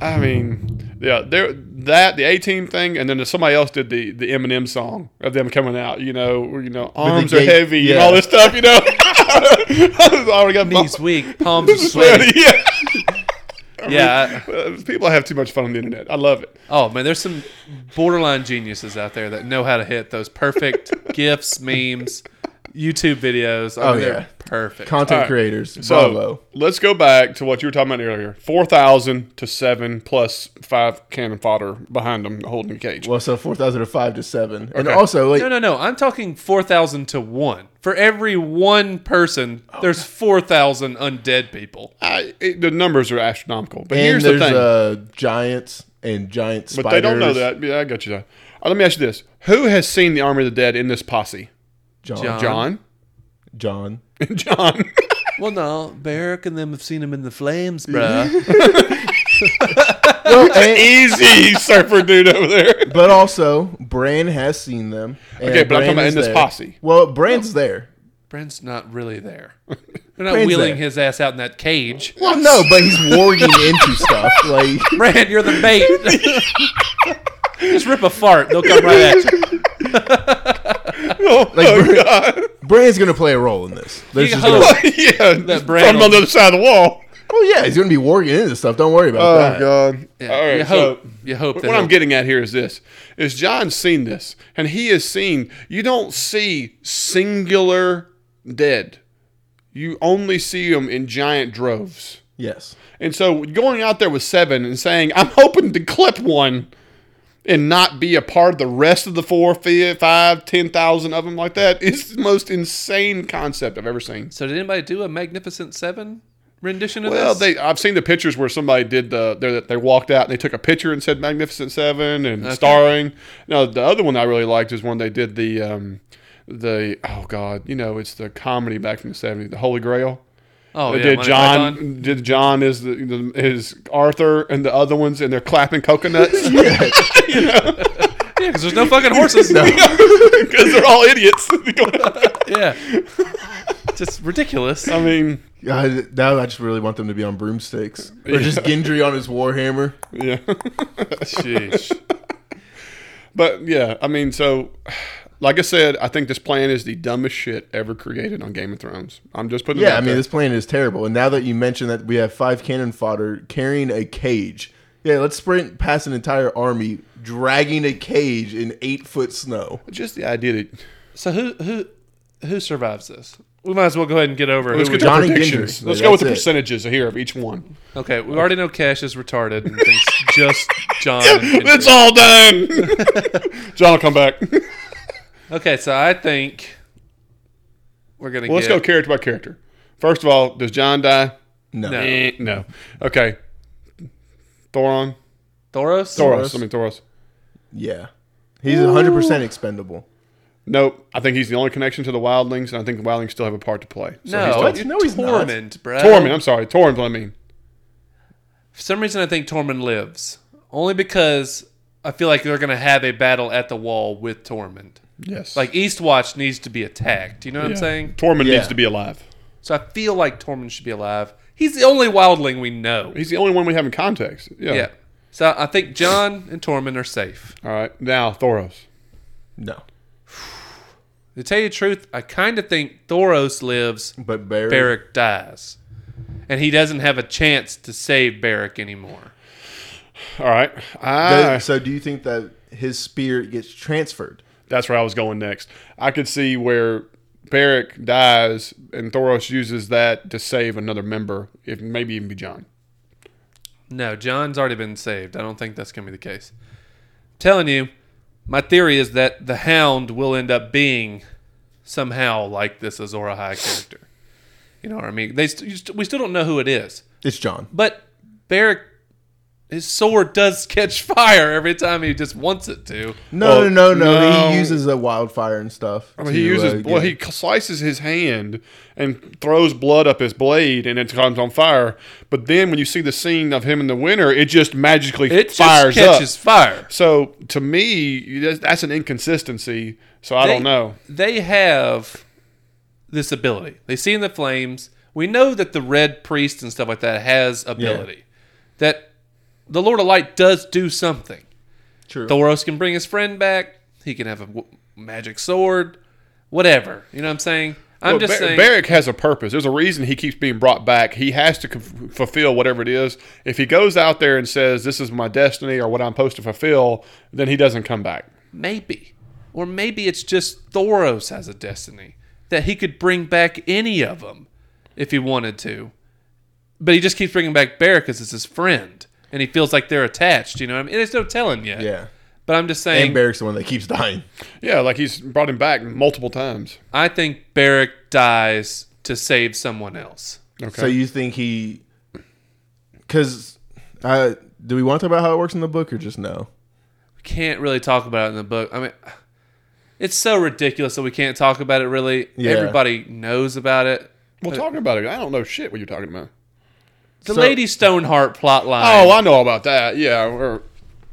A: I mean, yeah, there that the A team thing, and then somebody else did the the Eminem song of them coming out. You know, where, you know, arms are
C: gate-
A: heavy and
C: yeah.
A: all this stuff. You know, I was already got
B: Knees weak, palms are sweaty.
A: sweaty. Yeah.
B: Yeah. I-
A: Uh, People have too much fun on the internet. I love it.
B: oh man, there's some borderline geniuses out there that know how to hit those perfect gifs, memes, YouTube videos. I
C: Oh,
B: mean,
C: yeah.
B: they're perfect.
C: content
A: right.
C: creators.
A: So
C: Bravo.
A: let's go back to what you were talking about earlier: four thousand to seven plus five cannon fodder behind them holding the cage.
C: Well, so four thousand to five to seven, and
A: Okay.
C: also like
B: no, no, no. I'm talking 4,000 to 1. For every one person,
C: Oh,
B: there's 4,000 undead people.
A: I, it, the numbers are astronomical. But
C: and
A: here's the
C: there's
A: thing:
C: uh, giants and giant spiders.
A: But they don't know that. Yeah, I got you. John. Uh, let me ask you this: Who has seen the Army of the Dead in this posse?
C: John.
B: John.
A: John.
C: John.
A: John.
B: Well, no, Barrack and them have seen him in the flames, bruh.
A: Easy surfer dude over there.
C: But also, Bran has seen them. and
A: Okay, but I'm talking about
C: is
A: in this
C: there.
A: posse.
C: Well, Bran's there.
B: Brent's not really there. They're not
C: Brent's
B: wheeling
C: there.
B: his ass out in that cage.
C: Well, no, but he's warging into stuff. Like,
B: Brent, you're the bait. Just rip a fart. They'll come right at you.
A: Oh,
C: Like,
A: my
C: Bran-
A: God.
C: Brand's gonna play a role in this. There's
B: You
C: just
B: hope.
C: gonna,
A: yeah, that
B: brand
A: from on the other side of the wall.
C: oh yeah, he's gonna be warging into this stuff. Don't worry about that.
A: Oh, God!
B: Yeah,
A: All right,
B: you
A: so-
B: hope. you hope. that
A: what I'm
B: he'll-
A: getting at here is this: is John's seen this, and he has seen. You don't see singular dead. You only see them in giant droves.
C: Yes.
A: And so going out there with seven and saying, "I'm hoping to clip one." And not be a part of the rest of the four, fi- five, ten thousand of them like that is the most insane concept I've ever seen.
B: So did anybody do a Magnificent Seven rendition of
A: Well,
B: this?
A: they I've seen the pictures where somebody did the they they walked out and they took a picture and said Magnificent Seven and starring. Now the other one I really liked is when they did the um, the oh god you know it's the comedy back from the seventies the Holy Grail.
B: oh,
A: They
B: yeah,
A: did
B: Monty
A: John
B: Python?
A: did John is the, the is Arthur and the other ones and they're clapping coconuts
B: Yeah, because there's no fucking horses.
A: because they're all idiots.
B: Yeah, just ridiculous.
A: I mean
C: God, now I just really want them to be on broomsticks or just Gendry on his warhammer.
A: yeah.
B: Sheesh.
A: But yeah, I mean, so like I said, I think this plan is the dumbest shit ever created on Game of Thrones. I'm just putting. it
C: Yeah,
A: out
C: I mean
A: there.
C: this plan is terrible. And now that you mentioned that we have five cannon fodder carrying a cage, yeah, let's sprint past an entire army dragging a cage in eight foot snow.
A: just the idea that
B: So who who who survives this? We might as well go ahead and get over.
A: let's
B: who
A: get
B: we-
A: to our
C: Johnny
A: predictions.
C: Gendry.
A: Let's go with the
C: That's it.
A: percentages here of each one.
B: okay, we already know Cash is retarded and thinks just John. and Kendrick.
A: It's all done. John will come back. Well,
B: Okay, so I think we're gonna
A: let's
B: get.
A: go character by character. First of all, does John die?
C: No.
B: No.
A: Eh, no. Okay. Thoron.
B: Thoros.
A: Thoros. I mean Thoros.
C: Yeah. He's hundred percent expendable.
A: Nope. I think he's the only connection to the Wildlings, and I think the Wildlings still have a part to play. So
B: No,
C: What?
B: it's
C: No, he's not.
B: Tormund, bro.
A: Tormund. I'm sorry. Tormund. I mean.
B: For some reason, I think Tormund lives only because I feel like they're gonna have a battle at the wall with Tormund.
A: Yes.
B: Like Eastwatch needs to be attacked. You know what I'm
A: Yeah.
B: saying?
A: Tormund
C: Yeah.
A: needs to be alive.
B: So I feel like Tormund should be alive. He's the only wildling we know.
A: He's the only one we have in context. Yeah.
B: Yeah. So I think John and Tormund are safe.
A: All right. Now Thoros.
C: No.
B: To tell you the truth, I kind of think Thoros lives,
C: But Barry
B: Barrick dies. And he doesn't have a chance to save Barrick anymore.
A: All right. I, Ah.
C: Does- so do you think that his spear gets transferred?
A: that's where I was going next. I could see where Beric dies and Thoros uses that to save another member, if maybe even be John.
B: No, John's already been saved. I don't think that's going to be the case. telling you, my theory is that the Hound will end up being somehow like this Azor High character. You know what I mean? They st- you st- we still don't know who it is.
C: It's John.
B: But Barrick, his sword does catch fire every time he just wants it to.
C: No,
A: Well,
C: no, no, no.
A: no.
C: He uses a wildfire and stuff. uh,
A: I mean, he uses
B: uh,
A: well, he slices his hand and throws blood up his blade, and it comes on fire. But then when you see the scene of him in the winter, it just magically
B: It just
A: fires
B: catches
A: up.
B: fire.
A: So to me, that's- that's an inconsistency. So I
B: They-
A: don't know.
B: They have this ability. They see in the flames. We know that the red priest and stuff like that has ability. That the Lord of Light does do something.
C: True.
B: Thoros can bring his friend back. He can have a w- magic sword. Whatever. You know what I'm saying? I'm
A: Well,
B: just
A: Bar-
B: saying.
A: Barrick has a purpose. There's a reason he keeps being brought back. He has to conf- fulfill whatever it is. If he goes out there and says, "This is my destiny" or what I'm supposed to fulfill, then he doesn't come back.
B: Maybe. Or maybe it's just Thoros has a destiny that he could bring back any of them if he wanted to. But he just keeps bringing back Barrick because it's his friend. And he feels like they're attached. You know what I mean? There's no telling yet.
C: yeah.
B: But I'm just
C: And
B: saying,
C: Barrick's the one that keeps dying.
A: Yeah, like he's brought him back multiple times.
B: I think Barrick dies to save someone else.
A: Okay.
C: So you think he? Because uh, do we want to talk about how it works in the book or just no?
B: Can't really talk about it in the book. I mean, it's so ridiculous that we can't talk about it really.
C: Yeah.
B: Everybody knows about it.
A: well, talking about it, I don't know shit what you're talking about.
B: The
C: So-
B: Lady Stoneheart plot line.
A: Oh, I know all about that. Yeah, we're-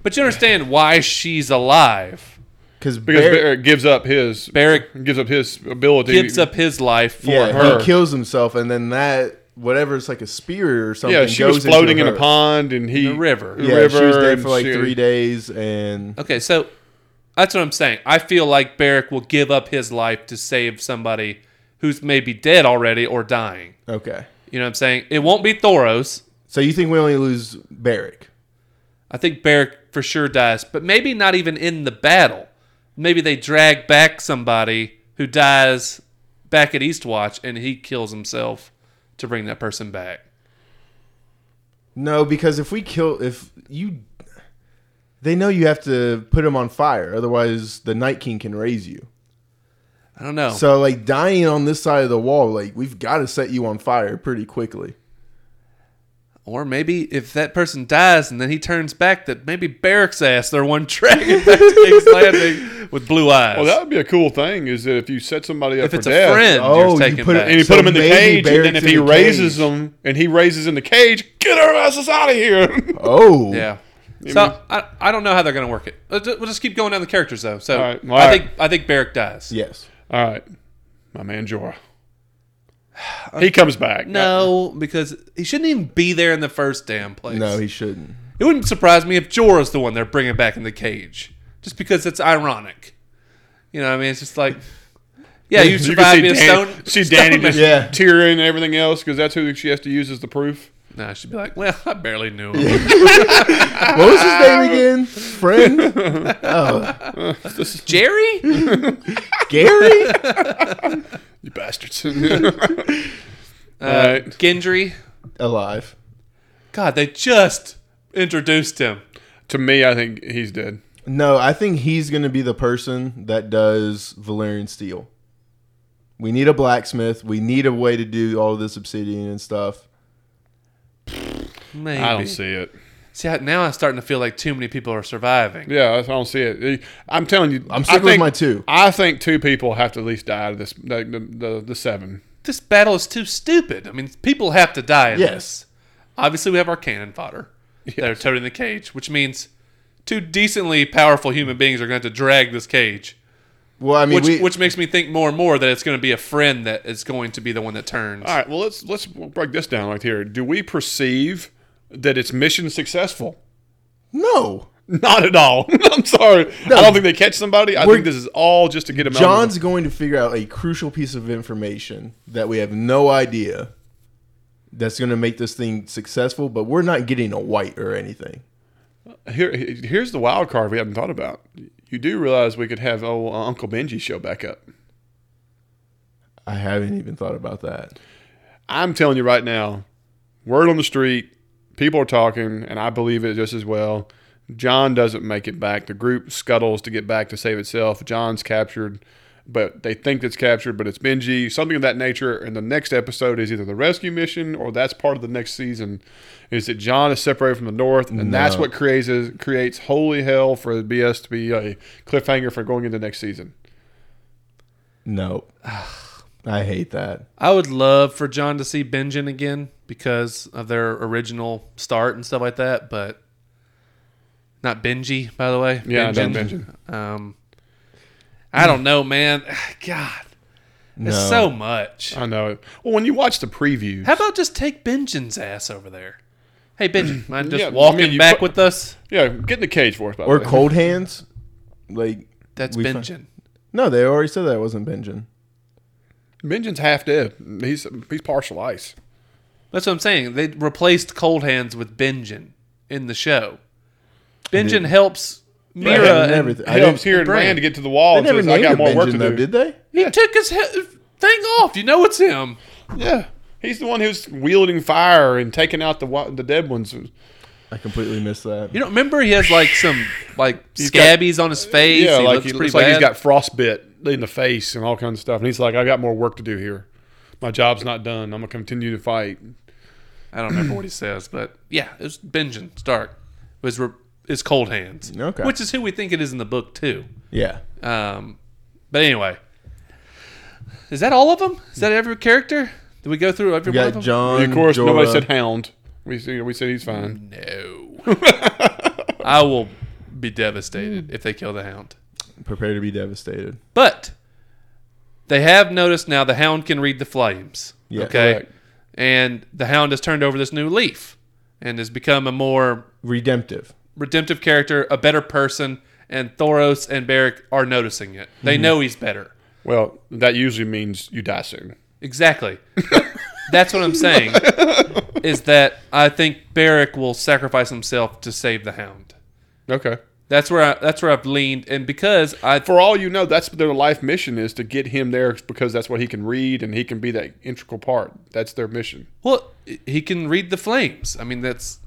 B: But you understand why she's alive.
C: Because
A: because Barrick,
C: Barrick,
A: gives up his
B: Barrick
A: gives up his ability.
B: gives up his life for
C: yeah,
B: her.
C: he kills himself, and then that whatever it's like a spear or something.
A: yeah, she
C: goes
A: was floating in
C: into
A: a
C: her.
A: pond, and he
B: The river.
A: the
C: Yeah,
A: river,
C: she was there
A: and
C: for like
A: she-
C: three days, and
B: Okay, so that's what I'm saying. I feel like Barrick will give up his life to save somebody who's maybe dead already or dying.
C: okay.
B: You know what I'm saying? It won't be Thoros.
C: So you think we only lose Barrick?
B: I think Barrick for sure dies, but maybe not even in the battle. Maybe they drag back somebody who dies back at Eastwatch and he kills himself to bring that person back.
C: No, because if we kill, if you, they know you have to put him on fire, otherwise the Night King can raise you.
B: I don't know.
C: So like dying on this side of the wall, like we've got to set you on fire pretty quickly.
B: Or maybe if that person dies and then he turns back, that maybe Barrick's ass their one dragon back to King's Landing with blue eyes.
A: Well, that would be a cool thing. Is that if you set somebody up
B: if
A: for
B: it's a
A: death,
B: friend,
C: Oh,
B: you're
C: you
B: taking
C: put it
B: back.
A: and he
C: So
A: put him in the
C: maybe
A: cage, and then
C: Barrett's
A: if
C: in
A: he
C: the
A: raises
C: cage.
A: him and he raises in the cage, get our asses out of here.
C: Oh,
B: yeah. So I, I don't know how they're going to work it. Let's ju- We'll just keep going down the characters though. So
A: All right. Well,
B: I
A: all
B: think I think Barrick dies.
C: yes.
A: All right, my man Jorah. He comes back.
B: No, because he shouldn't even be there in the first damn place.
C: No, he shouldn't.
B: it wouldn't surprise me if Jorah's the one they're bringing back in the cage, just because it's ironic. You know, what I mean, it's just like, yeah, you
A: You can
B: survived being a
A: see, Dan-
B: stone.
A: see Danny
B: stone
A: just
B: man.
C: Yeah.
A: tearing and everything else because that's who she has to use as the proof.
B: No, she'd be like, well, I barely knew him.
C: What was his name again? Friend
B: Jerry?
C: Gary.
A: You bastards! All right.
B: Uh, Gendry?
C: Alive.
B: God, they just introduced him.
A: To me, I think he's dead.
C: No, I think he's going to be the person that does Valyrian steel. We need a blacksmith. We need a way to do all this obsidian and stuff.
B: Maybe.
A: I don't see it.
B: See, I- now I'm starting to feel like too many people are surviving.
A: Yeah, that's- I don't see it. I'm telling you,
C: I'm
A: I
C: sticking
A: think,
C: with my two.
A: I think two people have to at least die to this. The, the, the, the seven.
B: This battle is too stupid. I mean, people have to die in
C: Yes.
B: this. Obviously, we have our cannon fodder that are towed in the cage, which means two decently powerful human beings are going to have to drag this cage.
C: Well, I mean,
B: Which,
C: we,
B: which makes me think more and more that it's going to be a friend that is going to be the one that turns.
A: All right. Well, let's let's break this down right here. Do we perceive that it's mission successful?
C: no.
A: Not at all. I'm sorry. I don't think they catch somebody. I
C: We're-
A: think this is all just to get him. out of the-
C: John's going to figure out a crucial piece of information that we have no idea that's going to make this thing successful, but we're not getting a white or anything.
A: Here, here's the wild card we haven't thought about. You do realize we could have old Uncle Benji show back up.
C: I haven't even thought about that.
A: I'm telling you right now, word on the street, people are talking, and I believe it just as well. John doesn't make it back. The group scuttles to get back to save itself. John's captured, but they think it's captured, but it's Benji, something of that nature. And the next episode is either the rescue mission or that's part of the next season. Is that John is separated from the North, and that's
C: No.
A: what creates creates holy hell for the BS to be a cliffhanger for going into next season.
C: No. I hate that.
B: I would love for John to see Benjen again because of their original start and stuff like that, but not Benji, by the way.
A: Yeah, I know Benjen.
B: Um, I don't know, man. God, it's
C: No.
B: so much.
A: I know. Well, when you watch the preview,
B: How about just take Benjen's ass over there? Hey, Benjen, mind just
A: Yeah, I
B: walking
A: mean, you
B: back
A: put-
B: with us?
A: yeah, get in the cage for us. By the
C: Or
A: way.
C: cold hands. Like,
B: That's
C: We fin-
B: Benjen.
C: no, they already said that wasn't Benjamin.
A: Benjen's half dead. He's he's partial ice.
B: That's what I'm saying. They replaced Cold Hands with Benjen in the show. Benjen helps Mira
A: Yeah, and
B: and
C: everything. I
A: He helps
C: didn't,
A: here and
B: Brand.
A: ran to get to the wall
C: they
A: and
C: never
A: says, "I
C: named
A: got
C: him
A: more work
C: Benjamin,
A: to
C: though,
A: do."
C: did they?
B: He took his he- thing off. You know it's him.
A: Yeah, he's the one who's wielding fire and taking out the wa- the dead ones.
C: I completely missed that.
B: You don't remember he has like some like
A: got-
B: scabbies on his face.
A: Yeah,
B: he
A: like
B: looks
A: he
B: pretty
A: looks like he's
B: bad.
A: got frostbit in the face and all kinds of stuff. And he's like, "I got more work to do here. My job's not done. I'm gonna continue to fight."
B: I don't remember what he says, but yeah, it was Benjamin Stark was re- is cold hands.
C: Okay.
B: which is who we think it is in the book too.
C: yeah.
B: Um, but anyway, is that all of them? Is that every character? Did we go through every
C: We
B: one of
C: got
B: them?
C: John.
A: And of course, nobody
C: Jorah.
A: said hound. We see- we said he's fine.
B: No, I will be devastated if they kill the Hound.
C: prepare to be devastated.
B: But they have noticed now the hound can read the flames.
C: Yeah,
B: okay.
A: correct.
B: and the Hound has turned over this new leaf and has become a more
C: Redemptive.
B: redemptive character, a better person, and Thoros and Beric are noticing it. They know he's better.
A: Well, that usually means you die soon.
B: Exactly. That's what I'm saying. is that I think Beric will sacrifice himself to save the Hound.
A: Okay.
B: That's where I, that's where I've leaned, and because I
A: For all you know, that's what their life mission is to get him there because that's what he can read and he can be that integral part. That's their mission.
B: well, he can read the flames. I mean, that's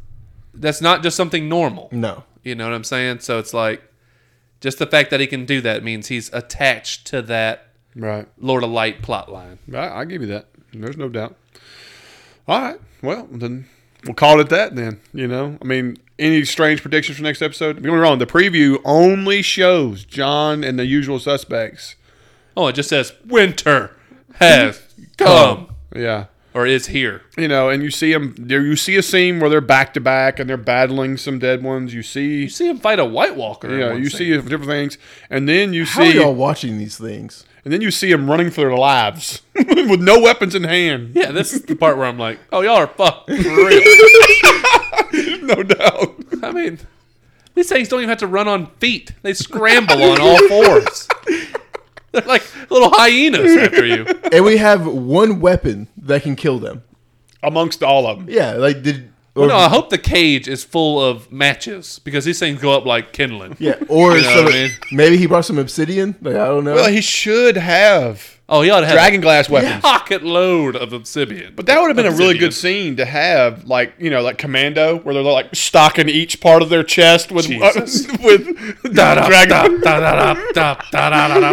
B: that's not just something normal.
C: No.
B: You know what I'm saying? So it's like just the fact that he can do that means he's attached to that
A: Right.
B: Lord of Light plot line.
A: I, I give you that. There's no doubt. All right. Well, then we'll call it that then. You know, I mean, any strange predictions for next episode? Don't get me wrong. The preview only shows John and the usual suspects.
B: Oh, it just says winter has come
A: Yeah.
B: or is here.
A: You know, and you see them. You see a scene where they're back to back and they're battling some dead ones. You see,
B: You see him fight a White Walker. in
A: yeah,
B: one
A: you
B: scene.
A: see different things, and then you
C: How are
A: see
C: y'all watching these things?
A: And then you see them running for their lives with no weapons in hand.
B: Yeah, this is the part where I'm like, oh, y'all are fucked. For real.
A: No doubt.
B: I mean, these things don't even have to run on feet. They scramble on all fours. They're like little hyenas after you.
C: and we have one weapon that can kill them.
A: Amongst all of them.
C: Yeah, like did or,
B: No, I hope the cage is full of matches because these things go up like kindling.
C: yeah, or
B: You know
C: some-
B: what I mean?
C: maybe he brought some obsidian. Like I don't know.
A: Well, he should have
B: Oh, y'all have
A: dragon glass weapons.
B: a pocket load of obsidian.
A: But that would have been a really good scene to have, like you know, like Commando, where they're like stocking each part of their chest with
B: Jesus.
A: with
B: Dragon.
A: dragon,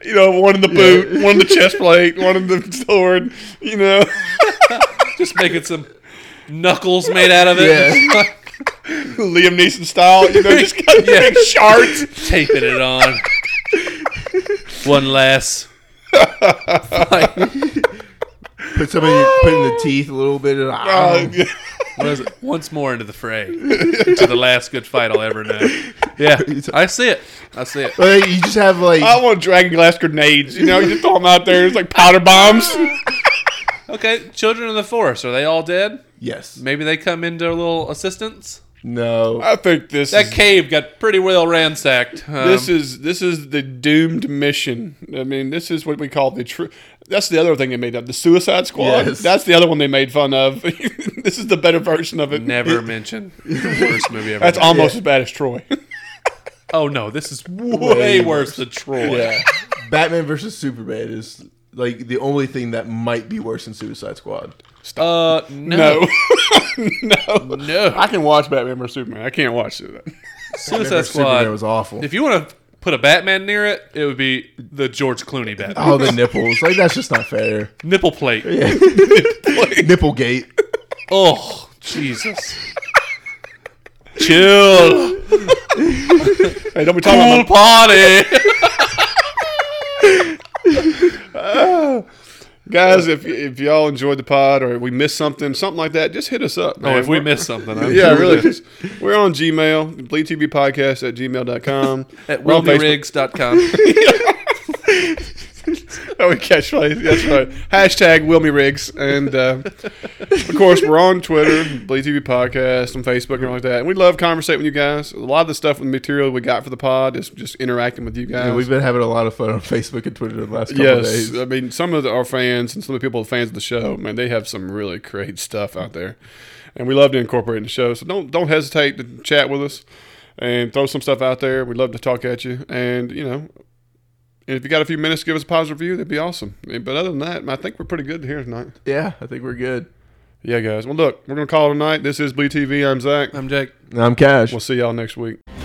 A: you know, one in the boot, one in the chest plate, one in the sword, you know.
B: Just making some knuckles made out of it.
C: Yeah.
A: Liam Neeson style, you know, just got
B: Yeah.
A: big shards.
B: taping it on. One last.
C: put somebody put in the teeth a little bit. And,
A: Uh,
B: Oh.
C: ah,
A: Oh! yeah.
B: What is it? Once more into the fray, to the last good fight I'll ever know. Yeah, I see it. I see it.
C: Like, you just have like
A: I want dragon glass grenades, you know, you just throw them out there, it's like powder bombs.
B: Okay, children of the forest. Are they all dead?
C: yes,
B: Maybe they come into a little assistance.
C: no.
A: I think this
B: That
A: is,
B: cave got pretty well ransacked. Um,
A: this is this is the doomed mission. I mean, this is what we call the true. That's the other thing they made up, the Suicide Squad.
C: Yes.
A: That's the other one they made fun of. this is the better version of it.
B: never mentioned. The worst movie ever.
A: That's
B: made.
A: almost as bad as Troy.
B: Oh no, this is way worse than Troy.
C: Yeah, Batman versus Superman is like the only thing that might be worse than Suicide Squad.
B: Uh, no,
A: no, no.
B: no.
A: I can watch Batman vs Superman. I can't watch it.
B: Suicide
C: Batman versus Superman was
B: Squad.
C: awful.
B: If you want to put a Batman near it, it would be the George Clooney Batman.
C: Oh, the nipples! Like that's just not fair.
B: Nipple plate.
C: Nipplegate.
B: Oh, Jesus. Chill.
A: Hey, don't be talking
B: Pool
A: about.
B: party.
A: Guys, if, if y'all enjoyed the pod or we missed something, something like that, just hit us up.
B: Oh,
A: man.
B: if we
A: We're-
B: miss something, I'm
A: Yeah,
B: sure
A: really.
B: we did.
A: Just, we're on Gmail, bleedtvpodcast at gmail.com.
B: At
A: We're on Facebook.
B: WilbyRigs.com.
A: Oh, we catch plays. That's right. Hashtag Wilmy Riggs. And, uh, of course, we're on Twitter, Bleed TV Podcast, on Facebook, and all like that. And we love conversating with you guys. A lot of the stuff and material we got for the pod is just interacting with you guys.
C: Yeah, we've been having a lot of fun on Facebook and Twitter the last couple
A: yes,
C: days.
A: I mean some of the, our fans and some of the people, fans of the show, man, they have some really great stuff out there, and we love to incorporate in the show. So don't don't hesitate to chat with us and throw some stuff out there. We'd love to talk at you, and you know, if you got a few minutes, give us a positive review. That'd be awesome. But other than that, I think we're pretty good here tonight.
C: Yeah, I think we're good.
A: Yeah, guys. Well, look, we're gonna call it a night. This is Blue TV. I'm Zach.
B: I'm Jake.
C: I'm Cash.
A: We'll see y'all next week.